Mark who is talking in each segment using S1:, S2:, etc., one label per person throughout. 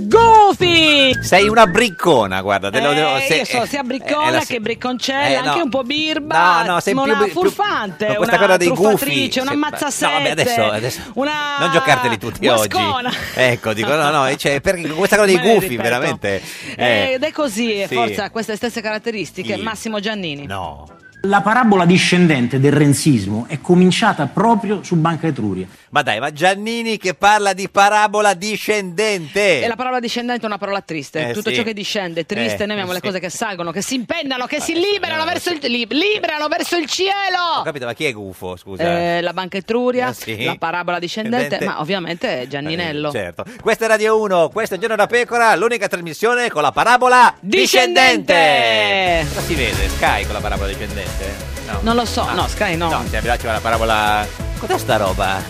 S1: Goofy!
S2: Sei una briccona, guarda. te lo devo-
S1: Eh,
S2: se-
S1: io so,
S2: eh,
S1: sia
S2: eh,
S1: briccona
S2: lo so.
S1: che bricconcella,
S2: Eh, no.
S1: anche un po' birba,
S2: No, no, sei
S1: una
S2: più- più-
S1: furfante,
S2: no, questa
S1: una
S2: cosa dei gufi.
S1: truffatrice,
S2: Se-
S1: una ammazzasette,
S2: no, vabbè, adesso- adesso-
S1: una
S2: Non giocarteli tutti
S1: guascona.
S2: oggi. Ecco, dico, no, no, cioè, perché questa cosa dei
S1: Ma ne
S2: gufi,
S1: ripeto.
S2: veramente.
S1: Eh,
S2: eh,
S1: Ed è così,
S2: sì.
S1: forza, queste stesse caratteristiche,
S2: Sì.
S1: Massimo Giannini.
S2: No.
S3: La parabola discendente del renzismo è cominciata proprio su Banca Etruria.
S2: Ma dai, ma Giannini che parla di parabola discendente.
S1: E la parola discendente è una parola triste.
S2: Eh,
S1: Tutto
S2: sì.
S1: ciò che discende è triste.
S2: Eh,
S1: Noi abbiamo le
S2: sì.
S1: cose che salgono, che si impennano, che si
S2: no,
S1: liberano
S2: no,
S1: verso
S2: sì.
S1: il, li- liberano verso il
S2: Ho
S1: cielo.
S2: capito, ma chi è gufo, scusa?
S1: Oh. Eh, la banca Etruria,
S2: Eh, sì.
S1: la parabola discendente,
S2: Discendente.
S1: ma ovviamente è Gianninello.
S2: Eh, certo. Questa è Radio 1, questo è Giorno da Pecora, l'unica trasmissione con la parabola
S1: Discendente.
S2: Cosa si vede? Sky con la parabola discendente? No.
S1: Non lo so, no, Sky no.
S2: No, cioè, c'è una parabola... Cos'è sta roba?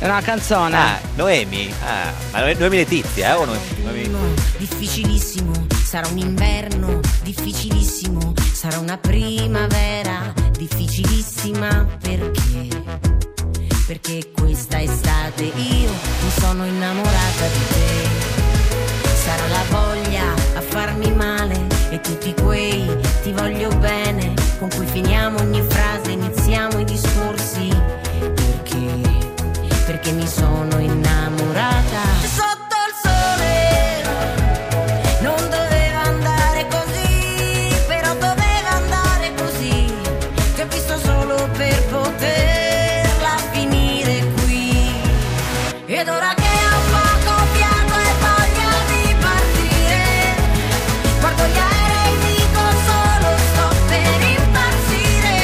S1: È una canzone.
S2: Ah, Noemi. Ah, ma Noe- Noemi Letizia, eh? O Noemi- Noemi-
S4: difficilissimo, sarà un inverno difficilissimo, sarà una primavera difficilissima perché perché questa estate io mi sono innamorata di te. Sarà la voglia a farmi male e tutti quei ti voglio bene con cui finiamo ogni frase, iniziamo i discorsi perché perché mi sono innamorata sotto il sole non doveva andare così, però doveva andare così, che ho visto solo per poterla finire qui. Ed ora che ho poco fiato e voglia di partire, guardo gli aerei e dico solo sto per impazzire,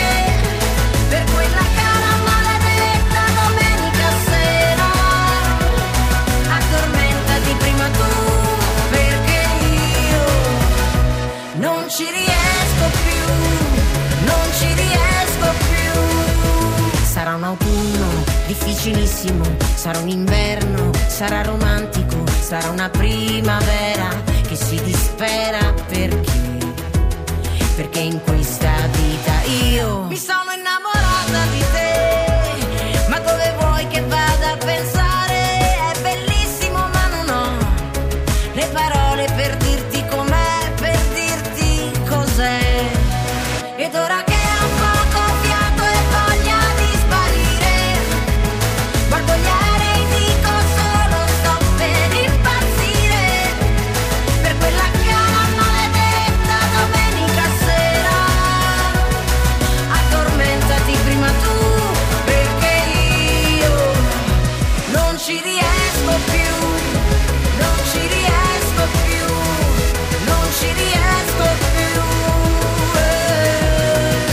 S4: per quella cara maledetta domenica sera. Addormentati prima tu perché io non ci riesco più, non ci riesco più. Sarà un autunno difficilissimo, sarà un inverno, sarà romantico, sarà una primavera che si dispera perché perché in questa vita io mi sono innamorata di te. Ma dove vuoi che vada a pensare? È bellissimo, ma non ho le parole per dirti com'è, per dirti cos'è. Ed ora che ho poco fiato e voglia di sparire, guardo gli aerei e dico solo sto per impazzire per quella cara maledetta domenica sera. Addormentati prima tu, perché io non ci riesco più, non ci riesco più, non ci riesco più. eh.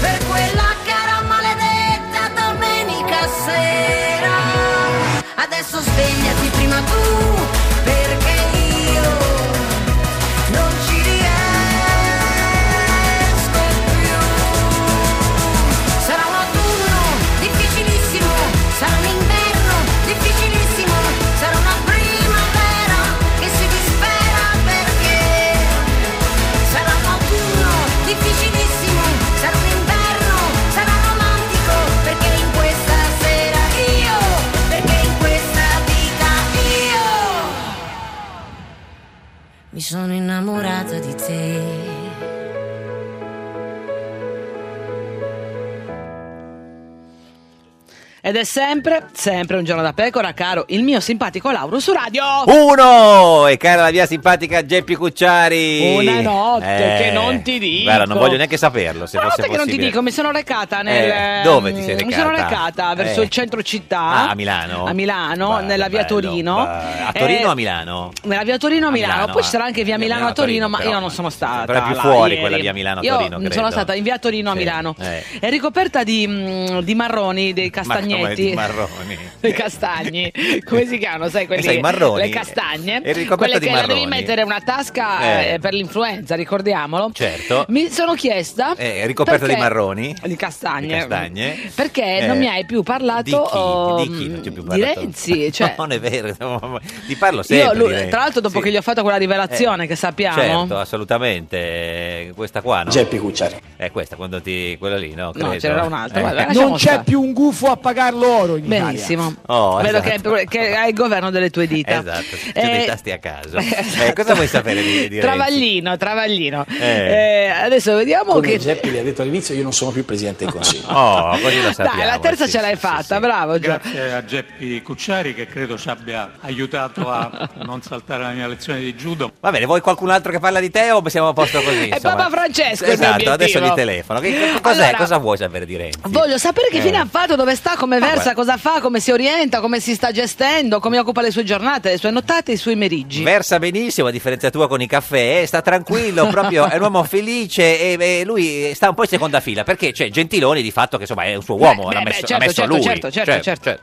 S4: Per quella cara maledetta domenica sera. Adesso svegliati prima tu, perché io non ci riesco più. Sarà un autunno difficilissimo, sarà un inverno difficilissimo, sarà una primavera che si dispera perché Sarà un autunno difficilissimo, sarà un inverno, sarà romantico, perché in questa sera io, perché in questa vita io mi sono innamorata di te.
S1: Ed è sempre, sempre un giorno da pecora, caro il mio simpatico Lauro su radio.
S2: Uno! E cara la mia simpatica Geppi Cucciari.
S1: Una notte che non ti dico.
S2: Eh, Guarda, non voglio neanche saperlo, se
S1: Una
S2: fosse
S1: notte che non ti
S2: possibile.
S1: dico, mi sono recata nel...
S2: Eh, dove ti sei
S1: mm, Mi
S2: recata?
S1: sono recata verso
S2: Eh.
S1: il centro città.
S2: Ah, a Milano?
S1: A Milano,
S2: Bello,
S1: nella via
S2: bello,
S1: Torino.
S2: bello. A Torino
S1: Eh,
S2: o a Milano?
S1: Nella via Torino a
S2: A
S1: Milano,
S2: Milano,
S1: poi
S2: ah.
S1: ci sarà anche via
S2: Via
S1: Milano a
S2: Milano a
S1: Torino,
S2: Torino,
S1: ma
S2: però,
S1: io non sono stata.
S2: però è più
S1: là,
S2: fuori
S1: ieri.
S2: quella via Milano a
S1: Io
S2: Torino,
S1: sono
S2: credo.
S1: stata in via Torino a
S2: Sì,
S1: Milano.
S2: eh.
S1: È ricoperta di, mm, di marroni, dei
S2: Ma è
S1: castagnetti.
S2: di marroni.
S1: I castagni, come si chiamano? Sai quelli?
S2: Eh, sai, i marroni.
S1: Le castagne.
S2: È ricoperta
S1: quelle
S2: di
S1: che la
S2: marroni.
S1: devi mettere una tasca
S2: Eh.
S1: eh, per l'influenza, ricordiamolo.
S2: Certo.
S1: Mi sono chiesta.
S2: Eh, è ricoperta
S1: perché-
S2: di marroni?
S1: Di castagne.
S2: Di castagne.
S1: Perché
S2: Eh.
S1: non mi hai più parlato
S2: Di chi?
S1: oh,
S2: Di chi non ti ho più
S1: di
S2: parlato?
S1: Renzi. Cioè,
S2: non è vero, no, ti parlo
S1: io,
S2: sempre.
S1: lui-
S2: di Renzi.
S1: tra l'altro, dopo
S2: Sì.
S1: che gli ho fatto quella rivelazione
S2: Eh,
S1: che sappiamo,
S2: Certo, assolutamente. Questa qua, no?
S5: Geppi Cucciari.
S2: È questa, quando ti... quella lì, no?
S1: No,
S2: Credo.
S1: c'era un'altra.
S2: Eh.
S1: vabbè, lasciamo
S6: Non c'è
S1: stare.
S6: più un gufo a pagarlo oro in Italia.
S1: Benissimo.
S2: Oh,
S1: Vedo
S2: esatto.
S1: che, che hai il governo delle tue dita.
S2: Esatto, sì, c'è dei tasti a caso.
S1: Eh,
S2: Eh, cosa
S1: esatto.
S2: vuoi sapere di, di Renzi?
S1: Travaglino, Travaglino.
S2: Eh.
S1: Eh, adesso vediamo
S5: Come
S1: che...
S5: Geppi le ha detto all'inizio, io non sono più presidente del Consiglio.
S2: Oh, così lo sappiamo.
S1: Dai, la terza
S2: sì,
S1: ce l'hai
S2: sì,
S1: fatta,
S2: sì, sì.
S1: bravo Gio.
S7: Grazie a Geppi Cucciari che credo ci abbia aiutato a non saltare la mia lezione di judo.
S2: Va bene, vuoi qualcun altro che parla di te o siamo a posto così?
S1: È
S2: insomma?
S1: Papa Francesco il mio
S2: Esatto, adesso
S1: obiettivo.
S2: gli telefono. Che- che- cos'è?
S1: Allora,
S2: cosa vuoi sapere di Renzi?
S1: Voglio sapere che
S2: Eh. Ah,
S1: fine ha fatto, dove sta, come versa,
S2: guarda.
S1: cosa fa, come si orienta, come si sta gestendo, come occupa le sue giornate, le sue nottate e i suoi meriggi.
S2: Versa benissimo, a differenza tua con i caffè, eh, sta tranquillo, proprio è un uomo felice e, e lui sta un po' in seconda fila perché c'è Gentiloni di fatto che insomma è un suo
S1: Beh,
S2: uomo,
S1: beh,
S2: l'ha
S1: beh,
S2: messo,
S1: certo,
S2: l'ha messo
S1: certo,
S2: lui.
S1: certo, certo,
S2: Cioè,
S1: certo.
S2: cioè,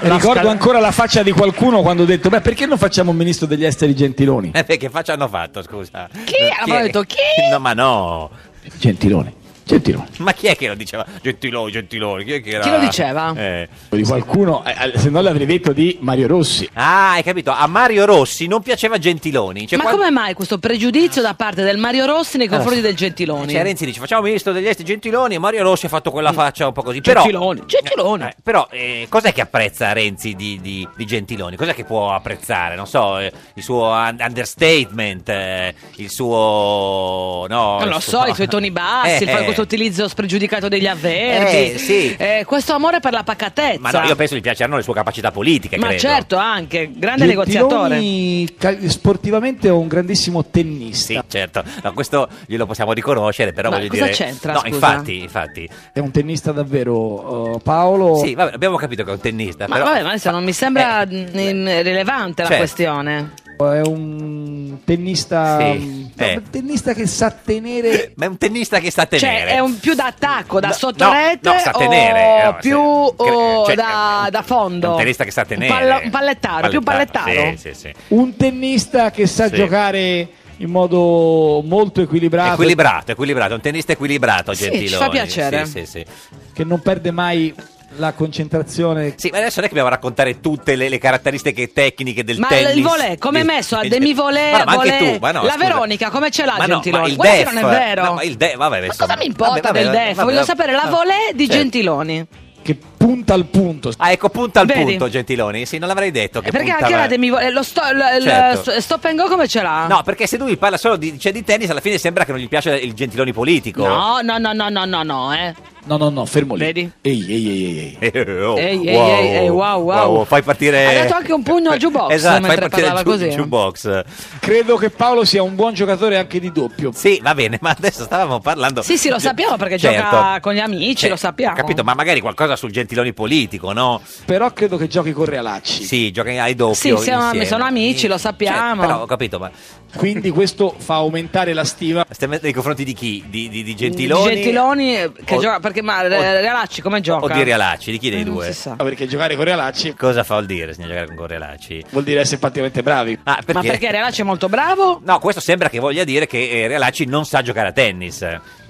S6: Ricordo ancora la faccia di qualcuno quando ho detto, beh perché non facciamo un ministro degli esteri Gentiloni?
S2: eh, che faccia hanno fatto, scusa? Eh,
S1: Chi? Avevano
S2: è-
S1: detto chi?
S2: No, ma no.
S6: Gentiloni, Gentiloni.
S2: Ma chi è che lo diceva? Gentiloni, Gentiloni, chi è che era?
S1: Chi lo diceva?
S2: Eh.
S6: Di qualcuno, eh, eh, se non l'avrei detto di Mario Rossi.
S2: Ah, hai capito? A Mario Rossi non piaceva Gentiloni. Cioè,
S1: Ma
S2: quando-
S1: come mai questo pregiudizio da parte del Mario Rossi nei confronti del Gentiloni?
S2: Eh. Cioè, Renzi dice facciamo ministro degli esteri Gentiloni e Mario Rossi ha fatto quella faccia un po' così. Però,
S1: Mm. Gentiloni, Gentiloni.
S2: Eh, però eh, cos'è che apprezza Renzi di, di- di Gentiloni? Cos'è che può apprezzare? Non so, eh, il suo un- understatement, eh, il suo... No,
S1: non lo
S2: il suo-
S1: so, i suoi toni bassi, il
S2: oh, Eh,
S1: fa-
S2: eh.
S1: questo utilizzo spregiudicato degli avverbi,
S2: Eh, sì.
S1: eh, questo amore per la pacatezza.
S2: Ma no, io penso gli piaceranno le sue capacità politiche,
S1: Ma
S2: credo.
S1: certo, anche, grande negoziatore.
S6: Gentiloni cal- sportivamente è un grandissimo
S2: Sì,
S6: tennista.
S2: certo. No, questo glielo possiamo riconoscere, però
S1: Ma
S2: voglio
S1: cosa
S2: dire...
S1: c'entra,
S2: No,
S1: scusa?
S2: infatti, infatti.
S6: È un tennista davvero, eh, Paolo.
S2: Sì, vabbè, abbiamo capito che è un tennista,
S1: Oh. Ma
S2: però...
S1: vabbè, ma adesso non mi sembra
S2: Eh,
S1: mh, in- rilevante la
S2: certo.
S1: questione.
S6: È un tennista,
S2: Sì,
S1: um,
S6: mm,
S2: eh.
S6: un tennista che sa tenere
S2: Ma è un tennista che sta a tenere.
S1: Cioè, è un più da attacco, da
S2: No,
S1: sottorete
S2: no, no, sa
S1: o
S2: tenere, eh, no,
S1: più
S2: se- cre-
S1: o
S2: cioè,
S1: da,
S2: è un-
S1: da fondo?
S2: è un tennista che sa tenere.
S1: Un, palla- un pallettaro, più un pallettaro.
S2: Sì, sì, sì.
S6: Eh. un tennista che sa
S2: Sì.
S6: giocare in modo molto equilibrato,
S2: Equilibrato, equilibrato, un tennista equilibrato,
S1: Sì,
S2: Gentiloni.
S1: ci fa piacere.
S2: Sì, sì, sì.
S6: che non perde mai la concentrazione.
S2: Sì, ma adesso non è che dobbiamo raccontare tutte le, le caratteristiche tecniche del
S1: Ma
S2: tennis.
S1: il volè, come è messo? A
S2: del-
S1: demi-volè,
S2: Ma, no, ma anche
S1: volè.
S2: tu, ma no,
S1: La
S2: scusa.
S1: Veronica, come ce l'ha
S2: ma no,
S1: Gentiloni?
S2: Ma il
S1: Guarda che
S2: def,
S1: non è vero.
S2: No, ma il def, vabbè,
S1: Ma
S2: insomma.
S1: cosa mi importa
S2: Vabbè, vabbè,
S1: del DEF?
S2: vabbè,
S1: Voglio
S2: vabbè.
S1: sapere la
S2: No.
S1: volée di
S2: Certo.
S1: Gentiloni.
S6: che punta al punto.
S2: Ah, ecco, punta al
S1: Vedi?
S2: punto, Gentiloni. Sì, non l'avrei detto che
S1: Eh, Perché
S2: puntava-
S1: anche la demi volée, lo sto- l- il
S2: Certo.
S1: s- stop and go come ce l'ha?
S2: No, perché se lui parla solo di, cioè, di tennis, alla fine sembra che non gli piace il Gentiloni politico.
S1: No, no, no, no, no, no, no, eh.
S6: No, no, no, fermo lì.
S1: Vedi?
S6: Ehi, ehi, ehi, ehi, ehi.
S2: Eh, oh,
S1: Ehi, ehi, ehi, ehi, wow, wow.
S2: Fai partire.
S1: Ha dato anche un pugno al jukebox
S2: Eh, Esatto, fai
S1: mentre
S2: partire il
S1: parlava
S2: ju-
S1: così. eh.
S2: jukebox.
S6: Credo che Paolo sia un buon giocatore anche di doppio.
S2: Sì, va bene, ma adesso stavamo parlando.
S1: Sì, sì, lo sappiamo perché
S2: Certo.
S1: gioca con gli amici,
S2: Cioè,
S1: lo sappiamo.
S2: ho Capito, ma magari qualcosa sul Gentiloni politico, no?
S6: Però credo che giochi con Realacci.
S2: Sì, gioca ai doppio.
S1: Sì, siamo-
S2: insieme.
S1: sono amici, lo sappiamo.
S2: Cioè, però ho capito, ma
S6: Quindi questo fa aumentare la stima.
S2: stiamo nei confronti di chi? Di, di- di Gentiloni?
S1: Di Gentiloni, eh, che
S2: O-
S1: gioca- perché, ma,
S2: o-
S1: Realacci come gioca?
S2: O di Realacci, di chi dei
S1: Eh, non si
S2: due?
S1: sa.
S6: Ah, Perché giocare con Realacci
S2: Cosa fa vuol dire, signor giocare con Realacci?
S6: vuol dire essere praticamente bravi.
S2: Ah, perché?
S1: Ma perché Realacci è molto bravo?
S2: No, questo sembra che voglia dire che eh, Realacci non sa giocare a tennis.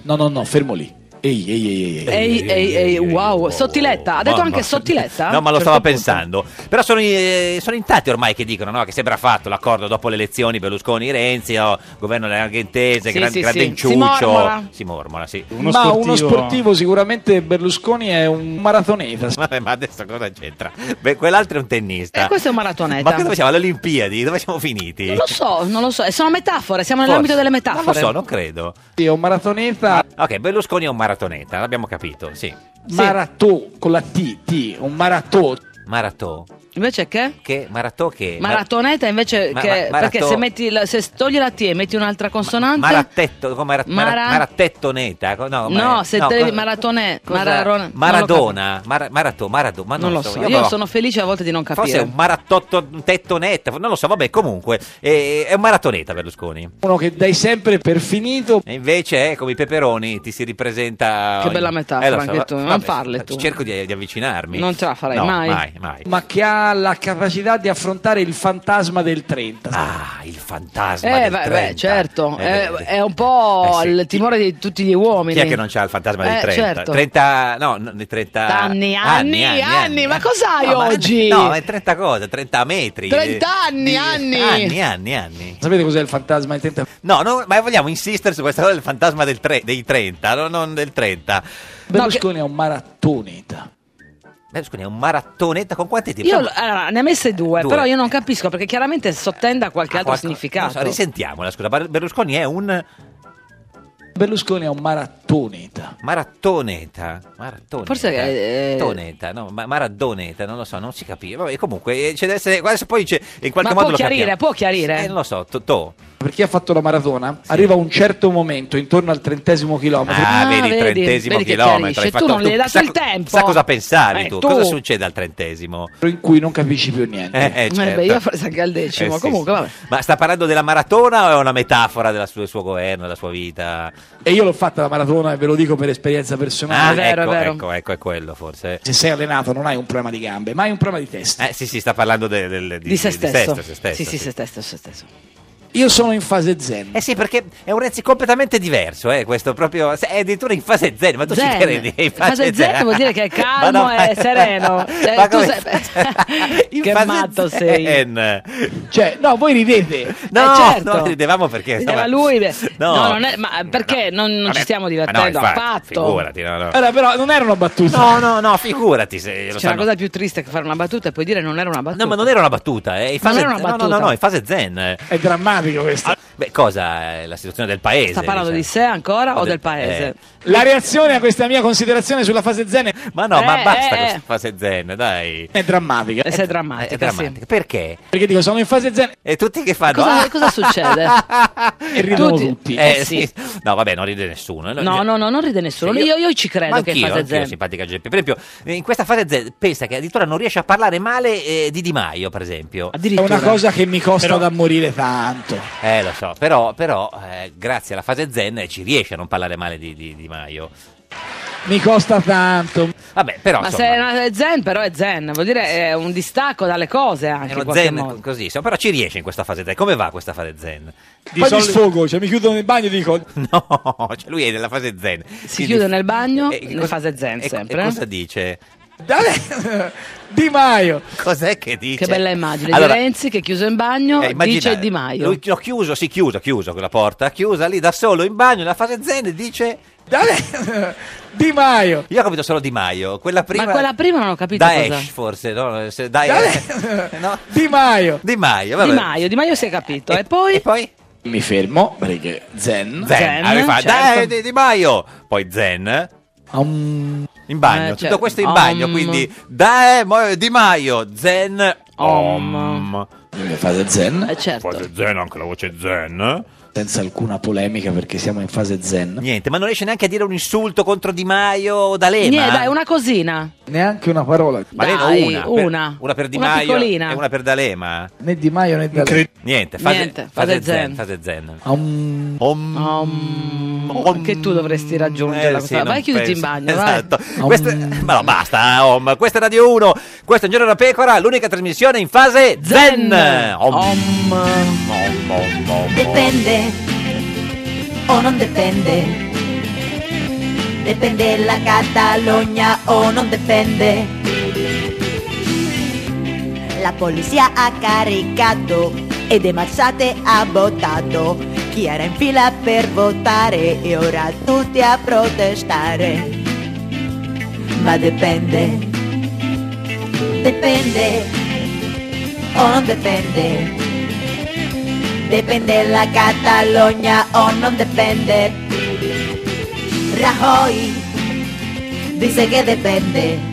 S6: No, no, no, fermo lì. Ehi, ehi, ehi, ehi, ehi.
S1: Ehi, ehi, ehi, wow, sottiletta, ha detto
S2: Mamma.
S1: anche sottiletta? Cioè,
S2: No, ma
S6: A
S2: lo
S6: un certo
S2: stavo
S6: punto.
S2: pensando. Però sono, eh, sono in tanti ormai che dicono no, che sembra fatto l'accordo dopo le elezioni Berlusconi-Renzi, oh, governo larghentese,
S1: Sì,
S2: gran-
S1: sì,
S2: grande
S1: sì.
S2: inciuccio.
S1: Si mormora.
S2: Si mormora, sì.
S6: Ma uno sportivo sicuramente Berlusconi è un maratoneta.
S2: Vabbè, ma adesso cosa c'entra? Beh, quell'altro è un tennista.
S1: Eh, questo è un maratoneta.
S2: Ma che dove siamo? Alle Olimpiadi? Dove siamo finiti?
S1: Non lo so, non lo so, eh, sono metafore, siamo
S2: Forse.
S1: nell'ambito delle metafore.
S2: Non lo so, non credo. Ah,
S6: Sì, è un maratoneta
S2: Ok, Berlusconi è un maratoneta, l'abbiamo capito, sì.
S1: Sì.
S6: maratò con la T, T, un maratò.
S2: Maratò.
S1: Invece che?
S2: Che maratò che?
S1: Maratoneta invece
S2: Ma-
S1: che...
S2: ma- maratò-
S1: perché se, metti la- se togli la T e metti un'altra consonante...
S2: Marattetto, come mara- mara-
S1: Mara-
S2: marattetto neta, co- no, ma-
S1: no, se
S2: no,
S1: te
S2: cosa-
S1: maratonè,
S2: cosa-
S1: mararone- non lo
S2: Maradona, mara- maratò, maradò, ma
S1: cap- non lo so. Io,
S2: però-
S1: sono felice a volte di non capire.
S2: Forse è un marattotto un tetto netta, non lo so, vabbè, comunque eh, è un maratoneta Berlusconi.
S6: Uno che dai sempre per finito.
S2: E invece, eh, come i peperoni, ti si ripresenta. Eh,
S1: Che bella metafora
S2: lo
S1: anche tu, non parli tu.
S2: Cerco di, di avvicinarmi.
S1: Non ce la farai
S2: No,
S1: mai.
S2: Mai, mai.
S6: Ma che ha la capacità di affrontare il fantasma del 30.
S2: Ah, il fantasma.
S1: Eh,
S2: del
S1: beh,
S2: 30.
S1: beh, certo,
S2: Eh,
S1: è,
S2: beh,
S1: è un po'
S2: eh, sì.
S1: il timore di tutti gli uomini.
S2: Chi è che non c'ha il fantasma
S1: Eh,
S2: del 30?
S1: certo.
S2: 30, no, no, di 30
S1: Anni, anni, anni, ma eh, cos'hai
S2: No, ma-
S1: oggi?
S2: No, ma è 30 cosa, 30 metri.
S1: 30
S2: di-
S1: anni,
S2: di-
S1: eh, anni.
S2: Anni, anni, anni.
S6: Sapete cos'è il fantasma del 30?
S2: No, no, ma vogliamo insistere su questa cosa del fantasma del tre- dei 30, no, non del 30.
S6: Berlusconi è un marattoneta.
S2: Berlusconi è un marattonetta con quanti tipi?
S1: Io
S2: Insomma,
S1: allora, ne ha messe due,
S2: Due.
S1: però io non capisco perché chiaramente sottende a qualche
S2: ha
S1: altro
S2: qualco-
S1: significato.
S2: non so, risentiamola, scusa. Bar- Berlusconi è un
S6: Berlusconi è un marattoneta.
S2: marattoneta. marattoneta.
S1: Forse eh, è- è-
S2: Toneta, no, ma- maradoneta, non lo so, non si capiva. Vabbè, comunque, eh, c'è da essere. Adesso poi c'è, in qualche
S1: Ma
S2: modo
S1: può
S2: lo
S1: chiarire,
S2: capiamo.
S1: può chiarire.
S2: Eh, non lo so, to. to.
S6: Per chi ha fatto la maratona, arriva un certo momento, intorno al trentesimo chilometro,
S2: Ah,
S1: Ah,
S2: vedi,
S1: vedi,
S2: trentesimo
S1: vedi che
S2: chilometro.
S1: chiarisce.
S2: hai
S1: Tu non gli hai dato
S2: sa-
S1: il tempo.
S2: Sa cosa pensavi
S1: Eh,
S2: tu?
S1: tu.
S2: Cosa succede al trentesimo?
S6: in cui non capisci più niente.
S2: Eh, eh,
S1: Eh,
S2: certo. Eh,
S1: beh, io forse anche al decimo,
S2: sì,
S1: comunque,
S2: sì.
S1: vabbè.
S2: Ma sta parlando della maratona o è una metafora della su- del suo governo, della sua vita?
S6: E io l'ho fatta la maratona e ve lo dico per esperienza personale.
S1: è vero,
S2: ecco,
S1: è vero.
S2: ecco, ecco, è quello forse.
S6: Se sei allenato non hai un problema di gambe, ma hai un problema di testa.
S2: Eh, sì, sì, sta parlando del- del-
S1: di se stesso.
S2: se stesso,
S1: sì, sì,
S2: sì.
S1: se stesso, se stesso.
S6: Io sono in fase zen.
S2: Eh sì, perché è un Renzi completamente diverso, eh, questo proprio, se- è addirittura in fase zen, ma tu
S1: Zen.
S2: ci credi? È In
S1: Fase zen vuol dire che è calmo
S2: Eh,
S1: e sereno. Cioè, tu sei-
S2: in
S1: Che
S2: fase
S1: matto sei.
S2: zen.
S6: Cioè, no, voi ridete.
S2: No,
S1: Eh, certo.
S2: no, ridevamo perché
S1: Rideva
S2: stava-
S1: boh, lui, beh. No, non è- ma perché non- non ci
S2: Vabbè,
S1: stiamo
S2: ma
S1: divertendo
S2: no, infatti,
S1: affatto.
S2: Figurati, no, no.
S6: Allora, però non erano battute.
S2: No, no, no, figurati se lo
S1: C'è una
S2: sanno.
S1: Cioè, cosa più triste che fare una battuta e poi dire non era una battuta.
S2: No, ma non era una battuta, eh. in
S1: Ma non
S2: fase-
S1: era una
S2: No, no,
S1: battuta.
S2: no, no, in fase zen.
S6: È drammatico questo.
S2: Beh, cosa è la situazione del paese?
S1: Sta parlando di
S2: diciamo?
S1: sé ancora o del
S2: eh.
S1: paese?
S6: La reazione a questa mia considerazione sulla fase zen
S2: Ma no, ma
S1: Eh,
S2: basta Eh,
S1: eh,
S2: con
S1: eh.
S2: questa fase zen, dai.
S6: è drammatica.
S1: E sei
S2: È
S1: drammatica, sì. Eh,
S2: drammatica. Perché?
S6: Perché dico, sono in fase zen
S2: E tutti che fanno...
S1: Cosa-
S2: "Ah!"
S1: cosa succede?
S6: e ridono
S1: Tutti-
S6: tutti.
S2: Eh,
S1: Eh,
S2: sì.
S1: sì.
S2: No, vabbè, non ride nessuno.
S1: No, no, no, non ride nessuno.
S2: Sì,
S1: Io, io ci credo
S2: ma
S1: che è
S2: anch'io,
S1: fase
S2: anch'io,
S1: zen.
S2: simpatica gente. Per esempio, in questa fase zen pensa che addirittura non riesce a parlare male eh, di Di Maio, per esempio.
S6: È
S1: Addirittura.
S6: una cosa che mi costa
S2: Però-
S6: da morire tanto.
S2: Eh, lo so, però, però eh, grazie alla fase zen ci riesce a non parlare male di, di- di Maio.
S6: Mi costa tanto.
S2: Vabbè, però
S1: Ma se
S2: insomma,
S1: è una- è zen, però è zen, vuol dire è un distacco dalle cose anche
S2: è
S1: in
S2: uno
S1: qualche
S2: zen
S1: modo.
S2: così, insomma, però ci riesce in questa fase zen. Come va questa fase zen?
S6: Poi mi sfogo, cioè mi chiudo nel bagno e dico
S2: No, cioè lui è nella fase zen.
S1: Si chiude nel bagno, in
S2: Eh, cosa-
S1: fase zen
S2: e-
S1: sempre. eh?
S2: E cosa dice?
S6: "Dai, Di Maio.
S2: Cos'è che dice?
S1: Che bella immagine
S2: Allora,
S1: di Renzi che chiuso in bagno
S2: eh, immaginate,
S1: dice Di Maio.
S2: Lui no, chiuso, sì, chiuso, chiuso quella porta, chiusa lì da solo in bagno, nella fase zen e dice
S6: Dai, Di Maio.
S2: io ho capito solo Di Maio, quella prima
S1: Ma quella prima non ho capito
S2: Daesh
S1: cosa.
S2: forse, no? Se Daesh,
S6: Dai,
S2: no?
S6: Di Maio.
S2: Di Maio,
S1: Di
S2: eh, vabbè.
S1: Maio, Di Maio si è capito. E poi?
S2: E poi?
S6: Mi fermo perché zen.
S2: Zen,
S1: Zen,
S2: allora fa,
S1: certo.
S2: dai, di, Di Maio, poi Zen,
S6: Um,
S2: in bagno,
S1: Eh,
S2: tutto
S1: certo.
S2: questo in
S1: Om.
S2: bagno, quindi dai, mo- Di Maio, Zen,
S1: Om.
S2: Om.
S6: in fase zen,
S1: Eh, certo.
S2: Fase Zen, anche la voce Zen.
S6: senza alcuna polemica perché siamo in fase zen.
S2: Niente, ma non riesce neanche a dire un insulto contro Di Maio o D'Alema.
S1: Niente, dai, una cosina.
S6: Neanche una parola
S2: Ma lei no,
S1: Dai,
S2: una, per-
S1: una.
S2: una per Di
S1: Una
S2: Maio
S1: piccolina.
S2: e una per D'Alema.
S6: né Di Maio né da
S2: Niente, fase,
S1: Niente,
S2: fase
S1: fase
S2: zen,
S1: zen.
S2: fase zen.
S6: Um,
S2: Om.
S1: Um,
S2: Om.
S1: Che tu dovresti
S2: Mm. Eh,
S1: raggiungere.
S2: sì,
S1: questa-
S2: non
S1: vai chiuditi in
S2: penso.
S1: bagno.
S2: Esatto.
S1: Vai.
S2: Questo- ma no, basta, eh, om. Questa è Radio 1, questo è Un giorno da pecora, l'unica trasmissione in fase zen. Om.
S1: Om.
S2: Om, om, om, om.
S4: Depende o non depende. Depende la Catalogna o non depende. La polizia ha caricato ed Mazzate ha votato. Chi era in fila per votare e ora tutti a protestare. Ma depende. Depende o non depende. Depende la Catalogna o non depende. Rajoy dice que depende.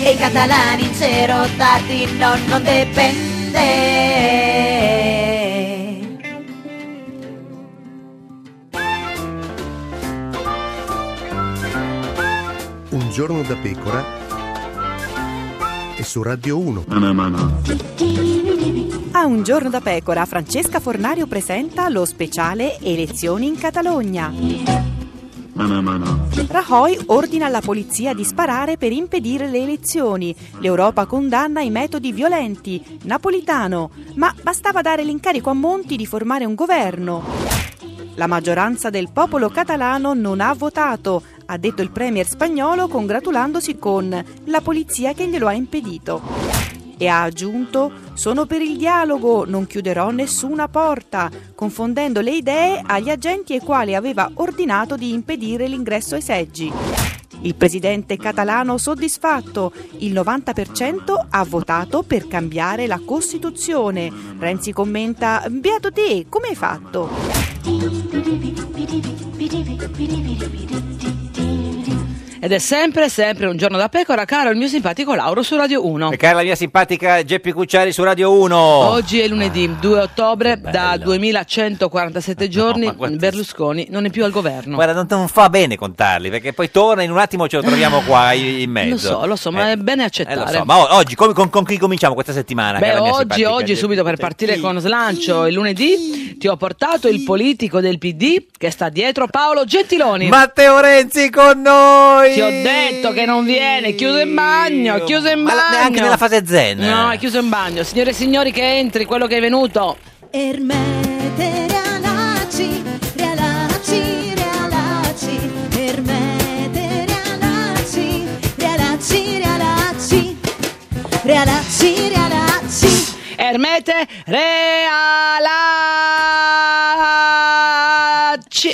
S8: e i catalani cerotati no, non dipende.
S9: Un giorno da pecora e su Radio 1.
S10: A un giorno da pecora, Francesca Fornario presenta lo speciale Elezioni in Catalogna. Rajoy ordina alla polizia di sparare per impedire le elezioni. L'Europa condanna i metodi violenti. Napolitano. Ma bastava dare l'incarico a Monti di formare un governo. La maggioranza del popolo catalano non ha votato, ha detto il premier spagnolo congratulandosi con la polizia che glielo ha impedito e ha aggiunto sono per il dialogo, non chiuderò nessuna porta, confondendo le idee agli agenti ai quali aveva ordinato di impedire l'ingresso ai seggi. Il presidente catalano soddisfatto, il 90% ha votato per cambiare la Costituzione. Renzi commenta, beato te, come hai fatto?
S1: Ed è sempre, sempre un giorno da pecora, caro il mio simpatico Lauro su Radio 1.
S2: E cara la mia simpatica Geppi Cucciari su Ah, Radio 1.
S1: Oggi è lunedì 2 ottobre, da 2147 giorni Berlusconi non è più al governo.
S2: Guarda, non, non fa bene contarli, perché poi torna in un attimo ce lo troviamo qua i- in
S1: Lo
S2: mezzo.
S1: so, lo so, ma è bene
S2: Eh, lo
S1: accettare.
S2: so, ma o- oggi come- con, con chi cominciamo questa settimana?
S1: Beh,
S2: cara mia
S1: oggi,
S2: simpatica
S1: oggi
S2: Geppi?
S1: subito per partire con slancio, il lunedì ti ho portato il politico del PD che sta dietro Paolo Gentiloni.
S2: Matteo Renzi con noi!
S1: Ti ho detto che non viene, chiuso in bagno, chiuso in
S2: Ma la-
S1: bagno.
S2: neanche nella fase zen.
S1: No, è chiuso in bagno. Signore e signori che entri, quello che è venuto.
S8: Realaci, realaci, realaci, per me te realaci, realaci, realaci, realaci, realaci.
S1: Ermete Realacci.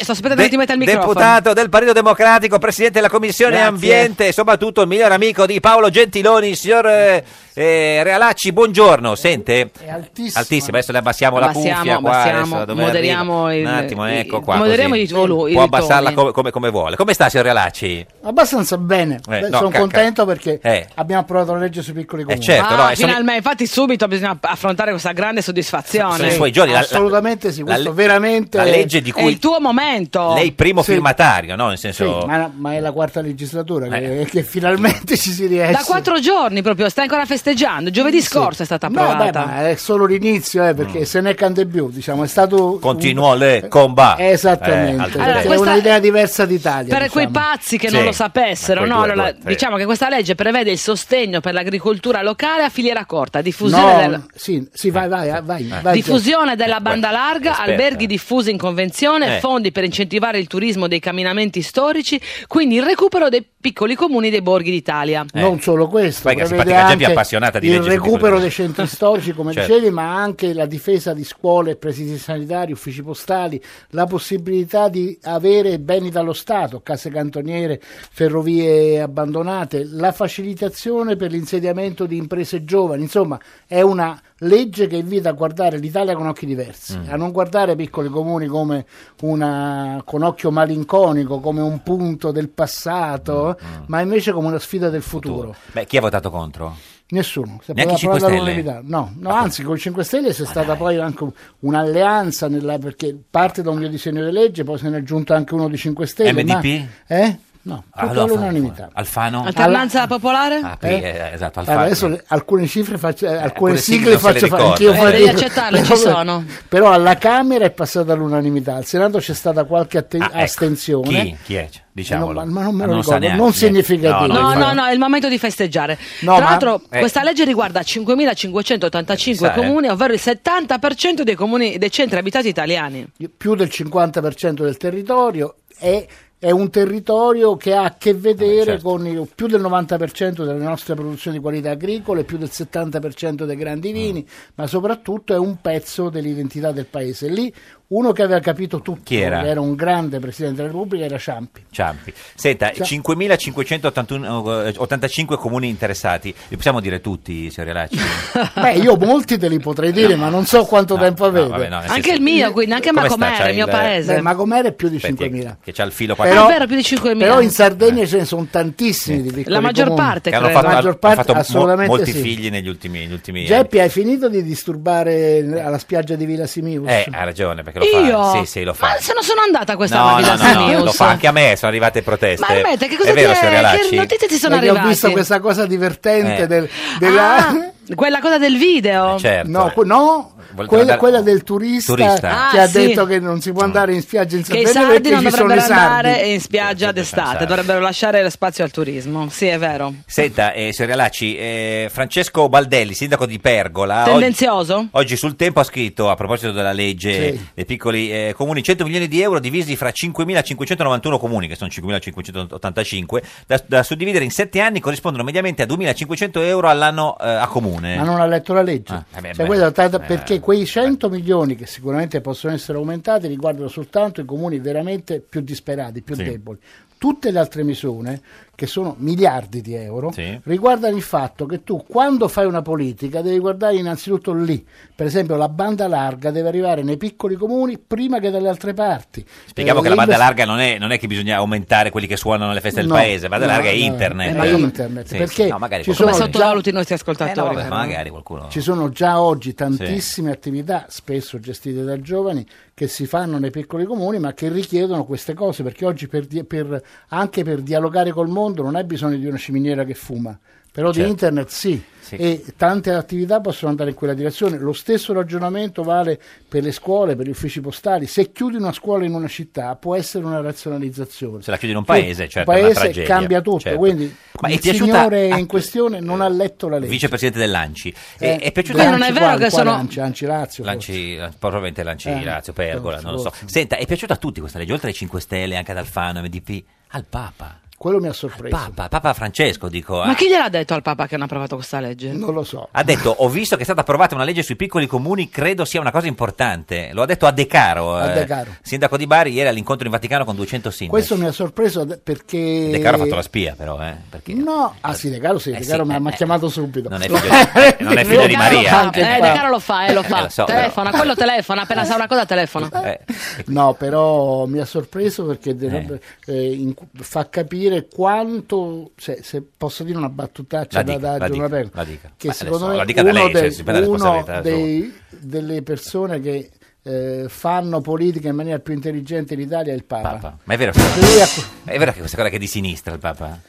S1: Sto aspettando
S2: De-
S1: che ti metta il microfono.
S2: deputato del Partito Democratico, presidente della Commissione
S1: Grazie.
S2: Ambiente e soprattutto il miglior amico di Paolo Gentiloni, il signor eh, eh, Realacci, buongiorno. Sente? È altissimo. adesso le abbassiamo la
S1: Abbassiamo,
S2: cuffia qua,
S1: abbassiamo,
S2: adesso dove
S1: moderiamo
S2: arriva? Un
S1: il-
S2: attimo,
S1: il-
S2: ecco qua.
S1: moderiamo
S2: così.
S1: i volu- i
S2: Può abbassarla
S1: toni.
S2: come, come- come vuole. Come sta, signor Realacci?
S11: Abbastanza bene, Beh,
S2: Eh, no,
S11: sono
S2: ca- ca-
S11: contento perché
S2: Eh.
S11: abbiamo approvato la legge sui piccoli comuni.
S2: certo, no,
S1: Ah,
S2: e sono-
S1: finalmente, infatti subito bisogna affrontare questa grande soddisfazione.
S2: Sono i suoi giorni, la- la-
S11: Assolutamente sì,
S2: la
S11: questo
S2: le-
S11: veramente
S2: la legge di
S1: È
S2: cui
S1: il tuo momento.
S2: lei primo
S11: Sì.
S2: firmatario, no? Nel
S11: Sì,
S2: senso...
S11: ma, ma è la quarta legislatura che,
S2: Eh.
S11: che finalmente ci si riesce.
S1: Da quattro giorni proprio, stai ancora festeggiando. Giovedì scorso è stata
S11: No, beh,
S1: approvata.
S11: ma è solo l'inizio, eh,
S2: Mm.
S11: perché se ne cante più, diciamo, è stato...
S2: Continuò le combat. Eh, al
S11: Esattamente,
S2: tempo.
S11: perché è un'idea diversa d'Italia.
S1: per quei
S11: diciamo.
S1: pazzi che
S2: Sì,
S1: non lo sapessero,
S2: quei
S1: no?
S2: due,
S1: Allora,
S2: due, sì.
S1: diciamo che questa legge prevede il sostegno per l'agricoltura locale a filiera corta, diffusione,
S11: No,
S1: del-
S11: sì, sì, vai, vai,
S2: Eh.
S11: vai, vai,
S1: diffusione della banda larga,
S11: Eh. aspetta.
S1: alberghi diffusi in convenzione,
S11: Eh.
S1: fondi per incentivare il turismo dei camminamenti storici, quindi il recupero dei piccoli comuni dei borghi d'Italia.
S11: Non solo questo,
S2: eh. Poi che
S11: prevede
S2: simpatica Geppi è
S11: anche
S2: appassionata di
S11: il
S2: leggi su piccoli
S11: recupero
S2: comuni.
S11: dei centri storici, come
S2: Certo.
S11: dicevi, ma anche la difesa di scuole, presidi sanitari, uffici postali, la possibilità di avere beni dallo Stato, case cantoniere, ferrovie abbandonate, la facilitazione per l'insediamento di imprese giovani, insomma è una legge che invita a guardare l'Italia con occhi diversi, a non guardare piccoli comuni come una, con occhio malinconico, come un punto del passato, ma invece come una sfida del futuro.
S2: Beh, chi ha votato contro?
S11: Nessuno, si è
S2: Neanche i
S11: approvata
S2: 5
S11: la
S2: Stelle? Ah,
S11: unanimità. No, no, anzi, con i 5 Stelle c'è stata poi anche un- un'alleanza nella- perché parte da un mio disegno di legge, poi se ne è aggiunto anche uno di 5 Stelle.
S2: MDP?
S11: Ma, eh? No,
S2: Ah,
S11: tutto
S2: allora,
S11: all'unanimità.
S2: Alfano?
S1: Alternanza popolare?
S2: Ah,
S11: Eh?
S2: eh, esatto,
S11: Allora,
S2: Alfano.
S11: adesso le- alcune cifre faccio, eh, alcune
S2: alcune sigle
S11: sigle
S2: non se le
S11: faccio fare
S2: ricorda.
S11: anch'io
S2: Eh,
S11: fatica.
S1: devi accettarle, ci
S11: Però-
S1: sono.
S11: Però alla Camera è passata all'unanimità, al Senato c'è stata qualche atte-
S2: Ah, ecco.
S11: astensione. Eh,
S2: Chi? Chi è? Diciamolo.
S11: No, ma- ma non me lo
S2: sa
S11: ricordo,
S2: neanche,
S11: non
S2: niente.
S11: significativo.
S1: No,
S11: infatti.
S1: no, no, è il momento di festeggiare.
S11: No,
S1: Tra
S11: ma-
S1: l'altro,
S11: eh.
S1: questa legge riguarda 5.585
S11: Eh, sai, eh.
S1: comuni, ovvero il 70% dei comuni dei centri abitati italiani.
S11: più del 50% del territorio è, è un territorio che ha a che vedere
S2: certo.
S11: con il- più del 90% delle nostre produzioni di qualità agricole, più del
S2: Mm.
S11: 70% dei grandi vini, ma soprattutto è un pezzo dell'identità del paese. Lì Uno che aveva capito tutto,
S2: Chi era?
S11: che un grande presidente della Repubblica, era Ciampi.
S2: Ciampi. Senta,
S11: Ciao.
S2: 5.585 comuni interessati, li possiamo dire tutti, signor Relacci?
S11: Beh, io molti te li potrei dire, ma non so quanto tempo avete.
S2: vabbè, no, nel
S1: Anche il mio, quindi, anche
S2: Come
S1: Macomera,
S2: sta? C'ha
S1: il mio
S2: il-
S1: paese.
S11: Beh, Magomera è più di
S2: Aspetti,
S11: 5.000.
S2: eh, Che c'ha il filo qua.
S11: Però,
S1: È vero, più di 5.000.
S11: però in Sardegna ce ne sono tantissimi di piccoli
S1: La maggior
S11: comuni.
S1: parte,
S2: Eh. che hanno
S1: credo.
S2: fatto,
S11: La maggior
S2: hanno
S11: parte,
S2: fatto mo-
S11: assolutamente
S2: molti
S11: sì.
S2: figli negli ultimi, negli ultimi
S11: Geppi, hai finito di disturbare alla spiaggia di Villa Simius?
S2: anni. Eh, ha ragione, perché lo
S1: Io?
S2: fa. Sì, sì, lo fa.
S1: Oh. Ma se non sono andata questa
S2: no,
S1: mattina
S2: no,
S1: a
S2: no, no,
S1: News.
S2: lo fa anche a me, sono arrivate proteste.
S1: Ma ammetta, che cosa
S2: È vero,
S1: ti è-
S2: signor Relacci?
S1: che notizie ti sono
S11: Perché ho
S1: arrivate?
S11: visto questa cosa divertente
S2: Eh.
S11: del, della...
S1: Ah, quella cosa del video.
S2: Certo.
S11: No, que- no,
S2: Volete
S11: quella,
S2: andare-
S11: quella del turista,
S2: Turista. Mm.
S11: che
S1: Ah,
S11: ha
S1: sì.
S11: detto che non si può andare in spiaggia in
S1: Che i
S11: Sardegna
S1: sardi
S11: perché
S1: non
S11: ci sono i
S1: dovrebbero
S11: sardi.
S1: andare in spiaggia d'estate, dovrebbero lasciare spazio al turismo. Sì, è vero.
S2: Senta, eh, signor Relacci, eh, Francesco Baldelli, sindaco di Pergola, Ah, oggi,
S1: Tendenzioso?
S2: oggi sul tempo ha scritto, a proposito della legge
S11: Sì.
S2: dei piccoli eh, comuni, 100 milioni di euro divisi fra 5.591 comuni, che sono 5.585, da, da suddividere in 7 anni corrispondono mediamente a 2.500 euro all'anno eh, a comune.
S11: Ma non ha letto la legge.
S2: Ah, eh beh,
S11: Cioè,
S2: beh,
S11: questa è stata-
S2: eh,
S11: perché quei 100 milioni che sicuramente possono essere aumentati riguardano soltanto i comuni veramente più disperati, più
S2: Sì.
S11: deboli. Tutte le altre misure, che sono miliardi di euro,
S2: Sì.
S11: riguardano il fatto che tu quando fai una politica devi guardare innanzitutto lì. Per esempio la banda larga deve arrivare nei piccoli comuni prima che dalle altre parti.
S2: Spieghiamo
S11: Eh,
S2: che
S11: le
S2: la banda
S11: invest-
S2: larga non è, non è che bisogna aumentare quelli che suonano alle feste del
S11: No,
S2: paese, la banda
S11: no,
S2: larga è
S11: no,
S2: internet.
S11: eh, ma
S2: Eh,
S11: internet,
S2: sì,
S11: perché
S2: sì, no, magari
S11: ci
S2: qualcuno-
S1: Come
S11: sono già-
S1: sottovaluti i nostri
S2: Eh, no,
S1: ascoltatori.
S2: vabbè, ma magari qualcuno...
S11: Ci sono già oggi tantissime attività, spesso gestite da giovani, che si fanno nei piccoli comuni, ma che richiedono queste cose, perché oggi per di- per- anche per dialogare col mondo non hai bisogno di una ciminiera che fuma, però
S2: Certo.
S11: di internet sì.
S2: Sì.
S11: E tante attività possono andare in quella direzione. Lo stesso ragionamento vale per le scuole, per gli uffici postali. Se chiudi una scuola in una città può essere una razionalizzazione.
S2: Se la chiudi in un paese,
S11: Sì,
S2: certo,
S11: un
S2: è una
S11: paese
S2: tragedia,
S11: cambia tutto.
S2: certo.
S11: Quindi
S2: Ma è
S11: il
S2: piaciuta
S11: signore
S2: a-
S11: in questione non ha letto la legge.
S2: Vicepresidente dell'Anci.
S11: Eh,
S2: E- è piaciuta
S1: Beh, non è
S11: Lanci
S1: vero
S11: quale?
S1: che
S11: Quale
S1: sono-
S11: Lanci, Lanci Lazio.
S2: Lanci, probabilmente Lanci,
S11: Eh,
S2: Lazio, Pergola, non lo so.
S11: forse.
S2: Senta, è piaciuta a tutti questa legge, oltre ai 5 Stelle, anche ad Alfano, MDP, al Papa.
S11: forse. Quello mi ha
S2: Al
S11: sorpreso.
S2: Papa, Papa Francesco, dico.
S1: Ma
S2: ah.
S1: chi gliel'ha detto al Papa che hanno approvato questa legge?
S11: Non lo so.
S2: Ha detto, ho visto che è stata approvata una legge sui piccoli comuni, credo sia una cosa importante. Lo ha detto a De Caro,
S11: A
S2: eh,
S11: De Caro.
S2: sindaco di Bari, ieri all'incontro in Vaticano con 200 sindaci.
S11: Questo mi ha sorpreso d- perché...
S2: De Caro ha fatto la spia, però, eh, perché
S11: No, ah sì, De Caro sì,
S2: Eh,
S11: De
S2: sì,
S11: Caro mi
S2: eh,
S11: ha mi ha
S2: eh.
S11: chiamato subito.
S2: Non è figlio di- non è figlio di
S11: De Caro
S2: Maria.
S11: fa
S1: Ah,
S11: anche
S1: eh,
S11: qua.
S1: De Caro lo fa, eh, lo fa.
S2: lo so, però.
S1: telefona, quello telefona, appena sa una cosa telefona.
S2: Eh,
S11: No, però mi ha sorpreso perché dovrebbe- eh, in- fa capire quanto, se, se posso dire una battutaccia
S2: La
S11: da,
S2: dica,
S11: da
S2: la
S11: Giovanna
S2: dica,
S11: Perla,
S2: la dica.
S11: che
S2: Ma
S11: secondo
S2: adesso
S11: me
S2: la dica da
S11: uno,
S2: lei, se
S11: dei-
S2: si prende la
S11: uno
S2: responsabilità,
S11: dei- delle persone che eh, fanno politica in maniera più intelligente in Italia è il Papa.
S2: Papa. Ma è vero,
S11: Lui ha-
S2: è vero che questa cosa che è di sinistra il Papa?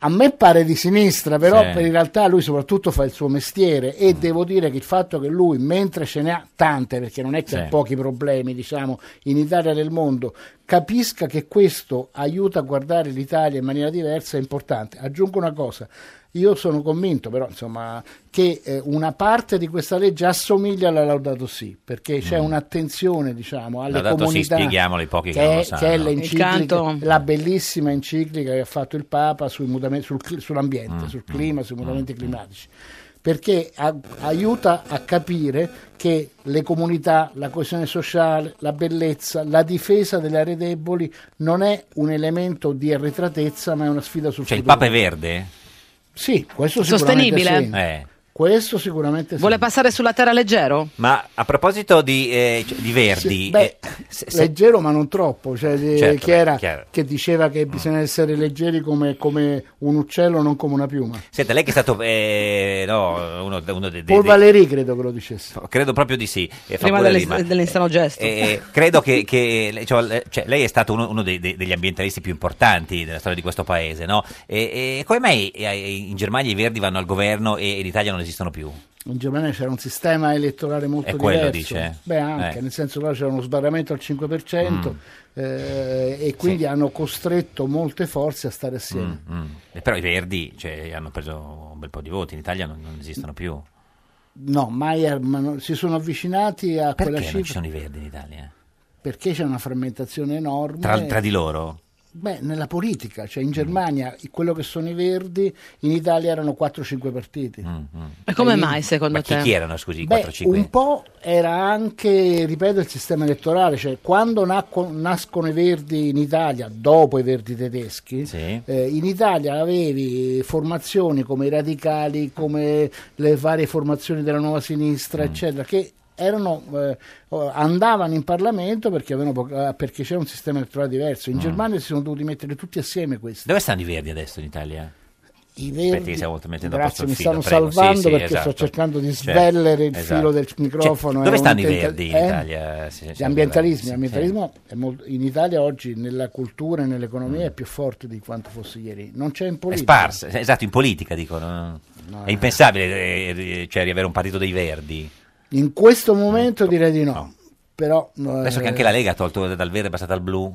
S11: A me pare di sinistra, però
S2: Sì. Mm.
S11: per in realtà lui soprattutto fa il suo mestiere e devo dire che il fatto che lui, mentre ce ne ha tante, perché non è che
S2: Sì.
S11: ha pochi problemi, diciamo, in Italia e nel mondo, capisca che questo aiuta a guardare l'Italia in maniera diversa è importante. Aggiungo una cosa. Io sono convinto, però, insomma, che eh, una parte di questa legge assomiglia alla Laudato Si, perché c'è un'attenzione, diciamo, alle
S2: Mm. Laudato Si,
S11: comunità.
S2: spieghiamolo ai pochi che
S11: è-
S2: non lo
S11: Che è
S2: sanno.
S11: l'enciclica-
S1: Il canto.
S11: la bellissima enciclica che ha fatto il Papa sui mutamenti- sul cli- sull'ambiente,
S2: Mm,
S11: sul clima, sui mutamenti climatici, perché a- aiuta a capire che le comunità, la coesione sociale, la bellezza, la difesa delle aree deboli non è un elemento di arretratezza, ma è una sfida sul
S2: Cioè il
S11: futuro.
S2: Papa è verde?
S11: Sì, questo sicuramente
S1: Sostenibile?
S11: sì.
S2: Eh.
S11: Questo sicuramente sì.
S1: Vuole passare sulla terra leggero?
S2: Ma a proposito di, eh, cioè, di
S11: Sì,
S2: Verdi,
S11: beh,
S2: eh, se- se-
S11: leggero ma non troppo, cioè, eh,
S2: Certo,
S11: chi era
S2: beh, chiaro. Mm.
S11: che diceva che bisogna essere leggeri come, come un uccello, non come una piuma.
S2: senta, lei che è stato eh, no, uno, uno dei... dei-
S11: Paul
S2: dei-
S11: Valéry credo che lo dicesse.
S2: Credo proprio di sì. eh, fa
S1: Prima
S2: pure
S1: delle-
S2: rima.
S1: dell'instanogesto.
S2: Eh, eh, credo che, che lei- cioè, le- cioè, lei è stato uno, uno dei- dei- degli ambientalisti più importanti della storia di questo paese, no? E, e come mai eh, in Germania i Verdi vanno al governo e in Italia non esistono più?
S11: In Germania c'era un sistema elettorale molto
S2: È quello,
S11: diverso.
S2: dice?
S11: Beh, anche,
S2: Eh. Mm.
S11: nel senso là c'era uno sbarramento al 5% eh, e quindi hanno costretto molte forze a stare assieme.
S2: Mm. Eh, Però i Verdi cioè, hanno preso un bel po' di voti, in Italia non, non esistono più.
S11: No, mai a- ma non- si sono avvicinati a
S2: Mm. Perché
S11: quella
S2: non ci
S11: cifra
S2: sono i Verdi in Italia?
S11: perché c'è una frammentazione enorme.
S2: Tra, tra di loro?
S11: Beh, nella politica, cioè in Germania quello che sono i verdi, in Italia erano 4-5 partiti.
S2: Mm,
S1: E come
S11: Quindi-
S1: mai secondo
S2: Eh, Ma chi,
S1: te?
S2: chi erano, scusi, i
S11: Beh,
S2: 4-5?
S11: Un po' era anche, ripeto, il sistema elettorale, cioè quando nacco- nascono i verdi in Italia, dopo i verdi tedeschi, eh, in Italia avevi formazioni come i radicali, come le varie formazioni della nuova sinistra, eccetera, che erano, eh, o- andavano in Parlamento perché, avevano poca- perché c'era un sistema elettorale diverso. In Germania si sono dovuti mettere tutti assieme questi.
S2: Dove stanno i verdi adesso in Italia?
S11: I verdi-
S2: Aspetti che stiamo mettendo a
S11: Grazie,
S2: posto il
S11: mi
S2: filo,
S11: stanno
S2: prego. Sì,
S11: salvando
S2: sì,
S11: perché
S2: esatto.
S11: sto cercando di
S2: Cioè,
S11: svellere il
S2: esatto.
S11: filo del microfono.
S2: Cioè,
S11: è
S2: dove
S11: un
S2: stanno i
S11: tenta-
S2: verdi in
S11: Eh?
S2: Italia? Sì, sì,
S11: Gli
S2: sì,
S11: ambientalismi,
S2: sì,
S11: ambientalismo è molto- in Italia oggi nella cultura e nell'economia è più forte di quanto fosse ieri. Non c'è in
S2: sì. È
S11: politica. eh.
S2: sparsa, esatto, in politica dicono. è impensabile eh, eh, cioè, riavere un partito dei verdi.
S11: In questo momento direi di no. Però no,
S2: Adesso che
S11: eh,
S2: anche la Lega ha tolto dal verde, è passata al blu.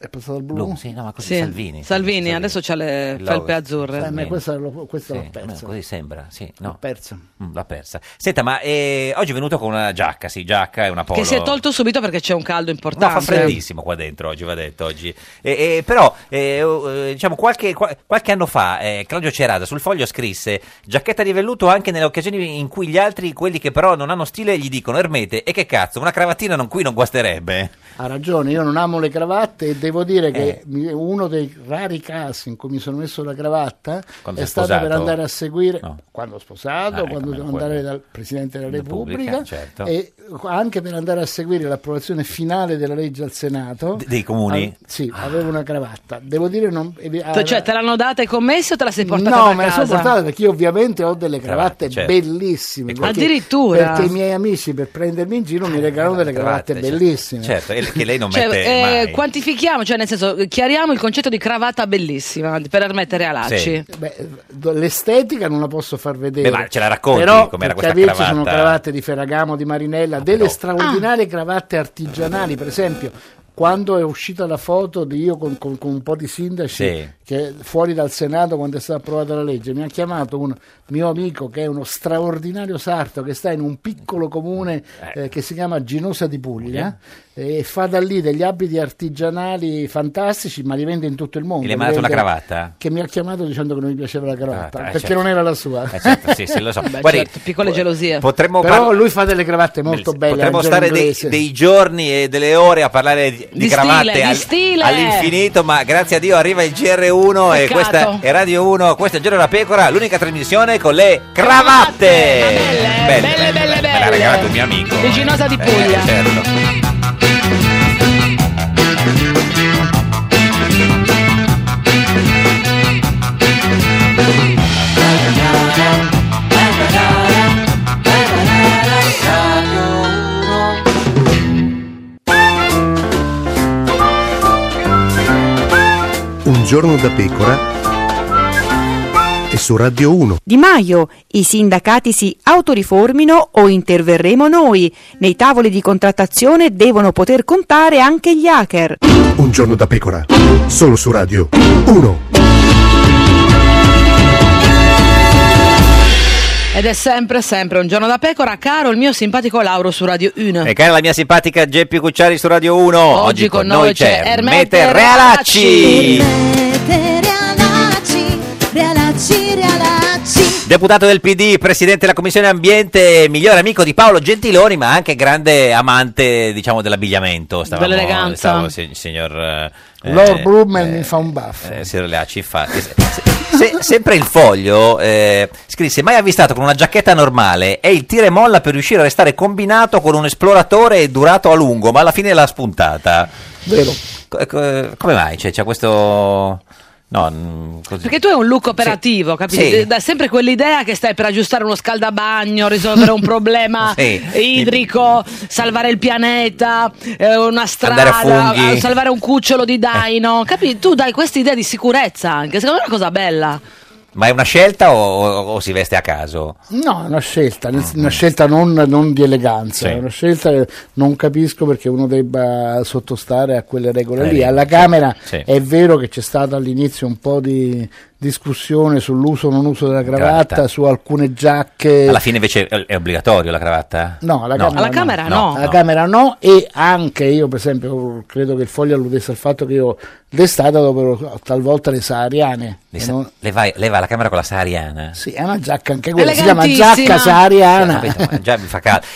S11: è passato il blu.
S2: Blu, sì, no, Ah, ma così
S1: Sì.
S2: Salvini.
S1: Salvini, adesso c'ha le
S2: Il
S1: felpe
S2: logo,
S1: azzurre.
S11: Eh, ma questa l'ho, questa
S2: Sì,
S11: l'ho persa.
S2: almeno così sembra, sì. No.
S11: L'ho persa.
S2: Mm, l'ha persa. Senta, ma eh, oggi è venuto con una giacca, sì, giacca e una polo.
S1: Che si è tolto subito perché c'è un caldo importante.
S2: No, fa freddissimo qua dentro oggi, va detto oggi. E- e però, eh, oh, eh, diciamo, qualche, qua- qualche anno fa eh, Claudio Cerasa sul foglio scrisse giacchetta di velluto anche nelle occasioni in cui gli altri, quelli che però non hanno stile, gli dicono Ermete, e che cazzo, una cravattina non- qui non guasterebbe?
S11: Ha ragione, io non amo le cravatte e devo dire
S2: Eh.
S11: che mi- uno dei rari casi in cui mi sono messo la cravatta
S2: Quando
S11: è
S2: sei
S11: stato per
S2: sposato?
S11: andare a seguire
S2: No. Ah, ecco,
S11: quando ho sposato, quando devo andare dal Presidente della Repubblica
S2: Repubblica, certo.
S11: e anche per andare a seguire l'approvazione finale della legge al Senato.
S2: dei comuni?
S11: Ave- sì, avevo una cravatta. Devo dire non... eh,
S1: Te- Cioè, te l'hanno data ai commessi o te la sei portata
S11: no,
S1: a
S11: me la
S1: casa?
S11: sono portata perché io ovviamente ho delle cravatte
S1: Cravatte, certo.
S11: bellissime.
S1: E
S11: perché-
S1: Addirittura?
S11: Perché i miei amici per prendermi in giro mi regalano delle cravatte
S2: Eh, Cravatte, certo.
S11: bellissime.
S2: Certo, e che lei non
S1: Cioè,
S2: mette
S1: eh,
S2: mai.
S1: quantifichiamo, cioè nel senso, eh, chiariamo il concetto di cravatta bellissima per permettere a Lacci.
S2: Sì.
S11: Beh, do- l'estetica non la posso far vedere.
S2: Beh, ma ce la racconti
S11: Però,
S2: com'era
S11: per
S2: questa
S11: capirci, sono
S2: cravatta? Ah,
S11: cravatte di Ferragamo, di Marinella, delle straordinarie cravatte artigianali, per esempio. Quando è uscita la foto di io con, con- con un po' di sindaci
S2: Sì.
S11: che fuori dal Senato quando è stata approvata la legge, mi ha chiamato un mio amico che è uno straordinario sarto che sta in un piccolo comune eh, che si chiama Ginosa di Puglia e fa da lì degli abiti artigianali fantastici, ma li vende in tutto il mondo.
S2: E le ha
S11: Li
S2: mandato una
S11: vende-
S2: cravatta?
S11: che mi ha chiamato dicendo che non mi piaceva la cravatta
S2: Ah, eh,
S11: perché
S2: certo.
S11: non era la sua
S2: Eh, certo, sì, sì, lo so.
S1: Beh,
S2: Guardi,
S1: certo, piccole gelosie.
S2: potremmo
S11: però
S2: parla-
S11: lui fa delle cravatte molto belle
S2: Potremmo
S11: ragione
S2: stare dei,
S11: inglese.
S2: dei giorni e delle ore a parlare di, di
S1: Di
S2: cravatte
S1: stile, di stile!
S2: all'infinito, ma grazie a Dio arriva il GR1 e
S1: Peccato.
S2: questa è Radio 1, questa è Il Giorno della Pecora, l'unica trasmissione con le cravatte. Belle, belle, belle, Me l'ha regalato un mio amico.
S1: Di Ginosa di
S2: Eh,
S1: Puglia.
S2: certo.
S9: Un giorno da pecora e su Radio 1.
S10: Di Maio, i sindacati si autoriformino o interverremo noi. Nei tavoli di contrattazione devono poter contare anche gli hacker.
S9: Un giorno da pecora, solo su Radio 1.
S1: Ed è sempre, sempre un giorno da pecora, caro il mio simpatico Lauro su Radio 1.
S2: E cara la mia simpatica Geppi Cucciari su Radio 1. Oggi, con noi c'è Ermete Realacci,
S8: Realacci, realacci, realacci.
S2: deputato del PD, presidente della Commissione Ambiente, migliore amico di Paolo Gentiloni, ma anche grande amante, diciamo, dell'abbigliamento. Stavamo,
S11: Dell'eleganza.
S2: stavo, si- signor eh,
S11: Lord
S2: eh,
S11: Brumman mi fa un baffo
S2: eh, signor Realacci, infatti. Se- se- sempre il foglio eh, scrisse: Mai avvistato con una giacchetta normale e il tira e molla per riuscire a restare combinato con un esploratore è durato a lungo, ma alla fine l'ha spuntata.
S11: Vero.
S2: Co- co- come mai? Cioè, c'è questo. No, mm, così.
S1: Perché tu hai un look operativo,
S2: Sì.
S1: capisci? Eh, Dai sempre quell'idea che stai per aggiustare uno scaldabagno, risolvere un problema
S2: Sì.
S1: idrico, salvare il pianeta, eh, una
S2: Andare a
S1: strada,
S2: funghi.
S1: eh, salvare un cucciolo di daino. Capisci? Tu dai questa idea di sicurezza anche, secondo me è una cosa bella.
S2: Ma è una scelta o, o- o si veste a caso?
S11: No, è una scelta, nel- una scelta non, non di eleganza,
S2: Sì.
S11: è una scelta che non capisco perché uno debba sottostare a quelle regole
S2: Eh,
S11: lì.
S2: lì,
S11: Alla
S2: sì,
S11: Camera
S2: sì.
S11: è vero che c'è stato all'inizio un po' di, discussione sull'uso o non uso della cravatta,
S2: Cravatta.
S11: su alcune giacche.
S2: Alla fine invece è è obbligatorio la cravatta?
S11: Eh.
S2: eh?
S11: No, alla Camera no. Alla
S2: no.
S11: Camera no e anche io per esempio credo che il foglio alludesse al fatto che io d'estate adopero talvolta le sahariane.
S2: Le
S11: E
S2: sa-
S11: non-
S2: le vai- leva la camera con la sahariana.
S11: Sì, è una giacca anche quella, si chiama giacca sahariana.
S2: Cioè, capito, ma già mi fa caldo.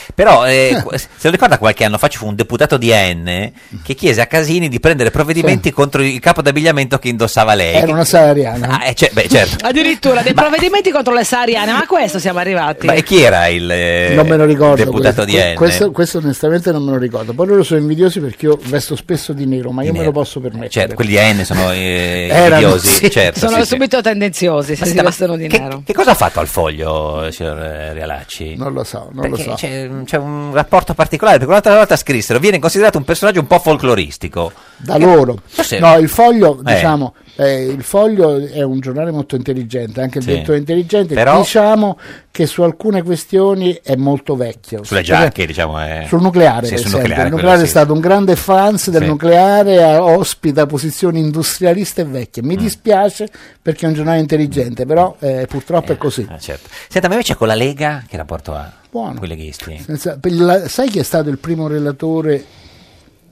S2: Però eh, qu- se lo ricorda qualche anno fa ci fu un deputato di AN che chiese a Casini di prendere provvedimenti contro il capo d'abbigliamento che indossava lei.
S11: Era una sahariana.
S2: Ah, eh, cioè, beh, certo.
S1: Addirittura dei provvedimenti contro le sahariane, ma a questo siamo arrivati.
S2: Ma e chi era il eh,
S11: non me lo ricordo
S2: deputato
S11: questo,
S2: di AN?
S11: questo, questo onestamente non me lo ricordo poi loro sono invidiosi perché io vesto spesso di nero ma io me
S2: nero.
S11: lo posso permettere
S2: Certo, quelli di AN sono eh,
S11: Erano,
S2: invidiosi,
S11: sì.
S2: certo.
S1: Sono
S2: sì, sì.
S1: subito tendenziosi se si
S2: Senta, ma
S1: vestono di
S2: che-
S1: nero.
S2: Che cosa ha fatto al foglio, signor eh, Realacci?
S11: non lo so non
S2: Perché
S11: lo so
S2: C'è, c'è un rapporto particolare, perché un'altra volta scrissero, viene considerato un personaggio un po' folcloristico.
S11: da loro
S2: so se-
S11: no il foglio
S2: Eh.
S11: diciamo eh, il foglio è un giornale molto intelligente anche il
S2: Sì.
S11: direttore è intelligente
S2: Però-
S11: diciamo che su alcune questioni è molto vecchio
S2: Sulle
S11: Cioè,
S2: giacche, diciamo. eh.
S11: sul nucleare,
S2: Sì,
S11: per
S2: sul
S11: esempio.
S2: nucleare,
S11: il
S2: quello
S11: nucleare è
S2: sì.
S11: stato un grande fans del
S2: Sì.
S11: nucleare, ha- ospita posizioni industrialiste e vecchie.
S2: Mm.
S11: Mi dispiace perché è un giornale intelligente, però eh, purtroppo è così.
S2: Ah, certo. Senta, ma invece con la Lega che rapporto ha?
S11: Buono.
S2: Con i leghisti? Eh,
S11: Senza- per la- sai chi è stato il primo relatore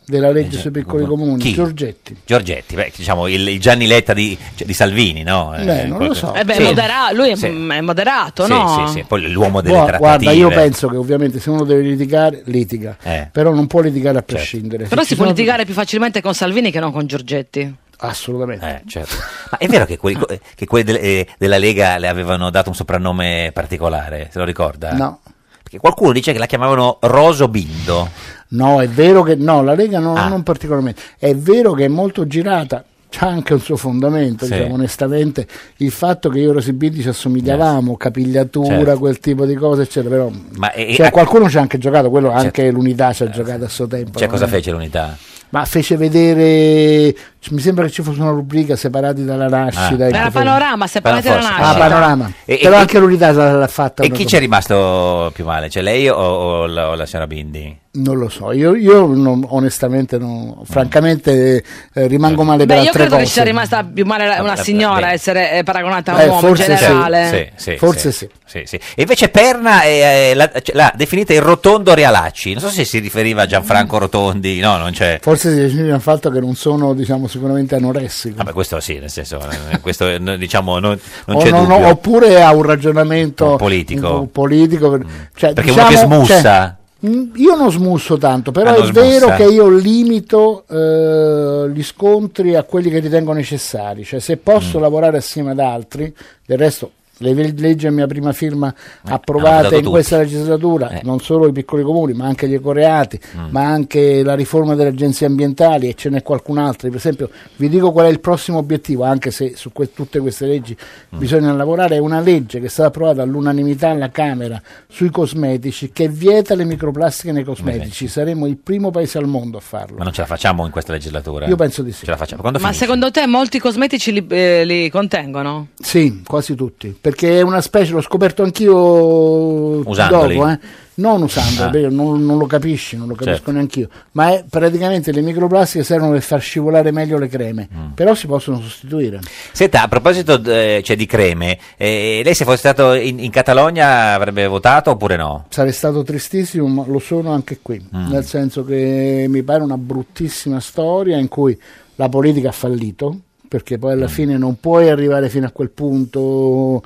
S11: della legge sui piccoli comuni?
S2: Eh, certo. Chi?
S11: Giorgetti.
S2: Giorgetti, beh, diciamo il, il Gianni Letta di, cioè, di Salvini, no?
S11: Eh, non lo so.
S1: Eh beh,
S2: Sì.
S1: modera- lui è,
S2: Sì.
S1: mm, è moderato,
S2: Sì,
S1: no?
S2: sì, sì, poi l'uomo delle
S11: Gua-
S2: trattative.
S11: guarda, io penso che ovviamente se uno deve litigare, litiga,
S2: Eh. Certo.
S11: però non può litigare a prescindere.
S1: Però
S11: Se
S1: si
S11: ci
S1: può
S11: sono-
S1: litigare più facilmente con Salvini che non con Giorgetti.
S11: Assolutamente.
S2: Eh, certo. Ma è vero che quelli, che quelli delle- eh, della Lega le avevano dato un soprannome particolare, se lo ricorda?
S11: No.
S2: Perché qualcuno dice che la chiamavano Roso Bindo.
S11: No, è vero che no, la Lega
S2: Ah.
S11: no- non particolarmente. È vero che è molto girata. C'ha anche un suo fondamento,
S2: Sì.
S11: diciamo onestamente, il fatto che io e Rosibindi ci assomigliavamo, capigliatura,
S2: Certo.
S11: quel tipo di cose, eccetera. Però
S2: Ma e-
S11: cioè,
S2: a-
S11: qualcuno ci ha anche giocato, quello anche l'unità ci ha giocato a suo tempo.
S2: Cioè,
S11: non
S2: cosa
S11: è-
S2: fece l'unità?
S11: Ma fece vedere, c- mi sembra che ci fosse una rubrica separati dalla nascita.
S2: Ah.
S11: e
S1: Era
S11: che fece-
S1: panorama, se parla della
S2: Forse,
S11: Ah,
S1: nascita.
S11: panorama.
S2: E-
S11: Però
S2: e-
S11: anche l'unità l'ha l'ha fatta.
S2: E
S11: una
S2: chi
S11: cosa.
S2: c'è rimasto più male? Cioè lei o, o la, o la signora Bindi?
S11: Non lo so, io, io non- onestamente, non- francamente, eh, rimango male per
S1: Beh, io
S11: altre
S1: credo
S11: cose.
S1: che ci sia rimasta più male la- una
S2: Eh,
S1: signora a
S2: beh.
S1: essere eh, paragonata a un
S11: Eh,
S1: uomo in
S11: forse sì.
S1: generale.
S2: Sì, sì,
S11: Forse
S2: sì, sì. E invece Perna eh, eh, la- cioè, l'ha definita il rotondo Realacci. Non so se si riferiva a Gianfranco Rotondi, no, non c'è.
S11: Forse si definisce il fatto che non sono, diciamo, sicuramente anoressico.
S2: Vabbè, questo sì, nel senso, eh, questo eh, no, diciamo non, Ah, non
S11: O
S2: c'è
S11: non-
S2: dubbio.
S11: oppure ha un ragionamento
S2: Un politico. Mm.
S11: un po' politico. Cioè,
S2: Perché
S11: diciamo,
S2: uno che smussa.
S11: cioè, Mm, Io non smusso tanto, però
S2: Ah,
S11: è
S2: non
S11: vero
S2: smussa.
S11: che io limito eh, gli scontri a quelli che ritengo necessari, cioè se posso lavorare assieme ad altri, del resto le ve- leggi a mia prima firma approvate
S2: votato
S11: in
S2: tutti.
S11: questa legislatura, non solo i piccoli comuni, ma anche gli ecoreati, ma anche la riforma delle agenzie ambientali e ce n'è qualcun altro, per esempio vi dico qual è il prossimo obiettivo, anche se su que- tutte queste leggi bisogna lavorare, è una legge che è stata approvata all'unanimità alla Camera sui cosmetici che vieta le microplastiche nei cosmetici. Saremo il primo paese al mondo a farlo.
S2: Ma non ce la facciamo in questa legislatura?
S11: Io penso di sì.
S2: Ce la facciamo. Quando
S1: Ma
S2: finisce?
S1: secondo te molti cosmetici li, eh, li contengono?
S11: Sì, quasi tutti, perché è una specie, l'ho scoperto anch'io
S2: Usandoli.
S11: dopo, eh. non usandoli,
S2: Ah.
S11: perché non, non lo capisci, non lo capisco
S2: Certo.
S11: neanch'io, ma è, praticamente le microplastiche servono per far scivolare meglio le creme,
S2: Mm.
S11: però si possono sostituire.
S2: Senta, a proposito d- cioè, di creme, eh, lei se fosse stato in, in Catalogna avrebbe votato oppure no?
S11: Sarei stato tristissimo, ma lo sono anche qui, nel senso che mi pare una bruttissima storia in cui la politica ha fallito, perché poi alla fine non puoi arrivare fino a quel punto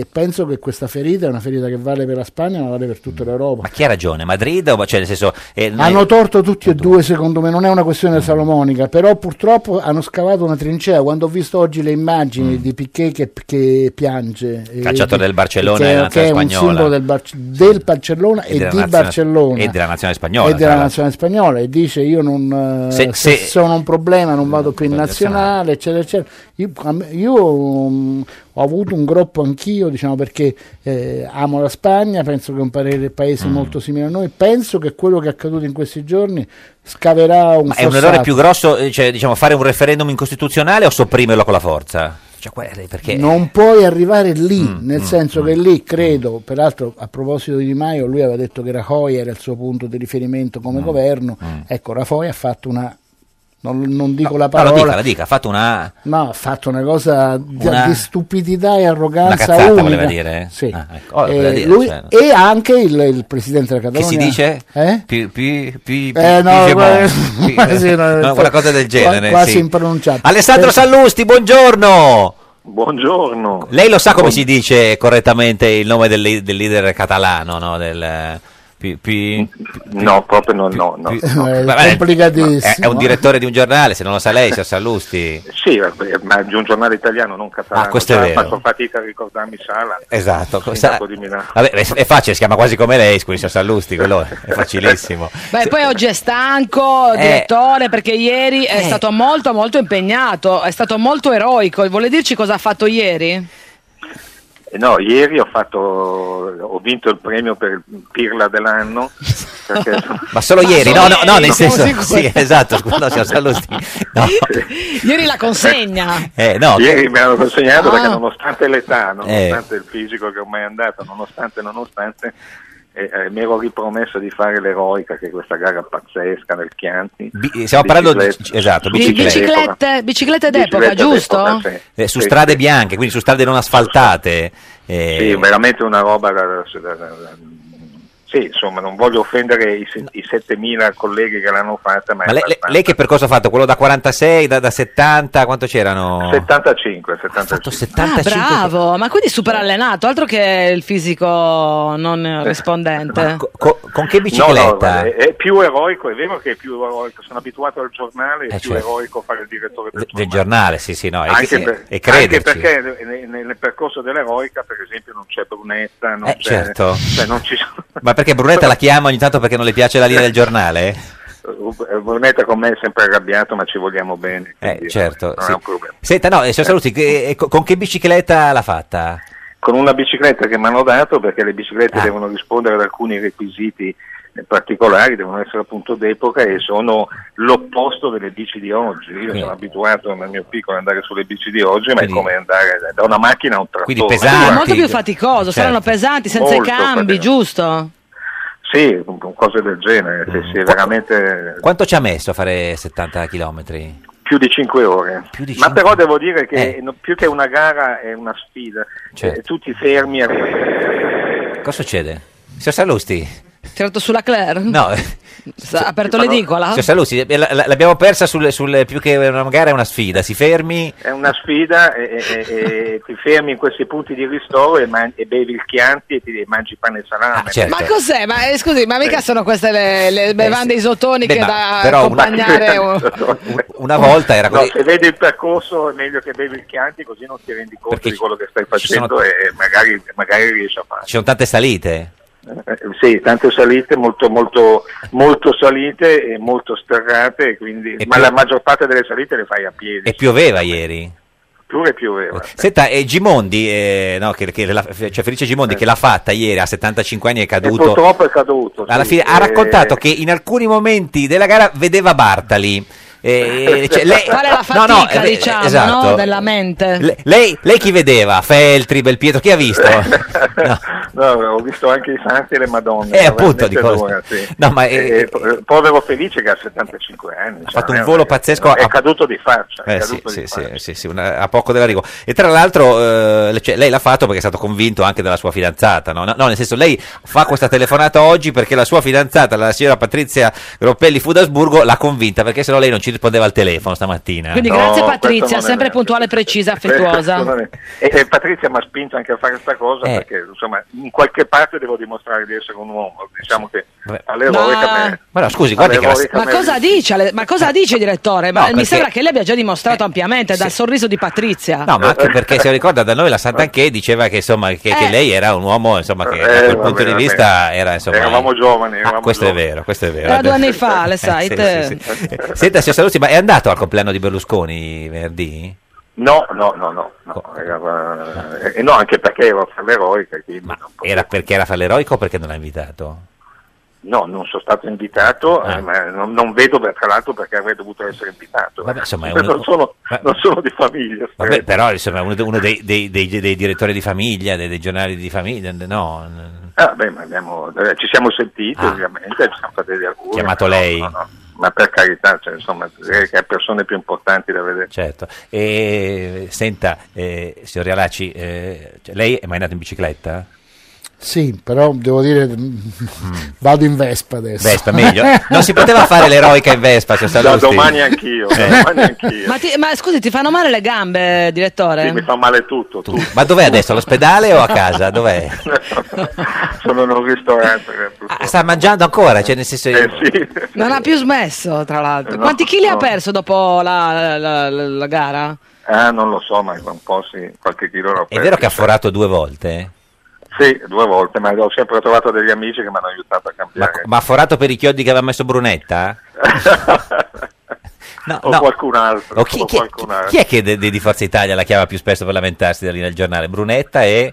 S11: e penso che questa ferita è una ferita che vale per la Spagna, ma vale per tutta l'Europa.
S2: Ma chi ha ragione? Madrid? O, cioè, nel senso, eh, noi-
S11: Hanno torto tutti e due, secondo me, non è una questione salomonica, però purtroppo hanno scavato una trincea. Quando ho visto oggi le immagini di Piquet che, che piange, eh,
S2: Calciatore
S11: di-
S2: del Barcellona
S11: che,
S2: e della
S11: che
S2: nazionale
S11: è un
S2: spagnola.
S11: simbolo del, Barce- del Barcellona e,
S2: della
S11: di
S2: nazionale-
S11: Barcellona
S2: e della nazionale spagnola.
S11: e
S2: tra
S11: della
S2: l'altro.
S11: nazionale spagnola e dice io non eh,
S2: Se-
S11: se,
S2: se-
S11: sono un problema non vado più in nazionale eccetera eccetera io, a me- io, mm, ho avuto un groppo anch'io diciamo perché eh, amo la Spagna penso che è un parere-
S2: Mm.
S11: paese molto simile a noi penso che quello che è accaduto in questi giorni scaverà un
S2: Ma è un
S11: fossato.
S2: errore più grosso, eh, cioè, diciamo, fare un referendum incostituzionale o sopprimerlo con la forza? Cioè, que- perché...
S11: Non puoi arrivare lì,
S2: Mm,
S11: nel senso che lì credo, peraltro a proposito di Di Maio, lui aveva
S2: Mm,
S11: detto che Rajoy era il suo punto di riferimento come governo, ecco Rajoy ha fatto una non, non dico la
S2: No, la
S11: parola.
S2: dica, la dica, ha fatto una,
S11: No, ha fatto una cosa di,
S2: Una-
S11: di stupidità e
S2: una
S11: arroganza
S2: cazzata, voleva
S11: unica.
S2: dire.
S11: Sì.
S2: Ah, ecco. Oh,
S11: Eh,
S2: voleva dire,
S11: lui-
S2: cioè, no.
S11: E anche il, il presidente della
S2: Che
S11: Catalogna.
S2: si dice?
S11: Eh?
S2: Pi, pi, pi,
S11: Eh, no,
S2: Pigemont.
S11: quasi-
S2: Pi-
S11: quasi
S2: no,
S11: una-
S2: una cosa del genere.
S11: quasi Eh.
S2: sì.
S11: impronunciabile.
S2: Alessandro
S11: Per-
S2: Sallusti, buongiorno.
S12: Buongiorno.
S2: Lei lo sa come si dice correttamente il nome del, li- del leader catalano, no? Del, pi, pi-
S12: No, proprio non, no, no.
S11: Eh,
S2: Vabbè, è,
S11: complicatissimo.
S2: è un direttore di un giornale, se non lo sa lei, signor Sallusti.
S12: Sì, vabbè, ma di un giornale italiano, non catalano.
S2: Ah, questo è
S12: Già
S2: vero.
S12: Faccio fatica a ricordarmi Sala.
S2: Esatto. Sa-
S12: Sindaco di Milano.
S2: Vabbè, è, è facile, si chiama quasi come lei, scusi, signor Sallusti, quello è facilissimo.
S1: Beh, poi oggi è stanco,
S2: Eh.
S1: direttore, perché ieri
S11: Eh.
S1: è stato molto, molto impegnato, è stato molto eroico. Vuole dirci cosa ha fatto ieri?
S12: Eh No, ieri ho, fatto, ho vinto il premio per il Pirla dell'anno. perché-
S2: Ma solo ieri, no, no, no, nel
S1: siamo
S2: senso,
S1: sicuri?
S2: sì, esatto, scusa, no, signor Sallusti. No,
S1: Ieri la consegna.
S2: eh, no, Eh.
S12: Ieri mi hanno consegnato
S1: Ah.
S12: perché nonostante l'età, nonostante il fisico che ormai è andato, nonostante, nonostante, eh, eh, mi ero ripromesso di fare l'eroica, che è questa gara pazzesca nel Chianti.
S2: bi- stiamo parlando di
S12: Bicicletta.
S2: esatto,
S1: Di
S2: biciclette,
S1: biciclette, biciclette d'epoca,
S12: Bicicletta
S1: giusto?
S12: d'epoca, sì.
S2: Eh, su
S12: Sì,
S2: strade bianche, quindi su strade non asfaltate. eh,
S12: Sì, veramente una roba. da- da- da- da- da- Sì, insomma, non voglio offendere i, se- i 7000 colleghi che l'hanno fatta,
S2: ma
S12: ma, è
S2: lei, lei-
S12: abbastanza-
S2: lei che percorso ha fatto? Quello da 46, da, da 70, quanto c'erano?
S12: 75, 75.
S1: Ah,
S2: 75.
S1: bravo, ma quindi
S2: Eh.
S1: super allenato, altro che il fisico non rispondente.
S2: Co- con che
S12: No,
S2: bicicletta?
S12: no, guarda, è, è più eroico, è vero che è più eroico, sono abituato al giornale, è
S2: Eh,
S12: più
S2: certo.
S12: eroico fare il direttore del
S2: Del giornale, sì, sì, no, e,
S12: anche,
S2: sì,
S12: per-
S2: e crederci.
S12: anche perché ne- ne- nel, percorso dell'eroica, per esempio, non c'è Brunetta, non
S2: Eh,
S12: c'è-
S2: certo.
S12: cioè, non ci sono-
S2: Ma perché Brunetta la chiama ogni tanto perché non le piace la linea del giornale?
S12: Eh, Brunetta con me è sempre arrabbiato, ma ci vogliamo bene.
S2: Eh,
S12: quindi
S2: certo.
S12: non
S2: sì.
S12: è un problema.
S2: Senta, no, eh, signor Saluti, che- eh, co- con che bicicletta l'ha fatta?
S12: Con una bicicletta che mi hanno dato, perché le
S2: Ah.
S12: biciclette devono rispondere ad alcuni requisiti eh, particolari, devono essere appunto d'epoca e sono l'opposto delle bici di oggi. Io
S2: Quindi-
S12: sono abituato nel mio piccolo ad andare sulle bici di oggi, ma
S2: Quindi-
S12: è come andare da una macchina a un trattore.
S2: Quindi
S1: Ah,
S2: pesanti.
S1: molto più faticoso,
S12: Certo.
S1: saranno pesanti, senza
S12: Molto
S1: i cambi,
S12: faticoso.
S1: giusto?
S12: Sì, con- con cose del genere, Eh, sì, sì, veramente
S2: Mm. Quanto ci ha messo a fare 70 km?
S12: più di 5 ore. Ma però devo dire che no- più che una gara è una sfida.
S2: Eh. Certo.
S12: Eh, tutti fermi a...
S2: Cosa succede? Signor Salusti?
S1: Tirato sulla Claire?
S2: No,
S1: S- Ha aperto l'edicola?
S2: signor Salusti, Cioè, eh, la- la- l'abbiamo persa sul, sul- più che una gara è una sfida, si fermi.
S12: È una sfida e, e- e- e ti fermi in questi punti di ristoro e, man- e bevi il chianti e ti e mangi pane e salame.
S2: certo.
S1: Ma cos'è? Ma eh, scusi, ma mica sono queste le, le bevande isotoniche
S2: Eh, Beh, ma
S1: da
S2: però una-
S1: accompagnare? o-
S2: Una volta era
S12: No,
S2: così.
S12: se vedi il percorso è meglio che bevi il chianti così non ti rendi conto
S2: Perché
S12: di quello che stai
S2: ci sono-
S12: facendo e e magari, magari riesci a fare.
S2: Ci sono tante salite. Cioè.
S12: Eh, sì, tante salite, molto, molto, molto salite e molto sterrate, e quindi, ma
S2: più-
S12: la maggior parte delle salite le fai a piedi,
S2: E pioveva ieri.
S12: pure eh. pioveva.
S2: Senta, e Gimondi, eh, no, che, che la- cioè Felice Gimondi che l'ha fatta ieri a 75 anni è
S12: Eh. E
S2: caduto.
S12: purtroppo è caduto.
S2: Alla
S12: sì.
S2: fine ha
S12: Eh,
S2: raccontato che in alcuni momenti della gara vedeva Bartali. Eh, cioè, lei,
S1: Qual è la
S2: no,
S1: fatica,
S2: no, eh,
S1: diciamo,
S2: esatto.
S1: no? della mente?
S2: Le- lei, lei chi vedeva? Feltri, Belpietro, chi ha visto?
S12: No, ho visto anche i santi e le madonne.
S2: Eh, appunto,
S12: veramente
S2: dico-
S12: allora, sì.
S2: No, ma,
S12: Eh,
S2: eh,
S12: eh, po- eh, povero Felice che ha 75 anni. Ha
S2: fatto un volo pazzesco
S12: È
S2: a-
S12: caduto di faccia. è
S2: Eh, sì,
S12: caduto
S2: sì,
S12: di
S2: sì, sì, sì, una- a poco dell'arrivo. E tra l'altro eh, cioè, lei l'ha fatto perché è stato convinto anche dalla sua fidanzata, no? No, no, nel senso lei fa questa telefonata oggi perché la sua fidanzata, la signora Patrizia Groppelli Fudasburgo, l'ha convinta perché sennò lei non ci rispondeva al telefono stamattina.
S1: Quindi
S12: No,
S1: grazie
S12: questo
S1: Patrizia,
S12: non è
S1: sempre
S12: vero.
S1: puntuale, precisa, affettuosa.
S12: e, e Patrizia mi ha spinto anche a fare questa cosa
S2: Eh.
S12: perché insomma in qualche parte devo dimostrare di essere un uomo diciamo che
S2: Vabbè.
S12: all'eroica
S1: No.
S12: me-
S2: Ma no, scusi, guardi che la-
S12: all'eroica
S1: Ma
S12: me-
S1: cosa dice? Ale- Ma cosa dice direttore? Ma
S2: No,
S1: mi
S2: perché- Eh,
S1: sembra che lei abbia già dimostrato ampiamente dal sorriso di Patrizia.
S2: No, ma anche perché se ricorda da noi la Santanché diceva che, insomma, che, che
S1: Eh.
S2: lei era un uomo insomma, che da
S12: Eh,
S2: quel
S12: vabbè,
S2: punto di
S12: vabbè.
S2: vista era insomma... Ah,
S12: eravamo giovani eravamo
S2: questo
S12: giovani.
S2: è vero, questo è vero.
S1: Era due anni fa, le
S2: Eh,
S1: sai.
S2: sì,
S1: te.
S2: sì, sì. Senta, signor Saluzzi, ma è andato al compleanno di Berlusconi venerdì?
S12: No, no, no, no, no, era- eh, no, anche perché ero fra l'eroica, quindi non potevo-
S2: Era perché era fall'eroico o perché non l'ha invitato?
S12: no, non sono stato invitato,
S2: Ah.
S12: eh, ma non, non vedo per- tra l'altro perché avrei dovuto essere invitato.
S2: Vabbè, insomma, è
S12: Io
S2: un-
S12: non, sono, non sono di famiglia.
S2: Vabbè, però insomma, uno, uno dei, dei- dei- dei direttori di famiglia, dei, dei giornali di famiglia, no, n-
S12: Ah, beh, ma abbiamo- eh, ci siamo sentiti, ovviamente, ci siamo fatti degli auguri.
S2: Ah. chiamato
S12: ma no,
S2: lei.
S12: no, no. ma per carità, cioè, insomma, direi che ha persone più importanti da vedere.
S2: Certo. E senta, eh, signor Rialacci, eh, cioè, lei è mai andato in bicicletta?
S11: Sì, però devo dire, mm, vado in Vespa adesso.
S2: Vespa, meglio. Non si poteva fare l'eroica in Vespa, signor Eh.
S12: Da
S2: Salusti.
S12: domani anch'io, da domani anch'io.
S1: Ma, ti- ma scusi, ti fanno male le gambe, direttore?
S12: Sì, mi fa male tutto, tutto.
S2: Ma dov'è adesso? All'ospedale o a casa? Dov'è?
S12: sono in un ristorante.
S2: Ah, sta mangiando ancora? Cioè, nel
S12: Eh,
S2: senso...
S1: Non ha più smesso, tra l'altro.
S12: No,
S1: Quanti chili ha
S12: no.
S1: perso dopo la, la- la- la gara?
S12: Ah, non lo so, ma un po' sì, qualche chilo l'ho
S2: È
S12: perso.
S2: vero che ha forato due volte?
S12: Sì, due volte, ma ho sempre trovato degli amici che mi hanno aiutato a cambiare.
S2: Ma ha forato per i chiodi che aveva messo Brunetta? No,
S12: o
S2: no.
S12: qualcun altro.
S2: O chi,
S12: o
S2: chi-
S12: qualcun altro.
S2: chi è che de- de- di Forza Italia la chiama più spesso per lamentarsi della linea del giornale? Brunetta e...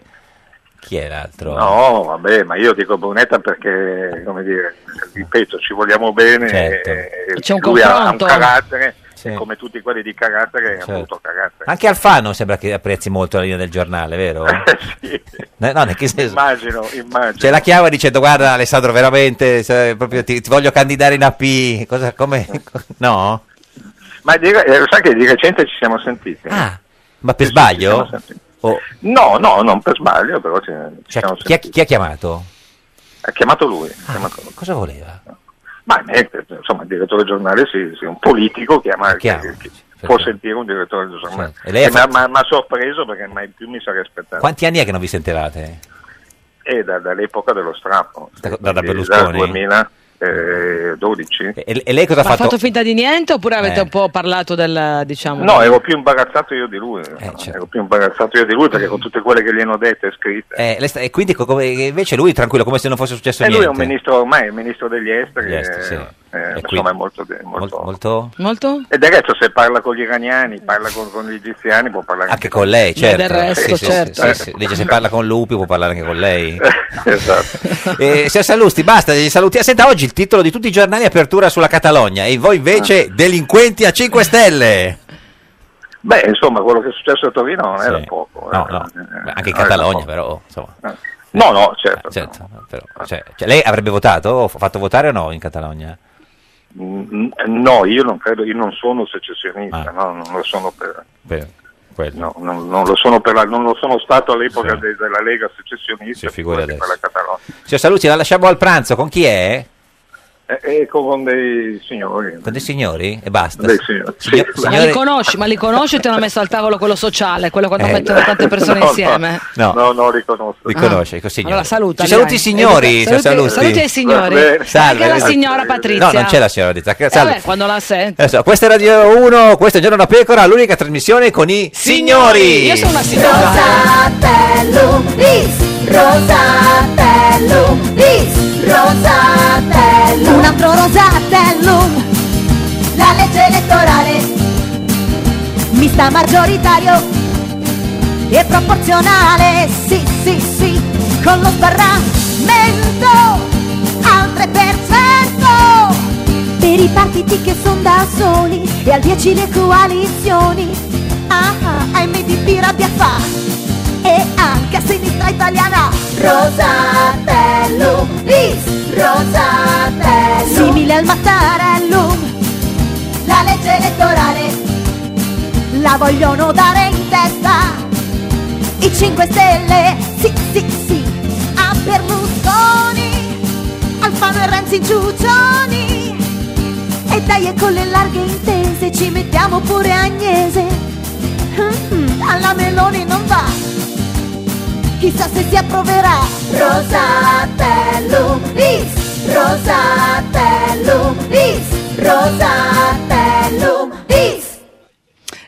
S2: Chi è l'altro?
S12: No, vabbè, ma io dico Brunetta perché, come dire, ripeto, ci vogliamo bene.
S2: Certo.
S12: e-
S2: C'è un
S12: lui ha- ha un
S2: confronto.
S12: carattere,
S2: Sì.
S12: e come tutti quelli di carattere,
S2: Certo.
S12: ha avuto carattere.
S2: Anche Alfano sembra che apprezzi molto la linea del giornale, vero? No, no, nel che senso...
S12: Immagino, immagino.
S2: Ah, C'è la chiave dicendo guarda Alessandro veramente se- proprio ti, ti voglio candidare in AP, cosa, come, no?
S12: Ma di, eh, lo sai che di recente ci siamo sentiti?
S2: Ah, Ma per
S12: Sì, sì, ci
S2: sbaglio?
S12: siamo sentiti.
S2: O-
S12: No, no, non per sbaglio, però ci, ci
S2: cioè,
S12: siamo
S2: chi, ha,
S12: sentiti.
S2: chi ha chiamato?
S12: Ha chiamato lui.
S2: Ah.
S12: ha chiamato lui.
S2: Cosa voleva?
S12: Ma niente, insomma, il direttore giornale sì, sì, un politico chiama,
S2: Chiama,
S12: che- che può sentire un direttore giornale.
S2: Certo. E lei ha
S12: E mi ha-
S2: fatto-
S12: mi ha mi ha sorpreso perché mai più mi sarei aspettato.
S2: Quanti anni è che non vi sentivate?
S12: E da- dall'epoca dello strappo.
S2: Da- da
S12: quindi
S2: Berlusconi?
S12: Dal eh, 2012.
S2: E, e lei cosa ha
S1: Ma ha
S2: fatto?
S1: fatto finta di niente oppure avete
S2: Eh.
S1: un po' parlato del, diciamo...
S12: No, ero più imbarazzato io di lui.
S2: Eh, certo.
S12: Ero più imbarazzato io di lui perché con tutte quelle che gli hanno dette e scritte.
S2: Eh, lei sta- e quindi co- come- invece lui tranquillo come se non fosse successo
S12: E lui è
S2: niente.
S12: un ministro ormai, è un ministro degli esteri.
S2: Gli esteri, sì. Ecco.
S12: eh,
S2: E
S12: insomma,
S2: quindi-
S12: è molto, de- molto,
S2: Molto?
S1: Molto?
S12: E del resto se parla con gli iraniani, parla con, con gli egiziani, può parlare
S2: Anche con lei, certo.
S1: del resto,
S2: Sì, sì,
S1: certo.
S2: sì, sì, sì. Dice se parla con Lupi può parlare anche con lei.
S12: esatto.
S2: Eh, signor Sallusti, basta, gli salutiamo. Senta, oggi il titolo di tutti i giornali è apertura sulla Catalogna e voi
S12: Ah.
S2: invece delinquenti a 5 stelle.
S12: Beh, insomma, quello che è successo a Torino non era poco. eh.
S2: No, no, beh, anche in Catalogna però, oh, insomma.
S12: No, no, certo.
S2: Certo, però, cioè, cioè, lei avrebbe votato, o f- fatto votare o no in Catalogna?
S12: Mm, No, io non credo, io non sono secessionista, no, non lo sono per...
S2: Beh, Ah. quello.
S12: no, non, non lo sono per la- non lo sono stato all'epoca de- della Lega secessionista,
S2: Sì, figuri
S12: figurati
S2: adesso.
S12: per la Catalogna.
S2: Signor Sallusti, la lasciamo al pranzo, con chi è?
S12: E, e con dei signori.
S2: Con dei signori? E basta.
S12: Dei signori, sì.
S2: Signor-
S1: Ma
S2: signore-
S1: li conosci, ma li conosci o ti hanno messo al tavolo quello sociale, quello quando
S2: Eh.
S1: mettono tante persone
S12: No, no.
S1: insieme?
S2: No.
S12: No, no, riconosco.
S2: Li conosce, ecco, signori.
S1: Allora saluta.
S2: Ci saluti i signori, signor
S1: saluti,
S2: Salusti.
S1: saluti ai signori.
S2: Va bene.
S1: Anche
S2: Salve.
S1: alla signora Patrizia.
S2: No, non c'è la signora Dizza.
S1: Eh,
S2: Salve.
S1: vabbè, quando la sento.
S2: Adesso, questa è Radio 1, questo è Giorno da Pecora, l'unica trasmissione con i signori.
S1: Io sono una signora.
S8: Rosatellum bis, Rosatellum bis, Rosatellum. Un altro Rosatellum, la legge elettorale, mista maggioritario e proporzionale. Sì, sì, sì, con lo sbarramento al 3%. Per i partiti che sono da soli e al 10 le coalizioni. Ah, ah, MDP rabbia fa e anche a sinistra italiana. Rosatellum bis, Rosatellum. Simile al Mattarellum, la legge elettorale la vogliono dare in testa. I 5 Stelle, sì, sì, sì, a Berlusconi, Alfano e Renzi Giugioni. E dai, e con le larghe intese ci mettiamo pure Agnese. Mm, alla Meloni non va, chissà se si approverà. Rosatellum bis, Rosatellum bis, Rosatellum bis.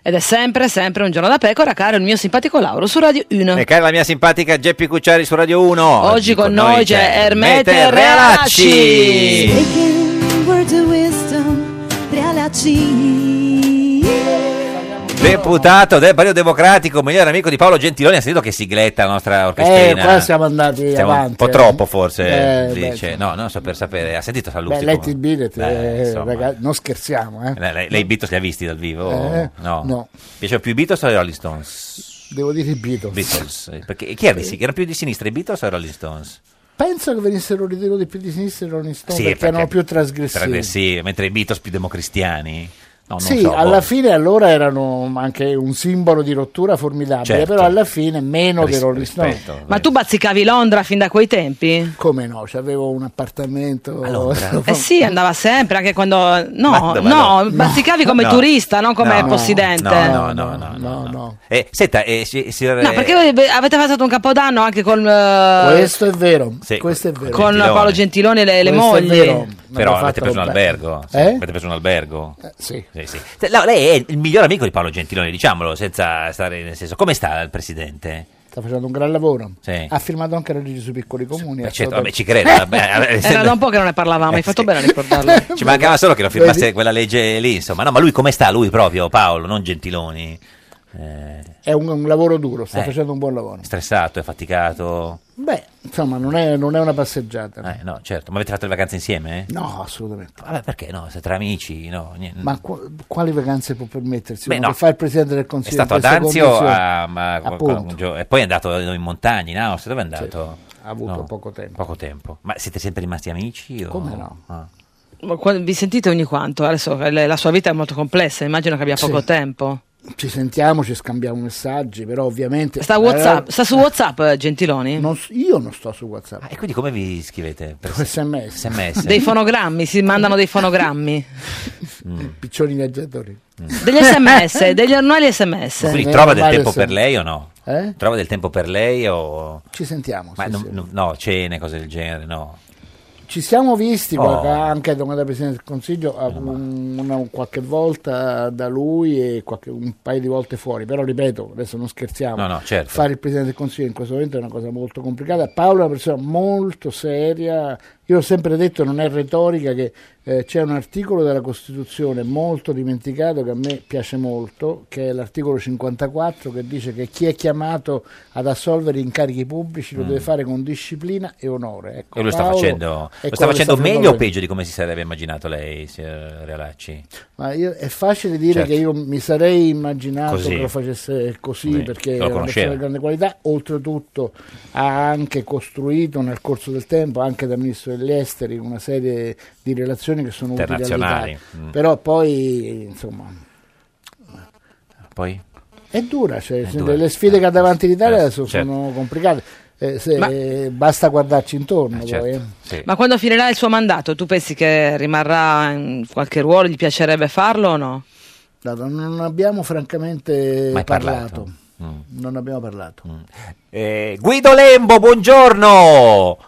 S1: Ed è sempre, sempre un giorno da pecora, caro il mio simpatico Lauro su Radio 1.
S2: E cara la mia simpatica Geppi Cucciari su Radio 1. Oggi,
S1: con noi c'è Ermete
S2: Realacci.
S8: Speaking words of wisdom, Realacci.
S2: Deputato del Partito Democratico, migliore amico di Paolo Gentiloni, ha sentito che sigletta la nostra
S11: Eh,
S2: orchestrina.
S11: qua siamo andati
S2: Siamo
S11: avanti.
S2: un po'
S11: eh.
S2: troppo forse,
S11: Eh, beh,
S2: dice. No, non so per sapere. Ha sentito Sallusti?
S11: Beh, letti il
S2: come-
S11: bidet,
S2: Beh,
S11: eh,
S2: insomma.
S11: raga- non scherziamo, eh.
S2: Eh, Lei, lei i Beatles li ha visti dal vivo?
S11: Eh,
S2: no.
S11: no.
S2: Piaceva più i Beatles o i Rolling Stones?
S11: Devo dire i Beatles.
S2: Beatles. eh, Perché chi era di sinistra? Era più di sinistra i Beatles o i Rolling Stones?
S11: Penso che venissero ritenuti più di sinistra i Rolling Stone perché, erano più trasgressivi.
S2: trasgressivi, mentre i Beatles più democristiani. No, non
S11: sì,
S2: so,
S11: alla
S2: boh.
S11: fine allora erano anche un simbolo di rottura formidabile,
S2: Certo.
S11: però alla fine meno dei
S2: Ris-
S11: Rolling Stone.
S2: rispetto,
S1: Ma tu bazzicavi Londra fin da quei tempi?
S11: Come no? C'avevo un appartamento a Londra.
S1: Eh sì, andava sempre, anche quando... No,
S2: Ma dove
S1: no,
S2: no?
S1: bazzicavi
S2: No.
S1: come
S2: No.
S1: turista, non come
S2: No.
S1: possidente.
S2: No, no, no, no. no, no. Eh, senta, eh, si- signor-
S1: No, perché voi be- avete fatto un capodanno anche con, eh,
S11: Questo è vero,
S2: Sì,
S11: questo è vero.
S1: con Paolo Gentiloni e le, le
S11: Questo è
S1: mogli.
S11: vero.
S2: Però
S11: Hanno
S2: avete
S11: fatto
S2: preso un
S11: roba-
S2: albergo? Sì,
S11: Eh?
S2: Avete preso un albergo? Eh,
S11: sì.
S2: Se- no, lei è il miglior amico di Paolo Gentiloni, diciamolo, senza stare nel senso. Come sta il presidente?
S11: Sta facendo un gran lavoro.
S2: Sì.
S11: Ha firmato anche la legge sui piccoli comuni.
S2: Beh, certo,
S11: assolutamente.
S2: vabbè, ci credo. vabbè,
S1: Era
S2: essendo-
S1: da un po' che non ne parlavamo, hai fatto bene a ricordarlo.
S2: Ci mancava solo che lo firmasse
S11: Vedi?
S2: quella legge lì, insomma. No, ma lui come sta? Lui proprio, Paolo, non Gentiloni. Eh,
S11: È un, un lavoro duro, sta
S2: Eh.
S11: facendo un buon lavoro.
S2: stressato, è faticato.
S11: Beh, insomma, non è, non è una passeggiata.
S2: Eh, no, certo. Ma avete fatto le vacanze insieme?
S11: No, assolutamente.
S2: Vabbè, perché no? Se tra amici, no? niente.
S11: Ma qu- quali vacanze può permettersi?
S2: Beh,
S11: uno
S2: no.
S11: Che fa il Presidente del
S2: È
S11: Consiglio?
S2: stato
S11: in
S2: ad
S11: queste
S2: Anzio
S11: condizioni?
S2: a- ma-
S11: Appunto.
S2: gio- e poi è andato in montagna, in Austria, dove è andato?
S11: ha avuto
S2: No,
S11: poco tempo.
S2: Poco tempo. Ma siete sempre rimasti amici? O...
S11: Come no?
S2: Ah.
S1: Ma qua- Vi sentite ogni quanto? Adesso eh, le- la sua vita è molto complessa, immagino che abbia
S11: Sì.
S1: poco tempo.
S11: Ci sentiamo, ci scambiamo messaggi, però ovviamente...
S1: Sta, WhatsApp, sta su WhatsApp eh, Gentiloni?
S11: Non s- io non sto su WhatsApp.
S2: Ah, E quindi come vi scrivete? Per
S11: SMS.
S2: SMS.
S1: Dei fonogrammi, si mandano dei fonogrammi.
S2: Mm.
S11: Piccioni viaggiatori.
S1: Degli sms, degli annuali sms.
S2: Quindi trova del
S11: normale
S2: tempo
S11: se-
S2: per lei o no?
S11: Eh?
S2: Trova del tempo per lei o...
S11: Ci sentiamo.
S2: Ma
S11: sì,
S2: non-
S11: sì.
S2: non- no, cene, cose del genere, no.
S11: Ci siamo visti
S2: Oh. Eh,
S11: guarda, anche da da Presidente del Consiglio a- un- una- qualche volta da lui e qualche- un paio di volte fuori, però ripeto, adesso non scherziamo,
S2: No, no, certo.
S11: fare il Presidente del Consiglio in questo momento è una cosa molto complicata. Paolo è una persona molto seria, io ho sempre detto, non è retorica, che eh, c'è un articolo della Costituzione molto dimenticato che a me piace molto, che è l'articolo 54 che dice che chi è chiamato ad assolvere incarichi pubblici lo
S2: Mm.
S11: deve fare con disciplina e onore. Ecco,
S2: E lui lo sta
S11: Paolo
S2: facendo,
S11: è
S2: lo sta
S11: quello che
S2: facendo meglio o
S11: lui.
S2: peggio di come si sarebbe immaginato lei, signor Realacci?
S11: Ma io- è facile dire
S2: Certo.
S11: che io mi sarei immaginato
S2: Così.
S11: che lo facesse così
S2: Sì,
S11: perché
S2: lo
S11: era una
S2: conosceva.
S11: persona di grande qualità, oltretutto ha anche costruito nel corso del tempo, anche da ministro degli esteri, una serie di relazioni che sono utili
S2: Internazionali,
S11: all'Italia.
S2: mm.
S11: Però poi, insomma,
S2: Poi?
S11: è dura, cioè,
S2: È
S11: se-
S2: dura.
S11: le sfide che ha davanti l'Italia
S2: Eh,
S11: adesso
S2: certo.
S11: sono complicate. Eh, se-
S1: Ma-
S11: eh, basta guardarci intorno poi,
S2: Certo,
S11: eh.
S2: sì.
S1: Ma quando finirà il suo mandato, tu pensi che rimarrà in qualche ruolo? Gli piacerebbe farlo o no?
S11: Dato, Non abbiamo francamente
S2: Mai
S11: parlato.
S2: parlato. Mm.
S11: Non abbiamo parlato.
S2: Eh, Guido Lembo, buongiorno!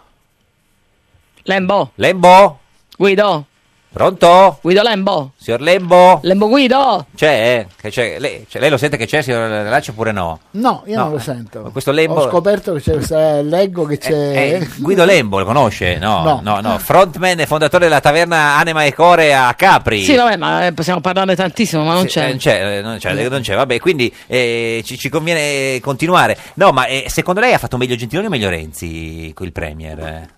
S1: Lembo,
S2: Lembo?
S1: Guido,
S2: Pronto?
S1: Guido Lembo,
S2: Signor Lembo?
S1: Lembo Guido.
S2: C'è? eh? Che c'è? Lei, cioè, lei lo sente che c'è, signor Realacci, oppure no?
S11: No, io
S2: No,
S11: non
S2: eh,
S11: lo sento.
S2: ma questo Lembo-
S11: Ho scoperto che c'è questa- eh, leggo che c'è.
S2: Eh, Guido Lembo lo conosce? No, no,
S11: No.
S2: no, frontman e fondatore della taverna Anima e Core a Capri.
S1: Sì, vabbè, ma eh, possiamo parlarne tantissimo, ma non
S2: Sì, eh,
S1: c'è.
S2: non c'è, eh, non c'è, eh, non c'è, vabbè, quindi eh, ci, ci conviene continuare. No, ma eh, secondo lei ha fatto meglio Gentiloni o meglio Renzi il Premier? eh?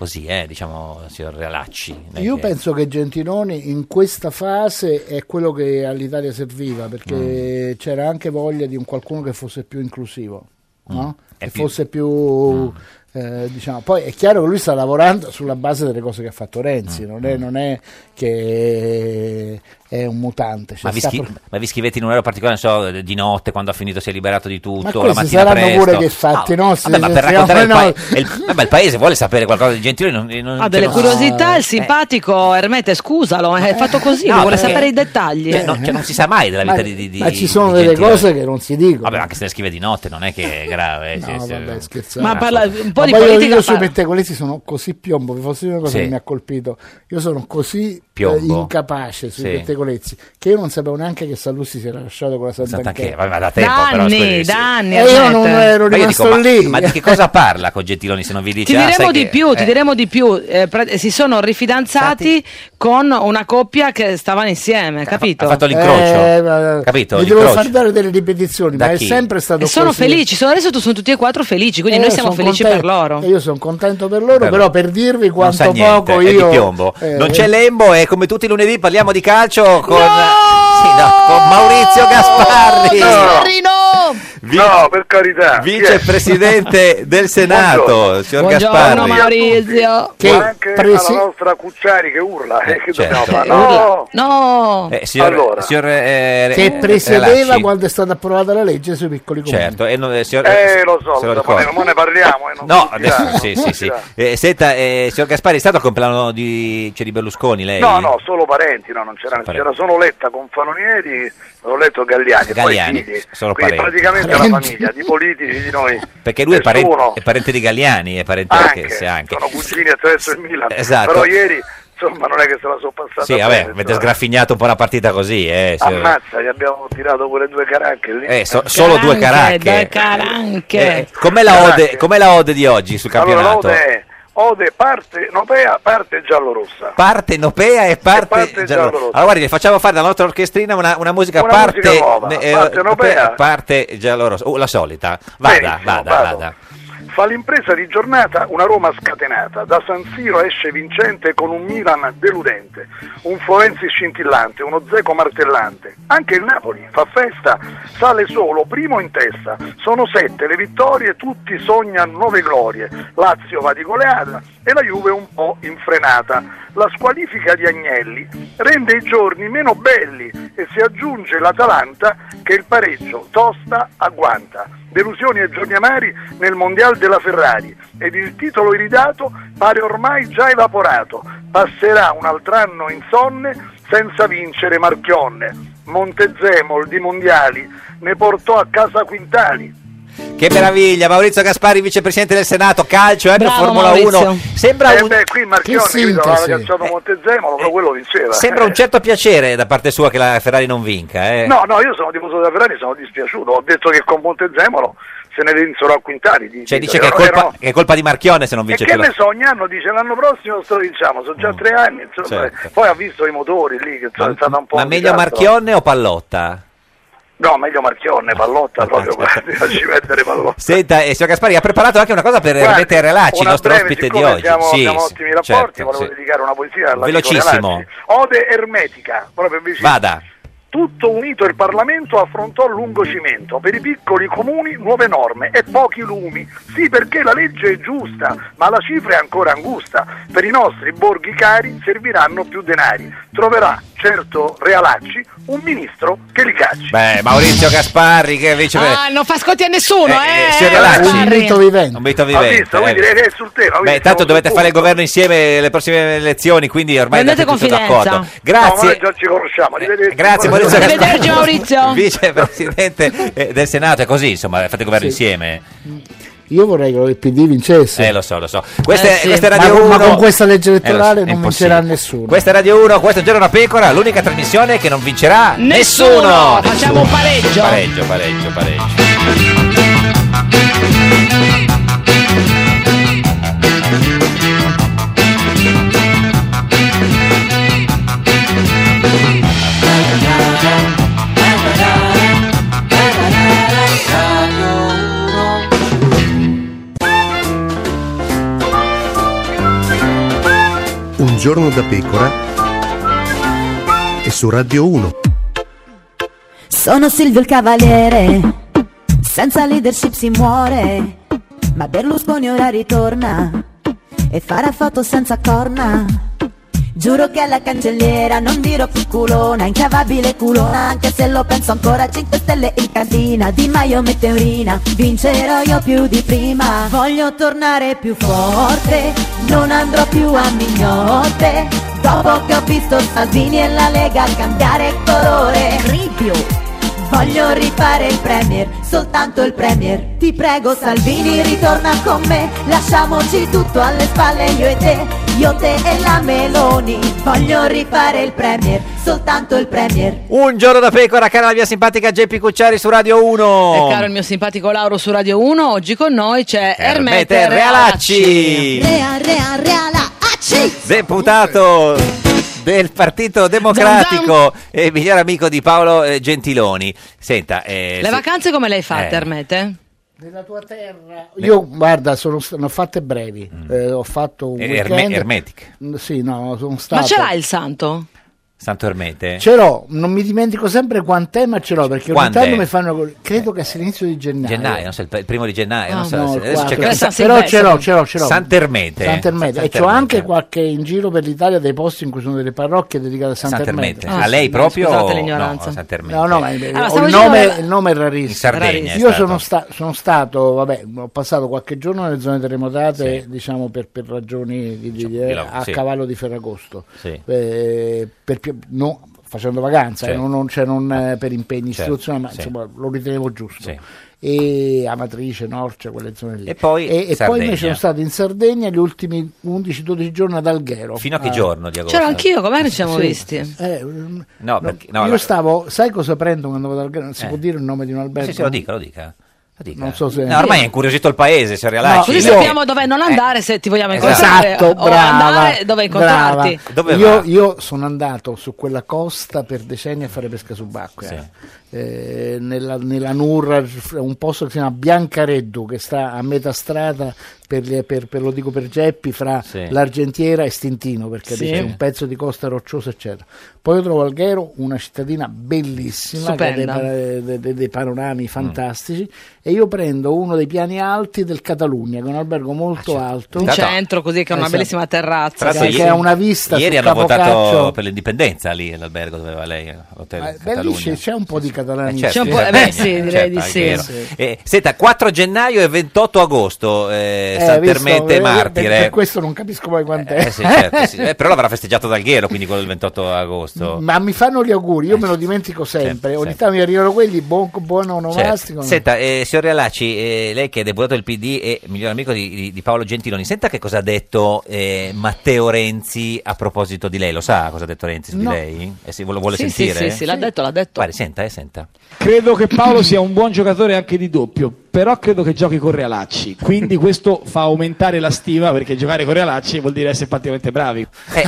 S2: Così, eh, diciamo, signor Realacci. non è
S11: Io
S2: che-
S11: penso che Gentiloni in questa fase è quello che all'Italia serviva
S2: Mm.
S11: perché c'era anche voglia di un qualcuno che fosse più inclusivo, no?
S2: Mm. È
S11: che
S2: più- Mm.
S11: fosse più. eh, diciamo. Poi è chiaro che lui sta lavorando sulla base delle cose che ha fatto
S2: Mm.
S11: Renzi, non, è, non è che è un mutante. cioè
S2: Ma vi,
S11: sta
S2: schi-
S11: pro-
S2: ma vi scrivete in un orario particolare, non so, di notte, quando ha finito, si è liberato di
S11: Ma
S2: tutto, la
S11: questi
S2: mattina
S11: saranno
S2: presto. Ah,
S11: pure che fatti nostri.
S2: Vabbè, ma
S11: se
S2: per
S11: siamo
S2: raccontare il,
S11: noi-
S2: pa- il- vabbè, il paese vuole sapere qualcosa di Gentiloni. Non, non-
S1: Ha delle
S2: cioè, non-
S1: curiosità, il simpatico Ermete, scusalo, eh, è fatto così,
S2: No,
S1: lui vuole
S2: perché-
S1: sapere i dettagli.
S2: cioè, non, cioè, non si sa mai della vita
S11: eh, Ma-
S2: di, di- di-
S11: ma ci sono
S2: di
S11: delle
S2: Gentiloni.
S11: cose che non si dicono.
S2: Vabbè, anche se le scrive di notte, non è che è grave. eh,
S11: No,
S2: sì, sì.
S11: vabbè, scherzate.
S1: Ma parla un po'
S11: Ma
S1: di
S11: poi io-
S1: politica.
S11: Io sui
S1: parla.
S11: pettegolezzi sono così piombo, vi posso dire una cosa
S2: Sì.
S11: che mi ha colpito. Io sono così eh,
S2: Piombo?
S11: incapace sui
S2: Sì.
S11: pettegolezzi che io non sapevo neanche che Sallusti si era lasciato con la
S2: Sant'Anchè,
S11: Sant'Anchè.
S2: vabbè, ma da tempo
S1: Da
S2: però,
S1: anni,
S2: scusi, sì.
S1: da anni.
S11: E Eh, io non
S1: Ermete.
S11: ero
S2: Ma io dico,
S11: rimasto
S2: ma,
S11: lì.
S2: ma di che cosa parla con Gentiloni se non vi dice
S1: Ti
S2: "Ah,
S1: diremo
S2: sai
S1: di
S2: che-
S1: più, ti
S2: eh,
S1: diremo di più. Eh, pra- si sono rifidanzati con una coppia che stavano insieme, capito?
S2: Ha fatto l'incrocio.
S11: Eh, ma-
S2: Capito?
S11: Mi devo
S2: L'incrocio.
S11: far dare delle ripetizioni,
S2: Da
S11: ma
S2: chi?
S11: è sempre stato
S1: E sono
S11: così.
S1: felici, sono adesso tu- sono tutti e quattro felici, quindi
S11: Eh,
S1: noi siamo
S11: sono
S1: felici
S11: contento-
S1: per loro.
S11: E io sono contento per loro,
S2: Bello.
S11: però per dirvi
S2: Non
S11: quanto
S2: sa niente,
S11: poco
S2: è di
S11: io...
S2: piombo.
S11: eh,
S2: Non c'è Lembo e come tutti i lunedì parliamo di calcio con... Sì, no, con Maurizio Gasparri.
S13: no, per carità.
S2: Vicepresidente del Senato,
S13: Buongiorno.
S2: signor
S13: Buongiorno,
S2: Gasparri.
S1: Maurizio.
S13: Che anche alla nostra Cucciari che urla. eh, che dobbiamo
S2: certo.
S13: fare?
S2: Eh, urla.
S13: No,
S1: No.
S2: Eh, signor,
S13: Allora.
S2: signor, eh,
S11: che
S2: eh,
S11: presiedeva
S2: Relacci.
S11: quando è stata approvata la legge sui piccoli comuni.
S2: Certo, e non- eh, signor,
S11: Eh, lo so,
S2: se
S11: ma
S2: ricorda.
S11: ne- ma ne parliamo, eh, non Cioè.
S2: no,
S11: si
S2: adesso
S11: dirà,
S2: sì,
S11: non
S2: sì,
S11: si
S2: sì.
S11: dirà.
S2: Eh, senta, eh, signor Gasparri, è stato al compleanno di, cioè, di Berlusconi lei?
S13: No, no, solo parenti, no, non c'era,
S2: Parenti.
S13: c'era solo Letta con Fanonieri, ho letto Galliani,
S2: Galliani,
S13: poi figli.
S2: solo
S13: Quindi
S2: parenti.
S13: praticamente la famiglia di politici di noi
S2: Perché lui è parente,
S13: Nessuno.
S2: è parente di Galliani, è parente
S13: Anche,
S2: anche, sì, anche.
S13: sono cugini attraverso il Milan.
S2: Esatto.
S13: Però ieri, insomma, non è che se la sono passata.
S2: Sì, vabbè,
S13: bene,
S2: avete
S13: insomma.
S2: sgraffignato un po' la partita così, eh. signor-
S13: Ammazza, gli abbiamo tirato quelle due caracche lì.
S2: Eh, so- solo due caracche. Eh, com'è, la ode,
S13: Caracche.
S2: com'è la ode di oggi sul
S13: Allora,
S2: campionato?
S13: l'ode è ode parte nopea, parte giallorossa.
S2: Parte nopea e parte,
S13: parte
S2: giallorossa.
S13: giallorossa.
S2: Allora, guardi, le facciamo fare dalla nostra orchestrina una, una musica
S13: Una
S2: parte, eh,
S13: musica nuova, parte nopea.
S2: parte giallorossa. Oh, la solita. Vada,
S13: Benissimo,
S2: vada,
S13: vado.
S2: vada.
S13: Fa l'impresa di giornata una Roma scatenata, da San Siro esce vincente con un Milan deludente, un Florenzi scintillante, uno Zeco martellante. Anche il Napoli fa festa, sale solo, primo in testa, sono sette le vittorie, tutti sognano nuove glorie, Lazio va di goleada e la Juve un po' infrenata. La squalifica di Agnelli rende i giorni meno belli e si aggiunge l'Atalanta che il pareggio tosta agguanta. Delusioni e giorni amari nel mondial della Ferrari ed il titolo iridato pare ormai già evaporato. Passerà un altro anno insonne senza vincere Marchionne. Montezemol di mondiali ne portò a casa quintali.
S2: Che meraviglia, Maurizio Gaspari, vicepresidente del Senato, calcio, eh, per
S13: Bravo,
S2: Formula
S13: Maurizio.
S2: 1. Sembra
S13: Eh
S2: un,
S13: beh, qui Marchionne
S2: Che
S13: capito, aveva
S2: sintesi. Eh.
S13: cacciato Montezemolo, però quello vinceva.
S2: sembra un certo piacere da parte sua che la Ferrari non vinca, eh.
S13: Eh. No, no, io sono tifoso della Ferrari, sono dispiaciuto. Ho detto che con Montezemolo se ne vinsero a quintali. di
S2: Cioè,
S13: titoli.
S2: dice che è,
S13: Allora
S2: colpa,
S13: erano-
S2: che è colpa di Marchione se non
S13: E
S2: vince
S13: che
S2: più la
S13: ne so, ogni anno dice l'anno prossimo se lo vinciamo, sono già tre anni, insomma,
S2: certo.
S13: poi ha visto i motori lì che sono, è stata un po'...
S2: Mm. Ma
S13: un
S2: meglio
S13: disastro.
S2: Marchionne o Pallotta?
S13: No, meglio Marchionne, pallotta proprio, guarda, ci mettere pallotta.
S2: Senta, eh, signor Gaspari, ha preparato anche una cosa per
S13: Guardi,
S2: mettere Relacci, il
S13: una
S2: nostro
S13: breve,
S2: ospite di
S13: siccome
S2: oggi.
S13: Siamo,
S2: Sì,
S13: abbiamo
S2: sì,
S13: ottimi rapporti,
S2: certo,
S13: volevo
S2: sì.
S13: dedicare una poesia alla
S2: Velocissimo.
S13: Ode ermetica, proprio vicino.
S2: Vada.
S13: Tutto unito il Parlamento affrontò lungo cimento, per i piccoli comuni nuove norme e pochi lumi. Sì, perché la legge è giusta, ma la cifra è ancora angusta. Per i nostri borghi cari serviranno più denari. Troverà, certo, Realacci, un ministro che li cacci.
S2: Beh, Maurizio Gasparri, che invece...
S1: Ah, non fa sconti a nessuno, eh.
S2: Cioè, eh, signor Relacci.
S1: Gasparri.
S11: vivente.
S2: Un mito
S13: Ha
S2: vivente.
S13: visto,
S2: eh.
S13: quindi è sul tema. quindi
S2: Beh, tanto
S13: siamo
S2: dovete
S13: sul
S2: fare il
S13: punto.
S2: governo insieme le prossime elezioni, quindi ormai
S13: Prendete
S2: andate tutti
S13: confidenza.
S2: d'accordo.
S13: No, ma noi
S2: Grazie.
S13: già ci conosciamo, arrivederci.
S2: Grazie Maurizio Gasparri.
S1: Arrivederci, Maurizio.
S2: Vicepresidente eh, del Senato, è così, insomma, fate il governo
S11: Sì.
S2: insieme.
S11: Io vorrei che il PD vincesse.
S2: Eh, lo so, lo so. Questa,
S11: Eh,
S2: è-
S11: sì.
S2: questa è
S11: Ma
S2: Radio
S11: con-
S2: 1.
S11: ma con questa legge
S2: Eh, lo so,
S11: elettorale
S2: è
S11: non
S2: impossibile.
S11: vincerà nessuno.
S2: Questa è Radio 1, questo è Giorno una Pecora, l'unica trasmissione che non vincerà nessuno.
S1: Nessuno. Facciamo un pareggio.
S2: Pareggio, pareggio, pareggio.
S9: Un giorno da pecora e su Radio 1.
S8: Sono Silvio il Cavaliere, senza leadership si muore, ma Berlusconi ora ritorna e farà foto senza corna. Giuro che alla cancelliera non dirò più culona, incavabile culona, anche se lo penso ancora, 5 stelle in cantina, Di Maio mette urina, vincerò io più di prima, voglio tornare più forte, non andrò più a mignotte, dopo che ho visto Salvini e la Lega cambiare colore, Ripio. Voglio rifare il premier, soltanto il premier Ti prego Salvini ritorna con me Lasciamoci tutto alle spalle io e te Io te e la Meloni Voglio rifare il premier, soltanto il premier
S2: Un giorno da pecora, cara la mia simpatica Geppi Cucciari su Radio 1.
S1: E Eh, caro il mio simpatico Lauro su Radio 1, oggi con noi c'è
S2: Ermete
S1: Ermete,
S2: Realacci.
S8: Rea, rea, rea, la acci
S2: deputato del Partito Democratico e miglior amico di Paolo eh, Gentiloni. Senta, eh,
S1: Le
S2: sì.
S1: vacanze come le hai fatte,
S2: Eh.
S1: Ermete?
S11: Nella tua terra. Io, guarda, sono, sono fatte brevi. Eh, ho fatto un
S2: Eh,
S11: weekend.
S2: erme- ermetiche.
S11: Mm, Sì, no, sono stato. Eh.
S1: Ma ce l'hai il santo?
S2: Santormete?
S11: Ce l'ho, non mi dimentico sempre quant'è, ma ce l'ho perché ogni
S2: Quant'è? Eh.
S11: tanto mi fanno. Credo che sia l'inizio di gennaio.
S2: Gennaio, non so, il pe- il primo di gennaio, eh, non so,
S11: Ah, No,
S2: se-
S11: il
S2: adesso c'è
S11: quattro.
S2: questo-
S11: però ce l'ho, ce l'ho, ce l'ho.
S2: Santermete.
S11: Sant'Ermete. E c'ho
S2: Santermete.
S11: anche qualche in giro per l'Italia dei posti in cui sono delle parrocchie dedicate a
S2: Santermete.
S11: Sant'Ermete. Ah,
S2: a lei proprio?
S1: scusate
S2: o-
S1: l'ignoranza.
S2: No, Santermete. Ah,
S11: No, no, ma
S1: Allora,
S11: eh, ho
S1: stavo
S11: il,
S1: dicendo
S11: nome,
S1: la-
S11: il nome è rarissimo.
S2: In Sardegna è
S11: Io
S2: stato.
S11: sono, sta- sono stato, vabbè, ho passato qualche giorno nelle zone terremotate, diciamo per, per ragioni di, di- eh,
S2: di lavoro,
S11: a
S2: sì.
S11: cavallo di Ferragosto,
S2: Sì.
S11: Eh, per pi- no, facendo vacanza,
S2: Sì.
S11: eh, non, non- cioè non, eh, per impegni
S2: Certo,
S11: istituzionali, ma
S2: sì.
S11: insomma lo ritenevo giusto.
S2: Sì.
S11: E Amatrice, Norcia, quelle zone lì.
S2: E poi
S11: e, e poi
S2: Sardegna.
S11: invece sono stato in Sardegna gli ultimi 11-12 giorni ad Alghero.
S2: Fino a che
S11: Ah.
S2: giorno di agosto?
S1: C'ero anch'io, com'è che ci siamo
S11: Sì.
S1: visti?
S11: Eh, mm,
S2: No, perché, no,
S11: io
S2: la-
S11: stavo, sai cosa prendo quando vado al Non si
S2: Eh.
S11: può dire il nome di un albergo?
S2: Sì, sì, lo dica, lo dica. Lo dica.
S11: Non so
S1: Eh,
S11: se-
S2: No, ormai è incuriosito il paese, signor
S11: No,
S2: Realacci.
S1: Così
S11: io-
S1: sappiamo dove non andare se ti vogliamo incontrare
S11: Esatto,
S1: o
S11: brava,
S1: andare dove incontrarti.
S11: brava.
S2: Dove
S11: io,
S2: va?
S11: io sono andato su quella costa per decenni a fare pesca subacquea. Eh, nella, nella Nurra, un posto che si chiama Biancareddu, che sta a metà strada, per, le- per- per- lo dico per Geppi, fra
S2: Sì.
S11: l'Argentiera e Stintino, perché
S1: Sì.
S11: c'è un pezzo di costa rocciosa, eccetera. Poi io trovo Alghero, una cittadina bellissima, che ha dei,
S1: Stupenda.
S11: pa- de- de- dei panorami fantastici, e io prendo uno dei piani alti del Catalunya, che è un albergo
S2: Ah,
S11: molto
S2: certo.
S11: alto.
S1: Un
S2: Tanto-
S1: centro così che è una
S11: Esatto.
S1: bellissima terrazza.
S2: Tra l'altro
S11: Che
S2: ieri-
S11: ha una vista
S2: Ieri
S11: sul
S2: hanno votato
S11: Capocaccio.
S2: per l'indipendenza lì, l'albergo dove va lei, l'hotel
S11: Eh, Beh, lì
S2: Catalunya.
S11: c'è, c'è un po' di
S2: Eh,
S11: catalani.
S2: certo,
S1: C'è un
S2: in
S1: po'- eh,
S2: Sardegna,
S1: beh, sì, direi di
S2: è
S1: sì.
S2: Certo, vero.
S1: Sì.
S2: Eh, senta, 4 gennaio e 28 agosto, eh,
S11: Eh, visto,
S2: Santermete
S11: eh, Per, per
S2: Martire.
S11: questo non capisco mai quant'è.
S2: Eh, sì, certo, sì. Eh, però l'avrà festeggiato Dalghiero, quindi quello del 28 agosto.
S11: Ma mi fanno gli auguri,
S2: Eh,
S11: io me lo dimentico sempre. Ogni tanto mi arrivano quelli, buon, buon onomastico.
S2: Certo. Senta, eh, signor Realacci, eh, lei che è deputato del PD e miglior amico di, di- di Paolo Gentiloni, senta che cosa ha detto eh, Matteo Renzi a proposito di lei. Lo sa cosa ha detto Renzi su
S1: No.
S2: di lei? Eh, se lo vuole
S1: Sì, sì,
S2: sentire?
S1: sì, sì, l'ha detto, l'ha detto.
S2: Guardi, senta, eh, senta.
S6: Credo che Paolo sia un buon giocatore anche di doppio, però credo che giochi con Realacci, quindi questo fa aumentare la stima perché giocare con Realacci vuol dire essere praticamente bravi.
S2: Eh,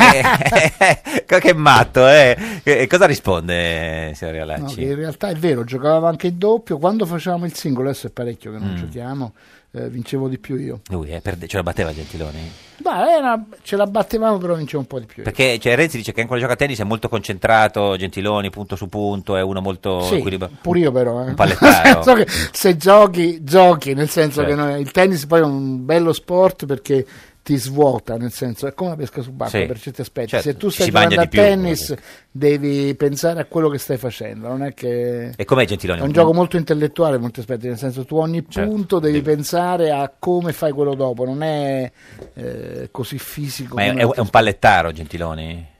S2: eh, eh, che matto, eh. Eh, cosa risponde, eh, signor
S11: No, che
S2: Realacci?
S11: in realtà è vero, giocavamo anche in doppio. Quando facevamo il singolo, adesso è parecchio che
S2: Mm.
S11: non giochiamo, eh, vincevo di più io.
S2: Lui eh, perde- ce la batteva Gentiloni?
S11: Ma era- ce la battevamo, però vincevo un po' di più. io.
S2: Perché cioè, Renzi dice che anche quando gioca a tennis è molto concentrato, Gentiloni punto su punto, è uno molto
S11: Sì,
S2: equilibrato.
S11: pure io però eh.
S2: Un pallettaro.
S11: Nel senso che se giochi giochi nel senso
S2: Certo.
S11: che noi- il tennis poi è un bello sport perché ti svuota nel senso è come la pesca subacquea
S2: Sì,
S11: per certi aspetti
S2: certo,
S11: se tu
S2: ci
S11: stai
S2: si bagna
S11: giocando a
S2: di più,
S11: tennis devi pensare a quello che stai facendo non è che
S2: E com'è
S11: è
S2: Gentiloni? Mm.
S11: un gioco molto intellettuale in molti aspetti nel senso tu ogni
S2: Certo,
S11: punto devi pensare a come fai quello dopo non è eh, così fisico
S2: Ma è,
S11: come
S2: è-
S11: altri
S2: è un pallettaro Gentiloni?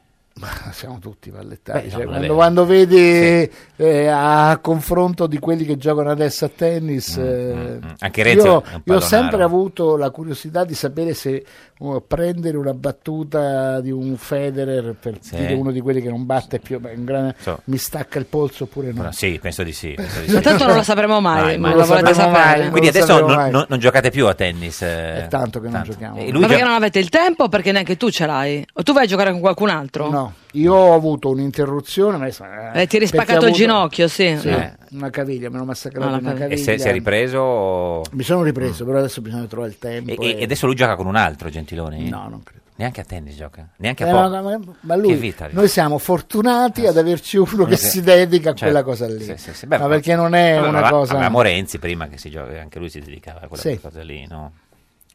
S11: siamo tutti pallettari.
S2: Beh,
S11: cioè,
S2: no, non è
S11: quando, quando
S2: vero.
S11: vedi eh, a confronto di quelli che giocano adesso a tennis, eh,
S2: Mm, Anche Renzi è
S11: io,
S2: un
S11: io ho
S2: pallonaro.
S11: sempre avuto la curiosità di sapere se oh, prendere una battuta di un Federer per
S2: Sì.
S11: dire uno di quelli che non batte più, beh, un gran-
S2: So.
S11: mi stacca il polso oppure no.
S2: No, sì, penso di sì. penso di sì.
S1: Ma tanto non lo sapremo mai,
S2: Mai,
S1: ma
S2: mai.
S1: lo
S11: Non lo
S1: volete
S11: sapremo
S1: sapere.
S11: mai.
S2: Quindi
S11: Non lo
S2: adesso
S11: sapevo
S2: non,
S11: mai.
S2: non- non giocate più a tennis? eh.
S11: È tanto che non giochiamo.
S2: E
S1: Ma
S2: lui
S1: perché
S2: gio-
S1: non avete il tempo? Perché neanche tu ce l'hai? O tu vai a giocare con qualcun altro?
S11: No, io ho avuto un'interruzione. Ma
S1: Eh, ti eri
S11: perché
S1: spaccato
S11: ho
S1: il
S11: avuto-
S1: ginocchio, sì.
S11: Sì,
S2: Eh.
S11: una caviglia, mi hanno massacrato
S1: Ah, la
S11: una
S1: caviglia.
S11: caviglia.
S2: E se si è ripreso? o-
S11: Mi sono ripreso, però adesso bisogna trovare il tempo.
S2: E,
S11: e-
S2: e adesso lui gioca con un altro Gentiloni?
S11: No, non credo.
S2: Neanche a tennis gioca? Neanche a
S11: Eh,
S2: po-
S11: ma- ma, ma
S2: Che
S11: lui,
S2: vita,
S11: noi siamo fortunati ad averci uno
S2: Eh,
S11: che
S2: sì.
S11: si dedica a
S2: Certo.
S11: quella cosa lì.
S2: Sì, sì, sì. Beh,
S11: ma perché non è
S2: allora,
S11: Eh, una
S2: aveva-
S11: cosa.
S2: Avevamo Renzi prima che si gioca, anche lui si dedicava a quella
S11: Sì.
S2: cosa lì, no?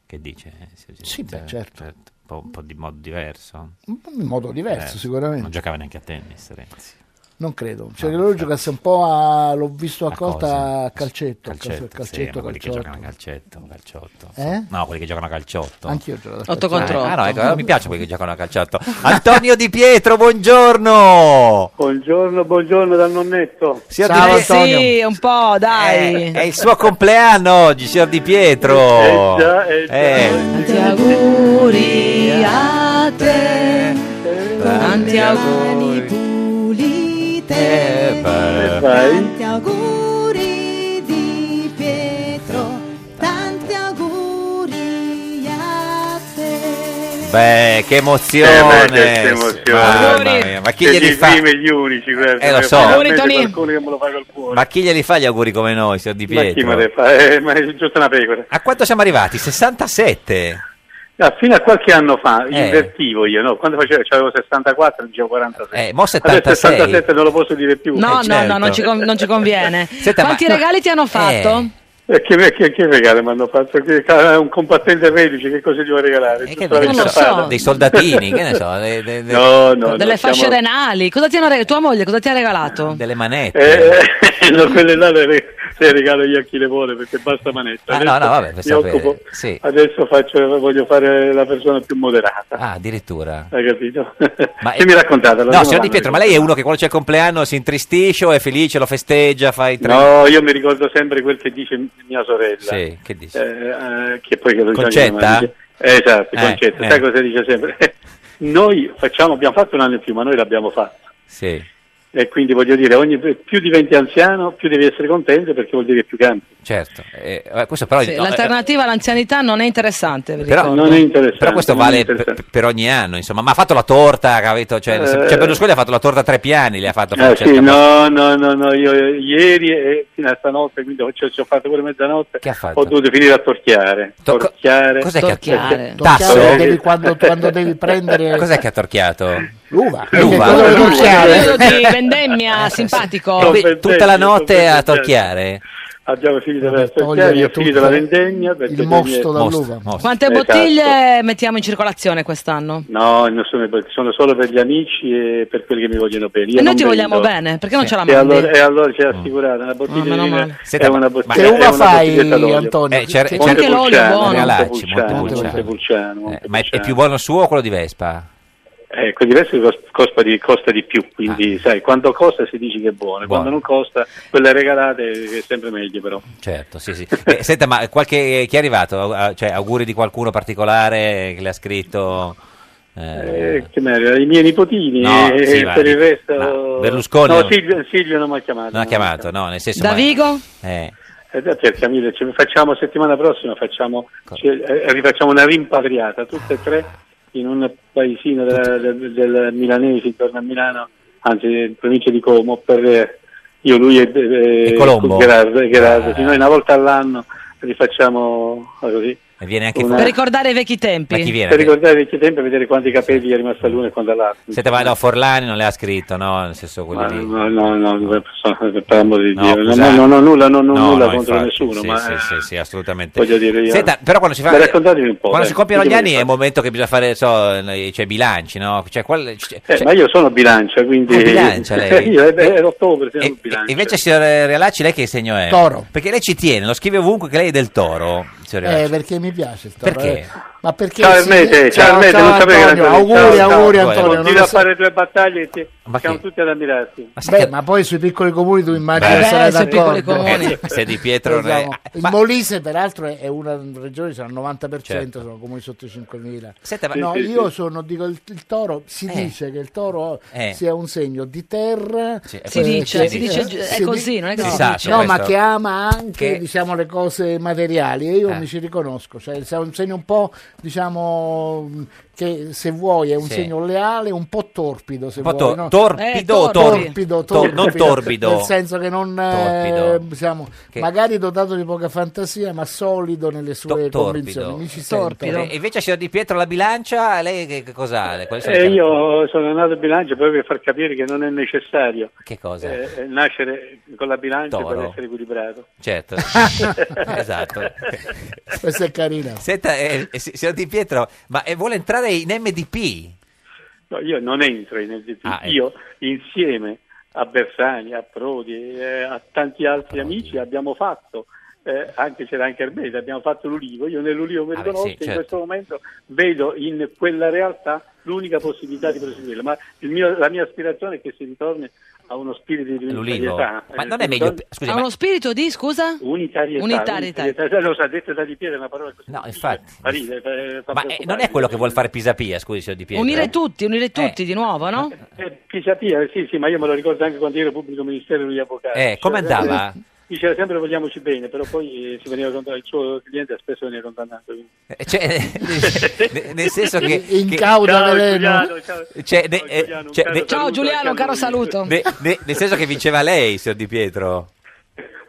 S2: Che dice? Eh, si- si-
S11: Sì, beh,
S2: eh,
S11: certo.
S2: Un po', un po' di modo diverso.
S11: In modo diverso,
S2: Eh,
S11: sicuramente.
S2: Non giocava neanche a tennis, Renzi.
S11: Non credo. Cioè, che loro giocasse un po' a. L'ho visto a
S2: cosa?
S11: Costa a calcetto.
S2: Calcetto,
S11: calcetto, calcetto,
S2: sì, ma quelli che
S11: calciotto.
S2: giocano a calcetto, calciotto.
S11: Eh?
S2: No, quelli che giocano a calciotto.
S11: Anch'io ho giocato a
S1: Otto
S11: calcetto.
S1: contro
S2: Ah,
S1: otto.
S2: no, ecco, allora mi piace quelli che giocano a calciotto. Antonio Di Pietro, buongiorno.
S14: Buongiorno, buongiorno dal nonnetto.
S2: Signor
S1: Ciao,
S2: Di Pietro-
S1: sì, un po', dai.
S2: Eh, È il suo compleanno oggi, signor Di
S14: Eh
S2: Pietro.
S14: già, eh già.
S2: Eh.
S1: Tanti auguri a te, tanti auguri
S2: Eh, beh.
S14: Vai.
S8: auguri di Pietro, tanti auguri a te.
S2: Beh, che emozione!
S14: Eh, beh, che emozione.
S2: Mamma mia, ma chi
S14: Siete
S2: glieli
S14: i
S2: fa?
S14: primi e gli unici, guarda.
S2: Eh, lo so.
S14: Finalmente
S1: Auguri, Tony.
S14: qualcuno che me lo fa col cuore.
S2: Ma chi glieli fa gli auguri come noi, signor Di
S14: Ma chi
S2: Pietro?
S14: me le fa? Eh, ma è giusto una pecora.
S2: A quanto siamo arrivati? 67.
S14: Ah, fino a qualche anno fa
S2: Eh.
S14: invertivo io, no? quando facevo, avevo 64, dicevo 46.
S2: Eh, mo'
S14: Adesso
S2: 76.
S14: 77 non lo posso dire più.
S2: Eh,
S1: No, no,
S2: certo.
S1: no, non ci, con- non ci conviene.
S14: Senta,
S1: Quanti
S14: ma-
S1: regali ti hanno
S2: eh,
S1: fatto?
S14: E Eh, che, che, che regalo mi hanno fatto? Che, un combattente 13, che cosa gli vuoi regalare? Tutta la
S1: non lo
S14: vita
S1: so.
S14: fa-
S2: Dei soldatini, che ne so, de- de- de-
S14: No, no,
S1: Delle
S14: no, siamo-
S1: fasce renali. Cosa ti hanno regalato? Tua moglie cosa ti ha regalato?
S2: delle manette.
S14: Eh, no, quelle là le, re- le regalo io a chi le vuole perché basta manetta.
S2: Ah, no,
S14: Adesso
S2: no, vabbè, per
S14: mi
S2: sapere,
S14: occupo-
S2: sì.
S14: Adesso faccio, voglio fare la persona più moderata.
S2: Ah, addirittura.
S14: Hai capito?
S2: Ma
S14: che mi raccontate?
S2: No, signor Di Pietro, ma lei è uno che quando c'è il compleanno si intristisce o è felice, lo festeggia, fa i tre...
S14: No, io mi ricordo sempre quel che dice mia sorella.
S2: Sì, che dice?
S14: Eh, eh, che poi che lo dice
S2: Concetta?
S14: mia madre. Eh, esatto,
S2: Eh,
S14: concetta.
S2: eh.
S14: Sai cosa dice sempre? noi facciamo, abbiamo fatto un anno in più, ma noi l'abbiamo fatto.
S2: Sì,
S14: E quindi voglio dire, ogni, più diventi anziano, più devi essere contento perché vuol dire che più campi.
S2: certo. Eh, eh, questo però...
S1: Sì,
S2: no, eh,
S1: l'alternativa all'anzianità non è interessante. vi
S2: però,
S1: ricordo.
S2: però questo
S14: non è
S2: vale per, per ogni anno, insomma. Ma ha fatto la torta, capito? Cioè,
S14: Eh.
S2: cioè, Berlusconi ha fatto la torta a tre piani, le ha fatto...
S14: Eh,
S2: Concetta.
S14: sì, no, no, no, no, io eh, ieri e fino a stanotte, quindi ho- ci ci ho fatto pure mezzanotte, ho dovuto finire a torchiare. torchiare.
S2: cos'è che ha- Torchiare.
S11: Torchiare
S2: Tasso?
S11: devi quando, quando devi prendere
S2: Cos'è che ha torchiato?
S11: l'uva.
S2: L'uva.
S11: Che cosa devi
S2: L'uva.
S11: torchiare?
S1: Quello di vendemmia simpatico.
S2: Qui tutta la notte a torchiare?
S14: Abbiamo finito per torchiare, io ho finito la vendemmia. perché
S11: il mosto
S14: bisogna-
S11: dall'uva.
S1: Quante
S14: Esatto.
S1: bottiglie mettiamo in circolazione quest'anno?
S14: No, non sono, per- sono solo per gli amici e per quelli che mi vogliono bene. Io
S1: E noi
S14: non
S1: ti vogliamo
S14: vendo.
S1: bene, perché non ce la
S14: E
S1: mandi?
S14: allora, e allora ce l'ha
S2: Mm.
S14: assicurata, una bottiglia
S1: meno
S14: di vino
S1: male.
S14: è una bottiglia
S11: che uva
S14: è una
S11: fai,
S14: bottiglietta d'olio.
S11: Antonio?
S2: Eh, c'era-
S11: Che-
S2: c'era-
S11: che-
S2: Montepulciano,
S14: buono.
S2: Montepulciano,
S14: Montepulciano,
S2: Montepulciano. Eh, ma è, è più buono il suo o quello di Vespa?
S14: Eh, quelli diversi cos- costa di, costa di più, quindi
S2: Ah.
S14: sai, quando costa si dice che è buono, quando non costa, quelle regalate è sempre meglio però.
S2: Certo, sì, sì. Eh, senta, ma qualche, chi è arrivato? Au- au- Cioè, auguri di qualcuno particolare che le ha scritto? Eh,
S14: Eh, che meraviglia, I miei nipotini
S2: No,
S14: e
S2: sì, va,
S14: per il
S2: dico-
S14: resto...
S2: no, Berlusconi
S14: No,
S2: non-
S14: Silvio, Silvio non mi ha chiamato.
S2: non ha chiamato, no, nel senso... ma-
S1: Davigo?
S2: eh,
S14: Eh, dai, perché, Camille, ci facciamo settimana prossima, facciamo,
S2: Cioè,
S14: ci- eh, rifacciamo una rimpatriata, tutte e tre in un paesino della- del, del milanese intorno a Milano, anzi in provincia di Como, per eh, io, lui e, eh,
S2: E Colombo.
S14: Gerardo, eh, Gerardo.
S2: Ah.
S14: Sì, noi una volta all'anno rifacciamo ah, così.
S2: e viene anche
S14: Una-
S1: Per ricordare i vecchi
S2: Ma chi
S1: tempi.
S2: viene?
S14: Per ricordare i vecchi tempi e vedere quanti capelli è rimasto all'uno e quanto all'altro.
S2: Senta, ma no, Forlani non le ha scritto, no? Nel senso quello
S14: Ma
S2: lì.
S14: no, no, no, per amor di
S2: No,
S14: Dio, non,
S2: scusate.
S14: non ho nulla, non ho
S2: No,
S14: nulla
S2: no,
S14: contro
S2: infatti,
S14: nessuno,
S2: sì,
S14: ma eh,
S2: sì, sì, sì, assolutamente.
S14: voglio dire io- eh,
S2: Senta, però quando si fa
S14: Ma raccontatemi un po',
S2: quando
S14: dai, Diciamo
S2: si compiono gli
S14: ditemi
S2: anni è il momento che bisogna fare, so, i- cioè, i bilanci, no? Cioè, qual- c-
S14: Eh,
S2: cioè-
S14: ma io sono bilancia, quindi...
S2: Ah, bilancia, lei?
S14: io ero ero ottobre, sono
S2: E
S14: bilancia.
S2: Invece, signor Realacci, lei che segno è?
S11: Toro.
S2: Perché lei ci tiene, lo scrive ovunque che lei è del toro. signor Realacci.
S11: Eh, perché mi piace sto
S2: Perché?
S11: eh. Ma perché
S14: Ciao
S11: si-
S14: Ermete, ciao Ermete, non sapevo che
S11: Antonio,
S14: era
S11: auguri,
S14: ciao,
S11: auguri
S14: ciao.
S11: Antonio. non
S14: Continua
S11: lo
S14: a
S11: so-
S14: fare due battaglie e ti-
S2: Ma
S14: siamo
S2: che-
S14: tutti ad ammirarti.
S11: Beh, ma poi sui piccoli comuni tu immagini
S2: Beh,
S11: che sarai
S1: sui piccoli
S11: d'accordo.
S1: comuni.
S2: Eh, se Di Pietro non è-
S11: Diciamo, Il Molise, peraltro, è è una regione, cioè il 90%
S2: Certo.
S11: sono comuni sotto i 5.000.
S2: Senta, ma-
S11: no,
S2: Sì, sì,
S11: io
S2: sì.
S11: sono, dico, il, il toro, si
S2: Eh.
S11: dice che il toro
S2: Eh.
S11: sia un segno di terra.
S2: Sì, è cioè,
S1: Si
S11: eh,
S1: dice,
S11: che-
S1: si dice,
S11: eh,
S1: è
S11: si
S1: così,
S11: di-
S1: non è che
S11: no,
S2: si dice.
S11: No, ma
S2: Questo-
S11: che ama anche,
S2: che-
S11: diciamo, le cose materiali e io
S2: Ah.
S11: mi ci riconosco. Cioè, è un segno un po', diciamo, che se vuoi è un
S2: Sì.
S11: segno leale, un po' torpido, se
S2: Un po'
S11: vuoi.
S2: tor-
S11: no? Eh,
S2: torpido o torri?
S11: torpido,
S2: Tor- non torbido.
S11: nel senso che non eh,
S2: Torpido.
S11: siamo
S2: Che-
S11: magari dotato di poca fantasia ma solido nelle sue
S2: torbido.
S11: convinzioni mi ci sento
S2: E invece, signor Di Pietro, la bilancia, lei che, che cos'ha? Le- quali sono le
S14: Eh,
S2: caratteristiche?
S14: io sono nato bilancia proprio per far capire che non è necessario
S2: Che cosa?
S14: eh, nascere con la bilancia
S2: Toro.
S14: per essere equilibrato.
S2: Certo, esatto.
S11: questa è carina
S2: Senta, eh, eh, si- signor Di Pietro, ma eh, vuole entrare in MDP?
S14: No, io non entro in SDP,
S2: Ah, ecco.
S14: io insieme a Bersani, a Prodi, eh, a tanti altri amici abbiamo fatto, eh, anche c'era anche Ermete, abbiamo fatto l'Ulivo, io nell'Ulivo mi
S2: Ah, beh,
S14: riconosco,
S2: sì, certo.
S14: in questo momento vedo in quella realtà l'unica possibilità di proseguirla, ma il mio- la mia aspirazione è che si ritorni a uno spirito di
S2: L'Ulivo?
S14: unitarietà.
S2: Ma
S14: eh,
S2: non è
S14: si
S2: meglio...
S14: ritorni-
S2: Scusi,
S1: Ha
S2: ma...
S1: uno spirito di, scusa?
S14: Unitarietà,
S1: Unitarietà.
S14: unitarietà. Lo sa, detto da Di Pietro è una parola così.
S2: No, infatti.
S14: Fa ridere, fa- fa
S2: Ma eh, non è
S14: preoccupare.
S2: quello che vuol fare Pisapia, scusi, signor Di Pietro? Eh.
S1: Unire tutti, unire tutti di nuovo, no?
S14: Eh, Pisapia, sì, sì, ma io me lo ricordo anche quando ero pubblico ministero degli avvocati.
S2: Eh, come
S14: Cioè,
S2: andava?
S14: eh, Diceva sempre vogliamoci bene, però poi eh, si veniva condannato, il suo cliente spesso veniva condannato. quindi.
S2: Eh, Cioè, ne- nel senso che...
S11: in
S2: che-
S11: cauda
S14: Ciao,
S11: veleno
S14: Giuliano, ciao.
S2: Cioè, ne- eh,
S14: Giuliano, un
S2: cioè,
S14: caro
S2: ne-
S1: Ciao
S14: saluto anche
S1: Giuliano,
S14: a
S1: un caro
S14: lui.
S1: saluto.
S2: ne- ne- nel senso che vinceva lei, signor Di Pietro.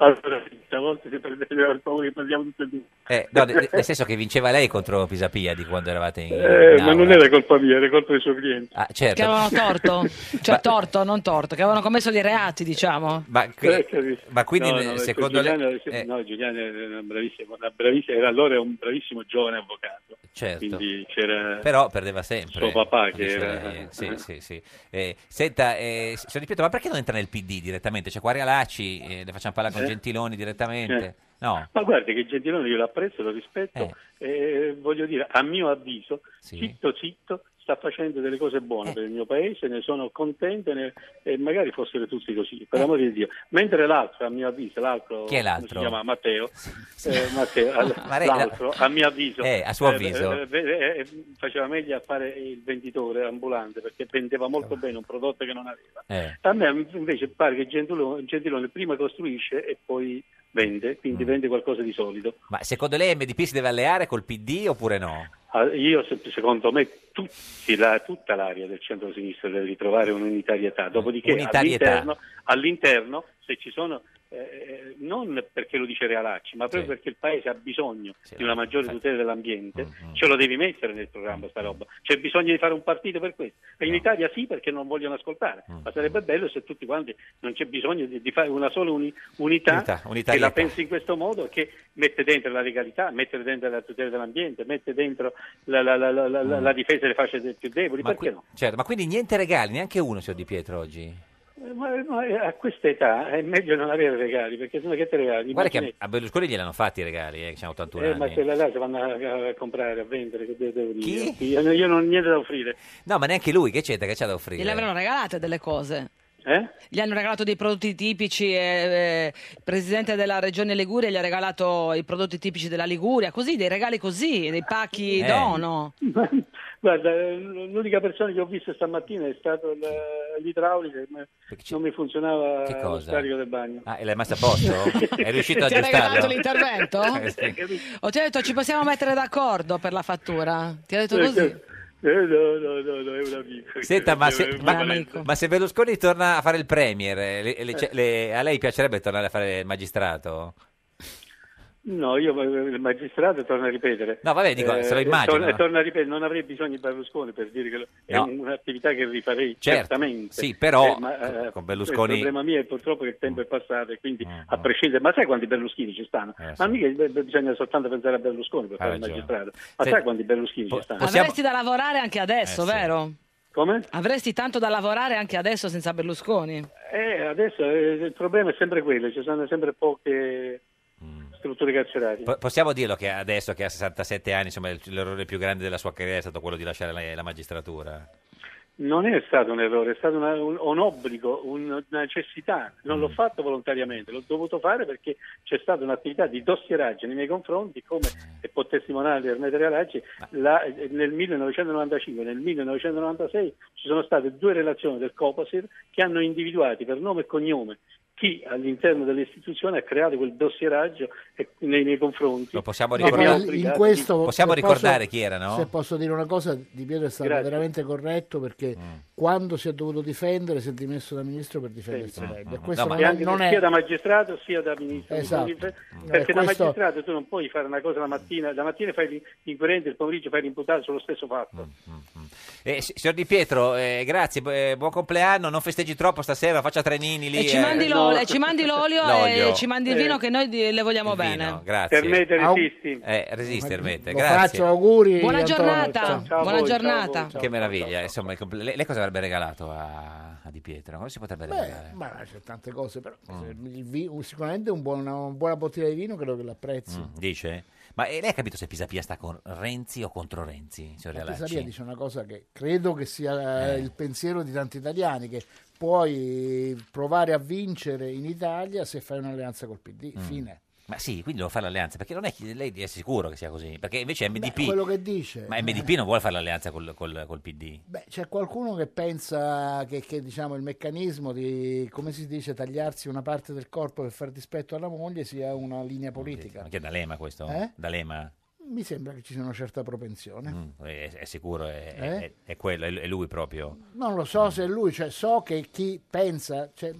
S14: Allora, stavolta si prendeva il favore che parliamo tutto il giorno.
S2: Eh, no, nel nel senso che vinceva lei contro Pisapia di quando eravate in,
S14: Eh,
S2: in
S14: ma non
S2: aula.
S14: era colpa mia, era colpa dei suoi clienti.
S2: Ah, certo.
S1: Che avevano torto, cioè torto, non torto, che avevano commesso dei reati, diciamo.
S2: Ma, qui-
S14: Eh, capisci.
S2: ma quindi
S14: No, no,
S2: eh,
S14: perché
S2: secondo lei... eh.
S14: Giuliano, no, Giuliano era una bravissima, una bravissima- era allora un bravissimo giovane avvocato.
S2: Certo.
S14: Quindi c'era
S2: Però perdeva sempre.
S14: suo papà che
S2: Dice
S14: era-
S2: lei, Sì, sì, sì. Eh, senta, eh, signor Di Pietro, ma perché non entra nel PD direttamente? Cioè, C'è Quarialacci, eh, le facciamo parlare con
S14: Eh?
S2: Gentiloni direttamente.
S14: Eh.
S2: No.
S14: Ma guarda che Gentiloni io l'apprezzo, lo rispetto
S2: Eh.
S14: e voglio dire, a mio avviso, zitto zitto sta facendo delle cose
S2: Eh.
S14: buone per il mio paese, ne sono contento e ne- e magari fossero tutti così, per amore di Dio. Mentre l'altro, a mio avviso, l'altro,
S2: Eh. Chi è l'altro?
S14: come si chiama Matteo, eh, Matteo, al-
S2: Ma lei-
S14: l'altro, a mio avviso,
S2: Eh, a suo avviso.
S14: eh, eh, eh, faceva meglio a fare il venditore ambulante perché vendeva molto bene un prodotto che non aveva.
S2: Eh.
S14: A me invece pare che Gentiloni, Gentiloni prima costruisce e poi vende,
S2: Mm.
S14: quindi vende qualcosa di solido.
S2: Ma secondo lei MDP si deve alleare col PD oppure no?
S14: Ah, Io, se- secondo me, tutti la- tutta l'area del centro-sinistra deve ritrovare un'unitarietà. Dopodiché,
S2: Unitarietà.
S14: all'interno, all'interno, se ci sono, eh, non perché lo dice Realacci, ma proprio
S2: Sì.
S14: perché il paese ha bisogno di una maggiore tutela dell'ambiente,
S2: Mm,
S14: ce lo devi mettere nel programma sta roba. C'è bisogno di fare un partito per questo. E in Italia sì, perché non vogliono ascoltare,
S2: Mm,
S14: ma sarebbe bello se tutti quanti non c'è bisogno di, di fare una sola uni- unità,
S2: Unità,
S14: che
S2: unitarietà.
S14: la pensi in questo modo, che mette dentro la legalità, mette dentro la tutela dell'ambiente, mette dentro la, la- la- la- la- la- la difesa delle fasce de- più deboli,
S2: Ma,
S14: perché
S2: qui- certo, ma quindi niente regali, neanche uno, signor Di Pietro, oggi?
S14: no? Eh, Ma, ma a questa età è meglio non avere regali, perché sennò che te regali?
S2: Guarda che
S14: Immaginate-
S2: a Berlusconi gliel'hanno fatti i regali, eh, che hanno 81
S14: eh,
S2: anni.
S14: ma quella là si vanno a, a comprare, a vendere, che devo- devo dire?
S2: Chi?
S14: Io, io non ho niente da offrire.
S2: No, ma neanche lui, che c'entra, che c'ha da offrire?
S1: Gliel'avevano regalate delle cose.
S14: Eh?
S1: Gli hanno regalato dei prodotti tipici, e, eh, il presidente della regione Liguria gli ha regalato i prodotti tipici della Liguria, così, dei regali così, dei pacchi
S14: Eh.
S1: dono.
S14: Guarda, eh, l'unica persona che ho visto stamattina è stato l- l'idraulico, ma non mi funzionava
S2: Che
S14: lo
S2: cosa?
S14: scarico Eh, del bagno.
S2: Ah, e l'hai messa a posto? È riuscito a
S1: Ti ha regalato
S2: aggiustarlo?
S1: l'intervento?
S2: Eh, sì.
S1: Ho ti ho detto ci possiamo mettere d'accordo per la fattura. Ti ha detto
S14: Eh,
S1: così.
S14: Eh, no, no, no, no, è un amico.
S2: Senta, ma se,
S14: Eh,
S2: ma-
S14: ma-
S2: ma se Berlusconi torna a fare il premier, eh, le- le- ce- le- a lei piacerebbe tornare a fare il magistrato?
S14: No, io eh, il magistrato torna a ripetere. Eh,
S2: No, vabbè, dico, se lo immagino,
S14: Torna,
S2: ma-
S14: torna a ripetere, non avrei bisogno di Berlusconi per dire che lo- è
S2: No.
S14: un'attività che rifarei
S2: Certo,
S14: certamente. Eh,
S2: sì, però
S14: ma,
S2: con Berlusconi- Mm,
S14: Il problema mio è purtroppo che il tempo è passato e quindi a prescindere, ma sai quanti Berlusconi ci stanno?
S2: Eh, sì.
S14: Ma mica be- bisogna soltanto pensare a Berlusconi per
S2: Ha
S14: fare il
S2: ragione.
S14: magistrato. Ma
S2: Se-
S14: sai quanti Berlusconi ci stanno?
S1: Avresti da lavorare anche adesso,
S14: Eh, sì.
S1: vero?
S14: Come?
S1: Avresti tanto da lavorare anche adesso senza Berlusconi.
S14: Eh, adesso eh, il problema è sempre quello, ci sono sempre poche
S2: Mm.
S14: strutture carcerarie.
S2: Po- possiamo dirlo che adesso che ha 67 anni, insomma, il- l'errore più grande della sua carriera è stato quello di lasciare la, la magistratura.
S14: Non è stato un errore, è stato una- un, un obbligo, un- una necessità. Non
S2: Mm.
S14: l'ho fatto volontariamente, l'ho dovuto fare perché c'è stata un'attività di dossieraggio nei miei confronti, come
S2: Mm.
S14: e può testimoniare Ermete Realacci, la- nel 1995 e nel 1996 ci sono state due relazioni del Copasir che hanno individuato per nome e cognome chi all'interno dell'istituzione ha creato quel dossieraggio e- nei miei confronti.
S2: Lo possiamo
S14: E
S11: No,
S14: mi ha
S11: poi in
S14: obbligato-
S11: questo,
S2: Possiamo
S11: se
S2: ricordare chi era, no?
S11: Se posso dire una cosa, Di Pietro è stato
S14: Grazie.
S11: veramente corretto perché
S2: Mm.
S11: quando si è dovuto difendere si è dimesso da ministro per difendersi
S14: Mm,
S11: meglio. E
S14: mm,
S11: Questo
S14: no, ma-
S11: non,
S14: e anche
S11: non è...
S14: sia da magistrato sia da ministro
S11: Esatto.
S14: Quindi, per-
S11: No,
S14: perché
S11: e
S14: da
S11: questo-
S14: magistrato tu non puoi fare una cosa la mattina la mattina fai l'inquirente il pomeriggio fai l'imputato sullo stesso fatto
S2: Eh, si- signor Di Pietro, eh, grazie, bu- eh, buon compleanno, non festeggi troppo stasera, faccia trenini lì.
S1: E ci
S2: eh.
S1: mandi, l'olio, e ci mandi l'olio
S2: L'olio.
S1: e ci mandi il vino
S15: Eh.
S1: che noi di- le vogliamo
S2: Il
S1: bene.
S2: vino, grazie.
S14: Ermete, resisti.
S2: Eh, resiste, Ermete,
S11: Lo
S2: grazie.
S11: faccio auguri.
S1: Buona
S11: Antonio.
S1: giornata,
S11: Ciao.
S1: buona giornata.
S2: Che meraviglia, insomma, il compl- lei, lei cosa avrebbe regalato a, a Di Pietro? Cosa si potrebbe regalare?
S11: Beh, ma c'è tante cose, però il vi- sicuramente un buon- una buona bottiglia di vino credo che l'apprezzi.
S2: Mm, dice? Ma eh, lei ha capito se Pisapia sta con Renzi o contro Renzi, signor
S11: La
S2: Realacci?
S11: Pisapia Eh, dice una cosa che credo che sia eh, il pensiero di tanti italiani, che puoi provare a vincere in Italia se fai un'alleanza col PD.
S2: Mm.
S11: Fine.
S2: Ma sì, quindi devo fare l'alleanza, perché non è chi- lei è sicuro che sia così, perché invece
S11: Beh,
S2: MDP...
S11: quello che dice.
S2: Ma MDP non vuole fare l'alleanza col, col- col PD.
S11: Beh, c'è qualcuno che pensa che, che, diciamo, il meccanismo di, come si dice, tagliarsi una parte del corpo per far dispetto alla moglie sia una linea politica.
S2: Anche D'Alema questo?
S11: Eh?
S2: D'Alema
S11: Mi sembra che ci sia una certa propensione.
S2: mm, è, è sicuro, è,
S11: Eh?
S2: è- è quello, è, è lui proprio.
S11: Non lo so se è lui, cioè, so che chi pensa, cioè,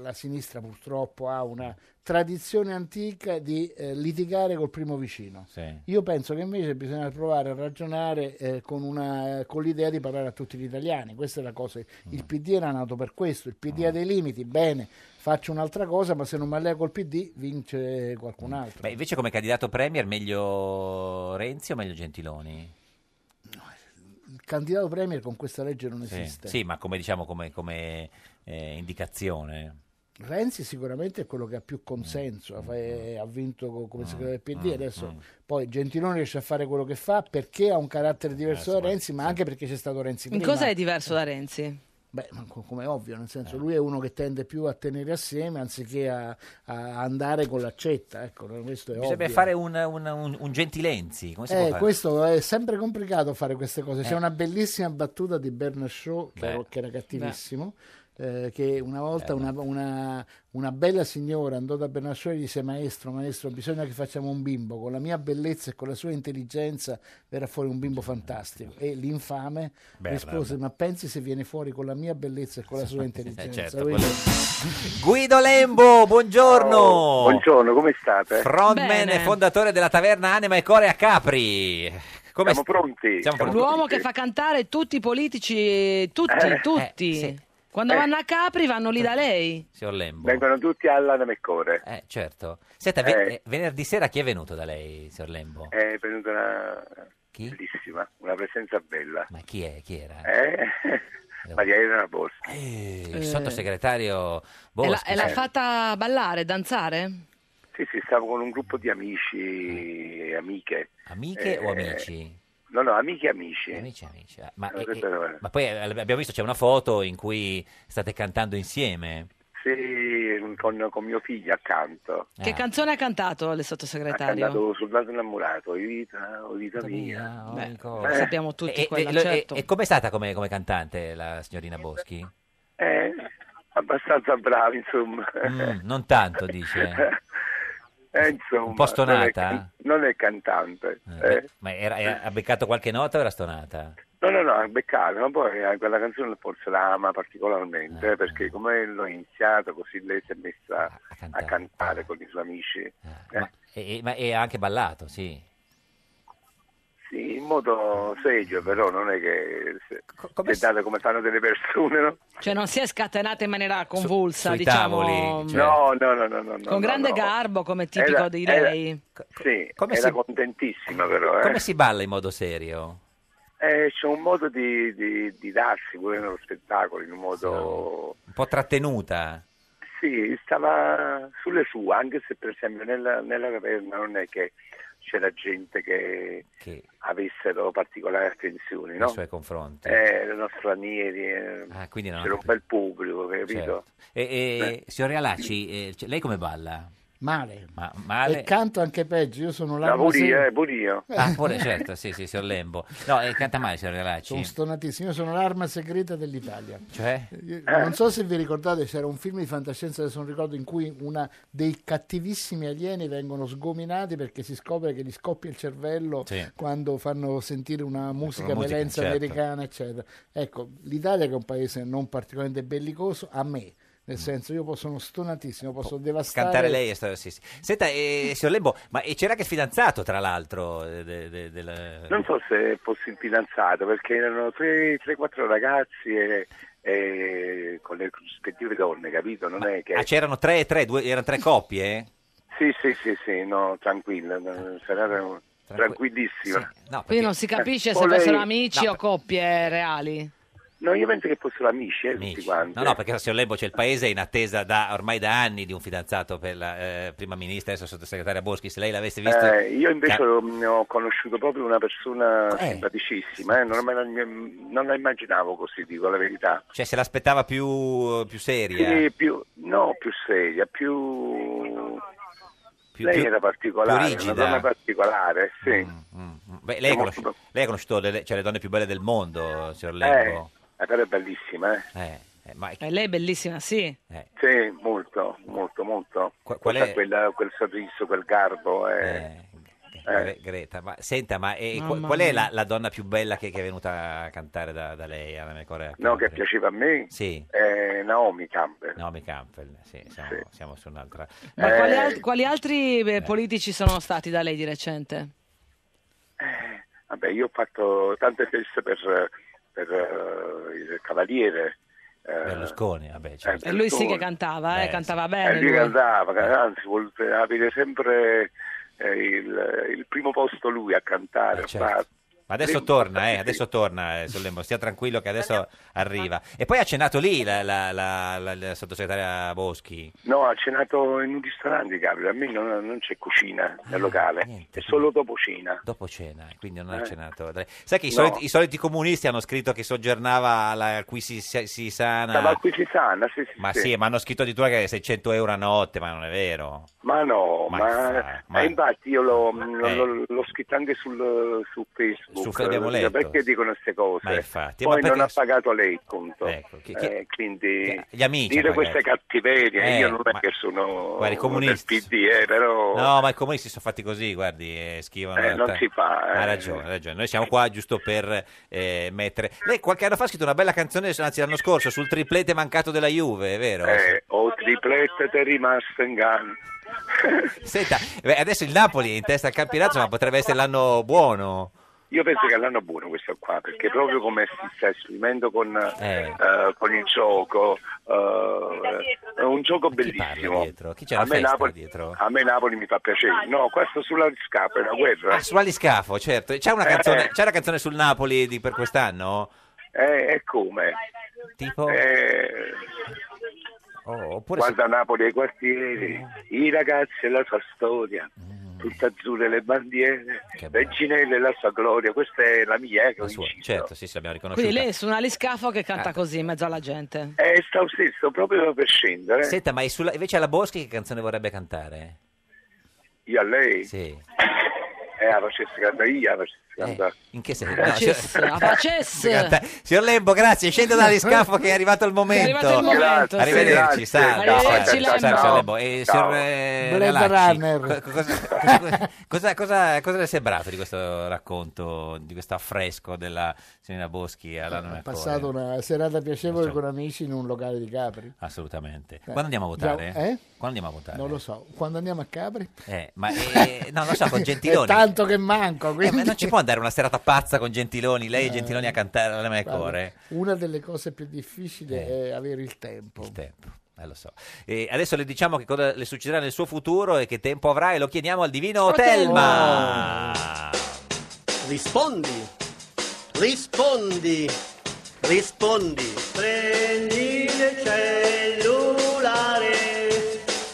S11: la sinistra purtroppo ha una tradizione antica di eh, litigare col primo vicino.
S2: Sì.
S11: Io penso che invece bisogna provare a ragionare eh, con, una- con l'idea di parlare a tutti gli italiani. Questa è la cosa. Il
S2: Mm.
S11: PD era nato per questo, il PD ha dei limiti, bene, faccio un'altra cosa, ma se non mi alleo col PD vince
S2: Mm.
S11: qualcun altro.
S2: Beh, invece come candidato premier meglio Renzi o meglio Gentiloni?
S11: Il candidato premier con questa legge non
S2: Sì,
S11: esiste.
S2: Sì, ma come diciamo come, come, eh, indicazione.
S11: Renzi sicuramente è quello che ha più
S2: Mm.
S11: consenso, fa- eh, ha vinto co- come segretario del PD, adesso poi Gentiloni riesce a fare quello che fa perché ha un carattere
S2: Eh,
S11: diverso da Renzi, ma anche perché c'è stato Renzi
S1: In
S11: prima.
S1: cosa è diverso da Renzi?
S11: Beh, ma co- come è ovvio, nel senso Cioè, lui è uno che tende più a tenere assieme anziché a, a andare con l'accetta, ecco, no, questo è
S2: Bisognerebbe
S11: ovvio.
S2: fare un, un, un, un Gentilenzi, come si può
S11: Eh,
S2: fare?
S11: questo è sempre complicato fare queste cose. C'è
S2: Eh.
S11: una bellissima battuta di Bernard Shaw, che,
S2: Beh.
S11: ero- che era cattivissimo. eh, che una volta una, una- una bella signora andò da Bernard Shaw e gli disse maestro maestro bisogna che facciamo un bimbo con la mia bellezza e con la sua intelligenza verrà fuori un bimbo fantastico e l'infame
S2: Bernard.
S11: rispose ma pensi se viene fuori con la mia bellezza e con la sua intelligenza
S2: Eh, certo,
S11: Quindi-
S2: quello- Guido Lembo, buongiorno.
S15: Oh, buongiorno, come state?
S2: Frontman e
S15: Bene.
S2: fondatore della taverna Anima e Core a Capri. Come
S15: Siamo
S2: sta-
S15: pronti,
S2: Siamo pronti.
S1: L'uomo che fa cantare tutti i politici, tutti,
S15: Eh.
S1: tutti.
S15: Eh, sì.
S1: Quando
S15: Eh.
S1: vanno a Capri vanno lì da lei.
S2: Signor Lembo.
S15: Vengono tutti alla Namecore.
S2: Eh, certo. Senta, ve- eh, venerdì sera chi è venuto da lei, signor Lembo?
S15: È venuta una bellissima, una presenza bella.
S2: Ma chi è? Chi era? Eh,
S15: Eh? Maria Elena Boschi.
S1: Eh.
S2: Il sottosegretario
S1: E
S2: Boschi.
S1: l'ha, e l'ha
S15: Eh.
S1: fatta ballare, danzare?
S15: Sì, sì, stavo con un gruppo di amici e amiche.
S2: Eh. Amiche o
S15: Eh,
S2: amici?
S15: No, no, amiche e amici.
S2: Amici e amici. Ah, Ma,
S15: No,
S2: eh,
S15: questa
S2: eh,
S15: era-
S2: ma poi eh, abbiamo visto c'è una foto in cui state cantando insieme.
S15: Sì, con, con mio figlio accanto.
S2: Eh.
S1: Che canzone ha cantato il
S15: Ha
S1: sottosegretario?
S15: cantato sul lato innamorato, "Oi vita, oi vita
S2: oh,
S15: mia. Eh,
S1: Beh,
S2: cosa.
S1: lo sappiamo tutti
S2: E,
S1: quella,
S2: e- lo- e-
S1: certo.
S2: e com'è stata come, come cantante la signorina Boschi?
S15: Eh, abbastanza bravi, insomma.
S2: Mm, non tanto, dice.
S15: Eh, insomma,
S2: Un po' stonata?
S15: Non è, non è cantante. eh.
S2: Ma era- era- ha beccato qualche nota o era stonata?
S15: No, no, no, ha beccato, ma poi eh, quella canzone forse la ama particolarmente, eh, perché come l'ho iniziata così lei si è messa a cantare, con i suoi amici, eh,
S2: E, e- ma e ha anche ballato, sì.
S15: sì, in modo serio però, non è che se,
S2: come
S15: se date come fanno delle persone, no?
S1: Cioè non si è scatenata in maniera convulsa,
S15: sui
S1: diciamo,
S2: tavoli, cioè.
S15: No, no, no, no, no, no,
S1: con grande
S15: no.
S1: garbo come tipico
S15: Era-
S1: di
S15: era-
S1: lei.
S15: Sì,
S2: come
S15: era
S2: si-
S15: contentissima però, eh.
S2: Come si balla in modo serio?
S15: Eh, c'è un modo di, di, di darsi pure nello spettacolo, in un modo...
S2: Un po' trattenuta?
S15: Sì, stava sulle sue, anche se per esempio nella, nella caverna non è che c'era gente che,
S2: Che-
S15: avessero particolari attenzioni, no?
S2: nei suoi confronti.
S15: Eh, erano stranieri, eh,
S2: Ah, quindi no.
S15: c'era un bel pubblico, capito?
S2: Certo. E, e, Signor Realacci, eh, cioè, lei come balla?
S11: male
S2: Ma male?
S11: e canto anche peggio io sono
S15: Ma
S11: là
S15: pure io, eh, pure io.
S2: Ah, pure, certo, sì, sì, signor Lembo. No, eh, canta male, signor Realacci.
S11: Sono stonatissimo, io sono l'arma segreta dell'Italia.
S2: Cioè?
S11: Io- Non so se vi ricordate, c'era un film di fantascienza, adesso non ricordo, in cui una dei cattivissimi alieni vengono sgominati perché si scopre che gli scoppia il cervello
S2: Sì. Ecco,
S11: quando fanno sentire una musica
S2: musica,
S11: violenza
S2: certo.
S11: americana, eccetera. Ecco, l'Italia che è un paese non particolarmente bellicoso, a me, nel senso io posso- sono stonatissimo, posso devastare...
S2: Mm. Cantare lei è stato, sì, sì. Senta, eh, signor Lembo, ma eh, c'era anche il fidanzato, tra l'altro, eh, de- de- del-
S15: Non so se fossi fidanzato, perché erano 3-4 ragazzi e, e con le rispettive donne, capito? Non è che...
S2: Ah, c'erano tre, tre, due, erano tre coppie? eh?
S15: Sì, sì, sì, sì, no, tranquilla,
S2: Ah,
S15: no, sarà tranquillissima.
S1: Quindi non si capisce
S15: Eh,
S1: se
S15: o lei-
S1: fossero amici
S15: no,
S1: o coppie reali.
S15: No, io penso che fossero amici, eh, tutti quanti.
S2: No, no, perché signor Lembo, c'è il paese in attesa da, ormai da anni di un fidanzato per la eh, prima ministra, adesso sottosegretaria Boschi, se lei l'avesse cioè, visto...
S15: Eh, io invece
S2: Ca-
S15: ho, ho conosciuto proprio una persona
S2: Eh.
S15: simpaticissima, eh, non, me la, non la immaginavo così, dico la verità.
S2: Cioè, se l'aspettava più, più seria?
S15: Sì, più, no, più seria, più...
S2: Più-
S15: lei
S2: più-
S15: era
S2: più
S15: particolare,
S2: rigida. Mm,
S15: una donna particolare, sì.
S2: Beh, lei, ha
S15: Siamo-
S2: conosciuto, lei ha conosciuto le, cioè, le donne più belle del mondo, signor
S15: Eh,
S2: Lembo.
S15: la cara è bellissima, eh.
S2: Eh, eh, ma eh.
S1: E lei è bellissima, sì.
S16: Eh.
S15: Sì, molto, molto, molto.
S2: qual è-
S15: Quella- quel sorriso, quel garbo. eh.
S2: Gre- Greta, ma senta, ma eh, qu-
S15: Mamma
S2: qual è
S15: mia.
S2: la, la donna più bella che, che è venuta a cantare da, da lei Ah, alla mia Corea?
S15: No, che piaceva a me
S2: Sì.
S15: è Naomi Campbell.
S2: Naomi Campbell, sì, siamo, siamo su un'altra.
S1: Ma
S15: Eh,
S1: quali, al- quali altri eh, politici sono stati da lei di recente?
S15: Vabbè, io ho fatto tante feste per, per, eh, il Cavaliere. eh,
S2: Berlusconi, vabbè,
S16: Eh,
S2: certo.
S1: E lui sì che
S15: Berlusconi.
S1: cantava, eh, cantava
S15: Eh,
S1: bene.
S15: lui
S1: lui.
S16: esatto.
S15: cantava,
S2: Eh.
S15: ca- anzi, vuol avere sempre eh, il, il primo posto lui a
S2: Eh,
S15: cantare. fa-
S2: Ma adesso
S15: Sì,
S2: torna, eh, adesso torna, eh, Sollemo, stia tranquillo che adesso arriva. E poi ha cenato lì la, la- la- la- la sottosegretaria Boschi.
S15: No, ha cenato in un ristorante, Gabriele. A me non, non c'è cucina nel locale, è solo dopo cena.
S2: Ah, Dopo cena, quindi non ha
S15: Eh.
S2: cenato. da lei. Sai che i,
S15: No.
S2: soliti, i soliti comunisti hanno scritto che soggiornava alla- qui si, si- si sana.
S15: Stava qui si sana, sì, sì,
S2: eh, Ma
S15: sì.
S2: sì, ma hanno scritto addirittura che 600 euro a notte, ma non è vero.
S15: Ma no,
S2: Ma
S15: ma,
S2: fa- ma-
S15: eh, infatti io l'ho, l'ho-
S2: Eh.
S15: l'ho- l'ho scritto anche sul, su
S2: Su
S15: Facebook.
S2: Facebook
S15: cioè,
S2: abbiamo letto.
S15: Perché dicono queste cose?
S2: Ma infatti,
S15: Poi
S2: ma perché- Ecco,
S15: non ha pagato lei il conto.
S2: chi- chi-
S15: Eh, quindi
S2: gli amici
S15: dire
S2: hanno pagato.
S15: queste cattiverie,
S2: Eh,
S15: io non è
S2: ma-
S15: che sono
S2: guarda, i comunisti
S15: del PD, eh, però
S2: No, ma i comunisti sono fatti così, guardi, eh, schivano.
S15: Eh,
S2: la-
S15: non si fa,
S2: Ha
S15: eh.
S2: ragione, ha ragione. Noi siamo qua giusto per eh, mettere. Lei qualche anno fa ha scritto una bella canzone, anzi l'anno scorso, sul triplete mancato della Juve, è vero?
S15: eh, o triplette te rimasto in gamba.
S2: Senta, beh, adesso il Napoli è in testa al campionato, ma potrebbe essere l'anno buono.
S15: Io penso che l'anno buono questo qua, perché proprio come si sta esprimendo con,
S2: Eh.
S15: eh, con il gioco, eh, è un gioco bellissimo.
S2: Chi c'è la
S15: a, me
S2: festa
S15: Napoli,
S2: dietro?
S15: a me Napoli mi fa piacere. No, questo sulla scapa è una guerra.
S2: Ah, su Aliscafo, certo. C'è una
S15: Eh.
S2: canzone, c'è una canzone sul Napoli di- per quest'anno?
S15: Eh, è come?
S2: Tipo?
S15: Eh,
S2: Oh, oppure se- Mm.
S15: guarda Napoli ai quartieri, i ragazzi e la sua storia. Tutta azzurre le bandiere, Reginelle e la sua gloria, questa è la mia, eh, che ho
S2: sua,
S15: inciso.
S2: certo, sì, sì, l'abbiamo riconosciuta.
S1: Quindi lei è su un aliscafo che
S16: Eh.
S1: canta così in mezzo alla gente.
S15: Eh, stavo stesso, proprio per scendere.
S2: Senta, ma è sulla- invece alla Boschi che canzone vorrebbe cantare?
S15: Io a lei?
S2: Sì. Eh,
S15: Eh, la facessi cantare io, la facessi cantare.
S2: In che senso? cioè,
S15: La facesse,
S2: signor-
S15: la facesse.
S2: Canta- Signor Lembo, grazie, scendo dall'iscafo che è arrivato il momento.
S15: È arrivato il momento, sì.
S2: Arrivederci,
S15: Grazie.
S2: salve.
S15: Arrivederci,
S2: salve,
S15: Lembo.
S2: signor Lembo. E
S15: Ciao.
S2: signor eh,
S11: Blade
S2: Relacci,
S11: Runner.
S2: co- cosa, cosa- cosa- cosa- cosa- cosa le è sembrato di questo racconto, di questo affresco della signorina Boschi all'anno
S11: Ho Eh, passato una serata piacevole con amici in un locale di Capri.
S2: Assolutamente.
S11: Eh,
S2: Quando andiamo a
S11: già-
S2: votare?
S11: eh?
S2: Quando andiamo a votare?
S11: Non lo so, quando andiamo a Capri?
S2: Eh, ma eh, no, lo so, con
S11: È
S2: Gentiloni.
S11: tanto che manco,
S2: Eh, ma
S11: quindi
S2: non ci può andare una serata pazza con Gentiloni, lei e
S11: Eh,
S2: Gentiloni a cantare alla mia
S11: guarda,
S2: core.
S11: Una delle cose più difficili
S2: Eh.
S11: è avere il tempo.
S2: Il tempo, eh, lo so. E adesso le diciamo che cosa le succederà nel suo futuro e che tempo avrà e lo chiediamo al divino Telma.
S16: Rispondi, rispondi, rispondi. Prendi il cellulare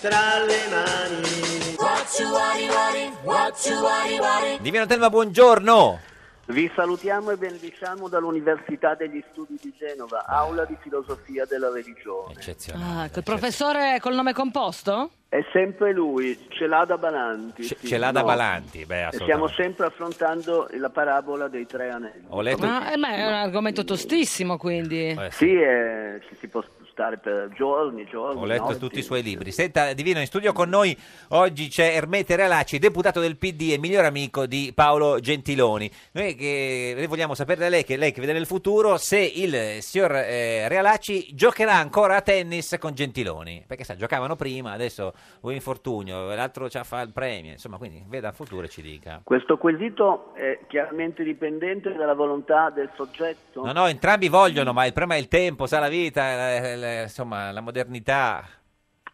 S16: tra le mani.
S4: What you worry, worry, what you worry, worry.
S2: Divino Telma, buongiorno.
S16: Vi salutiamo e benediciamo dall'Università degli Studi di Genova, aula di filosofia della religione.
S2: Eccezionale.
S1: Ah, col professore col nome composto?
S16: È sempre lui, Celada Balanti. sì,
S2: Celada
S16: no.
S2: Balanti, beh,
S16: Stiamo
S2: assolutamente.
S16: sempre affrontando la parabola dei tre anelli.
S2: Ho letto
S1: Ma, eh, ma è un argomento tostissimo, quindi.
S16: Sì, eh, ci si può stare per giorni, giorni.
S2: Ho letto
S16: notti.
S2: tutti i suoi libri. Senta, Divino, in studio con noi oggi c'è Ermete Realacci, deputato del PD e miglior amico di Paolo Gentiloni. Noi che noi vogliamo sapere da lei, che lei che vede nel futuro, se il eh, signor eh, Realacci giocherà ancora a tennis con Gentiloni. Perché sa, giocavano prima, adesso un infortunio, l'altro ci fa il premio. Insomma, quindi veda il futuro e ci dica.
S16: Questo quesito è chiaramente dipendente dalla volontà del soggetto.
S2: No, no, entrambi vogliono, ma il problema è il tempo, sa la vita, eh, le- insomma, la modernità.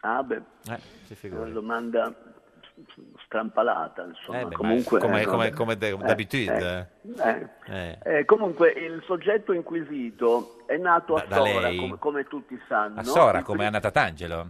S16: Ah, beh,
S2: Eh, si
S16: è
S2: figuri.
S16: una domanda strampalata, insomma.
S2: Eh, beh, ma
S16: comunque,
S2: come,
S16: eh,
S2: come-
S16: vabbè.
S2: come de-
S16: Eh,
S2: d'abitudine.
S16: eh,
S2: Eh.
S16: eh, comunque, il soggetto inquisito è nato a
S2: Da- da
S16: Sora,
S2: lei?
S16: come, come tutti sanno.
S2: A Sora,
S16: Il
S2: come Anna Tatangelo?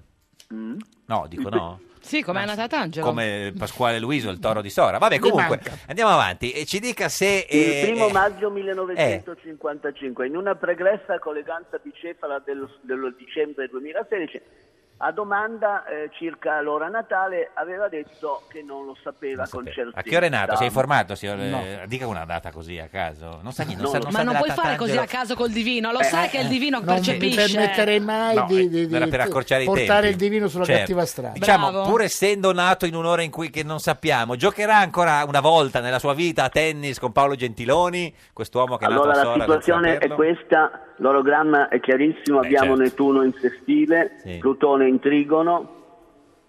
S16: Mm?
S2: No, dico no.
S1: Sì, come Anna Tatangelo.
S2: Come Pasquale Luiso, il toro di Sora. Vabbè,
S1: Mi
S2: comunque, andiamo avanti. E ci dica se... eh,
S16: Il primo
S2: eh,
S16: maggio 1955, in una pregressa colleganza bicefala dello, dello dicembre 2016, A domanda eh, circa l'ora natale aveva detto che non lo sapeva con certezza.
S2: A che ora è nato? Sei informato? signor- eh, Dica una data così a caso. Non sa niente. sa-
S1: ma
S2: sa
S1: non
S2: della
S1: puoi fare così
S2: Tatangelo.
S1: a caso col divino, lo
S2: Eh,
S1: sai
S2: eh,
S1: che il divino
S11: non mi
S1: percepisce.
S11: permetterei mai
S2: No, eh,
S11: di, di- di-
S2: era per accorciare i tempi.
S11: portare il divino sulla
S2: Certo.
S11: cattiva strada.
S2: Diciamo, pur essendo nato in un'ora in cui che non sappiamo, giocherà ancora una volta nella sua vita a tennis con Paolo Gentiloni, quest'uomo che è nato
S16: Allora
S2: a
S16: la
S2: Sora, non
S16: situazione è
S2: saperlo.
S16: questa, l'orogramma è chiarissimo,
S2: Eh,
S16: abbiamo
S2: certo.
S16: Nettuno in sestile,
S2: Sì.
S16: Plutone in trigono,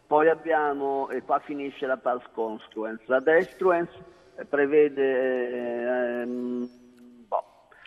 S16: poi abbiamo, e qua finisce la pars construence, la destruence eh, prevede... ehm, boh.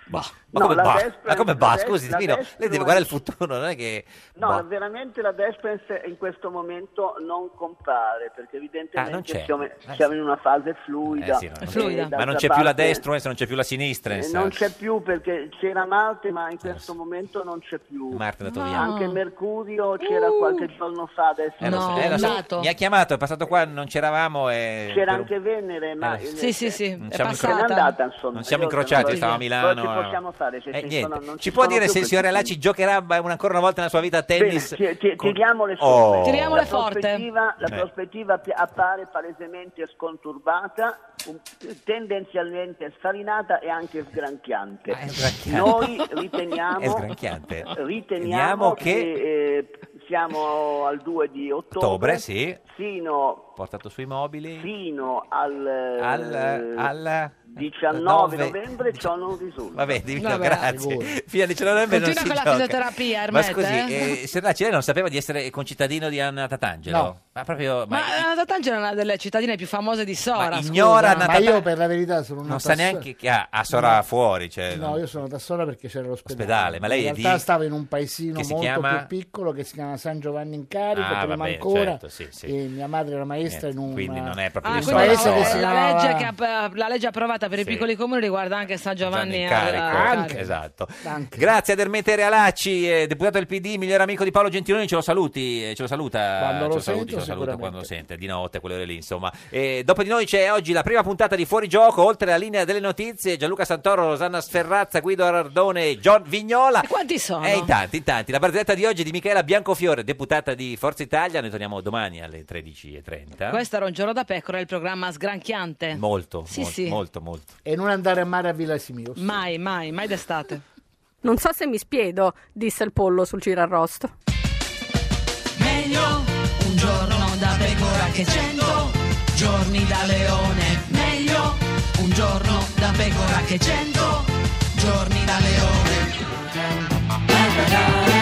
S2: Ma
S16: No,
S2: come
S16: la
S2: bah?
S16: destruence-
S2: Ma come bah?
S16: la
S2: Scusi,
S16: des- la
S2: Divino, lei deve
S16: destruence-
S2: guardare il futuro, non è che...
S16: No,
S2: bah.
S16: veramente la Despens in questo momento non compare perché
S2: Ah, non
S16: evidentemente
S2: c'è.
S16: siamo,
S2: Eh,
S16: siamo in una fase
S2: Eh,
S16: fluida.
S2: sì, no, no.
S16: e
S2: Ma non
S16: d'altra
S2: c'è più la
S16: parte-
S2: destra, eh, non c'è più la sinistra.
S16: eh,
S2: insomma.
S16: non c'è più perché c'era Marte, ma in questo momento non c'è più.
S2: Eh, Marte è andato via.
S16: Anche Mercurio c'era
S1: Uh.
S16: qualche giorno fa, adesso
S2: Eh, lo so, eh, lo so. Mi ha chiamato, è passato qua, non c'eravamo. E...
S16: C'era
S2: per-
S16: anche Venere, ma
S2: Eh, lo so.
S1: Sì, sì, sì,
S2: Non
S1: è
S2: siamo
S1: passata.
S2: incro-
S16: È andata, insomma.
S2: Non siamo
S16: Io
S2: incrociati,
S16: sono-
S2: stavo a Milano.
S16: Cosa ci possiamo fare? Se
S2: Eh,
S16: ci
S2: niente.
S16: sono- non
S2: ci
S16: ci
S2: può
S16: sono
S2: dire
S16: più
S2: se il signor
S16: questi
S2: Alacci giocherà ma- una- ancora una volta nella sua vita a tennis?
S16: Bene, ti- ti-
S2: con-
S16: tiriamo le
S2: Oh.
S16: somme. la
S1: forte.
S16: prospettiva, la
S2: Eh.
S16: prospettiva pi- appare palesemente sconturbata, un- tendenzialmente sfarinata e anche sgranchiante. Noi
S2: È
S16: riteniamo,
S2: sgranchiante.
S16: riteniamo che,
S2: che
S16: eh, siamo al 2 di ottobre,
S2: ottobre, sì,
S16: fino,
S2: portato sui mobili.
S16: fino al, eh,
S2: Al- al-
S16: 19
S2: nove-
S16: novembre ciò non risulta.
S2: Vabbè, Divino, grazie. Fino al 19 novembre non
S1: Continua
S2: si
S1: con la
S2: gioca.
S1: fisioterapia,
S2: Ma
S1: Ermette,
S2: scusi,
S1: eh.
S2: eh, Serracci, lei non sapeva di essere concittadino di Anna Tatangelo?
S11: No.
S2: Ma proprio...
S1: Ma
S2: ma-
S1: Anna Tatangelo è una delle cittadine più famose di Sora.
S2: Ma ignora
S1: scusa.
S2: Anna
S11: Ma io per la verità sono
S2: non
S11: nato
S2: sa
S11: a Sora.
S2: neanche che ha, ha Sora
S11: No.
S2: fuori, cioè,
S11: No,
S2: non-
S11: io sono da sola perché c'era l'ospedale.
S2: Ospedale, ma lei
S11: in
S2: è
S11: realtà
S2: di-
S11: stavo in un paesino
S2: che si
S11: molto
S2: chiama?
S11: più piccolo che si chiama San Giovanni in Carico,
S2: Ah,
S11: prima
S2: vabbè,
S11: ancora.
S2: certo, sì, sì.
S11: E mia madre era maestra
S2: Niente,
S11: in un
S2: quindi non è proprio
S11: in
S2: di
S11: un
S2: Sora,
S11: paese che
S2: Sora.
S1: La
S11: si chiamava-
S1: legge, Ah, che ha- la legge approvata per i
S2: Sì.
S1: piccoli comuni riguarda anche San Giovanni
S2: Giovanni in
S1: a-
S2: carico.
S1: a-
S2: Esatto. Grazie ad Ermete Realacci, eh, deputato del PD, migliore amico di Paolo Gentiloni, ce lo saluti, eh, ce lo saluta,
S11: Quando lo
S2: ce lo saluti,
S11: sento,
S2: ce lo saluta
S11: sicuramente.
S2: quando lo sente, di notte, a quelle ore lì, insomma. E dopo di noi c'è oggi la prima puntata di Fuori Gioco, oltre alla linea delle notizie, Gianluca Santoro, Rosanna Sferrazza, Guido Arardone, e John Vignola. E
S1: quanti sono?
S2: in tanti, in tanti. La barzelletta di oggi è di Michela Biancofiore, deputata di Forza Italia, noi torniamo domani alle 13.30.
S1: Questo era un giorno da pecora, il programma sgranchiante.
S2: Molto,
S1: Sì,
S2: molto,
S1: sì.
S2: molto, molto.
S11: E non andare a mare a Villa Simios.
S1: Mai, mai, mai d'estate.
S17: Non so se mi spiedo, disse il pollo sul giro arrosto.
S18: Meglio un giorno da pecora che cento giorni da leone. Meglio un giorno da pecora che cento giorni da leone.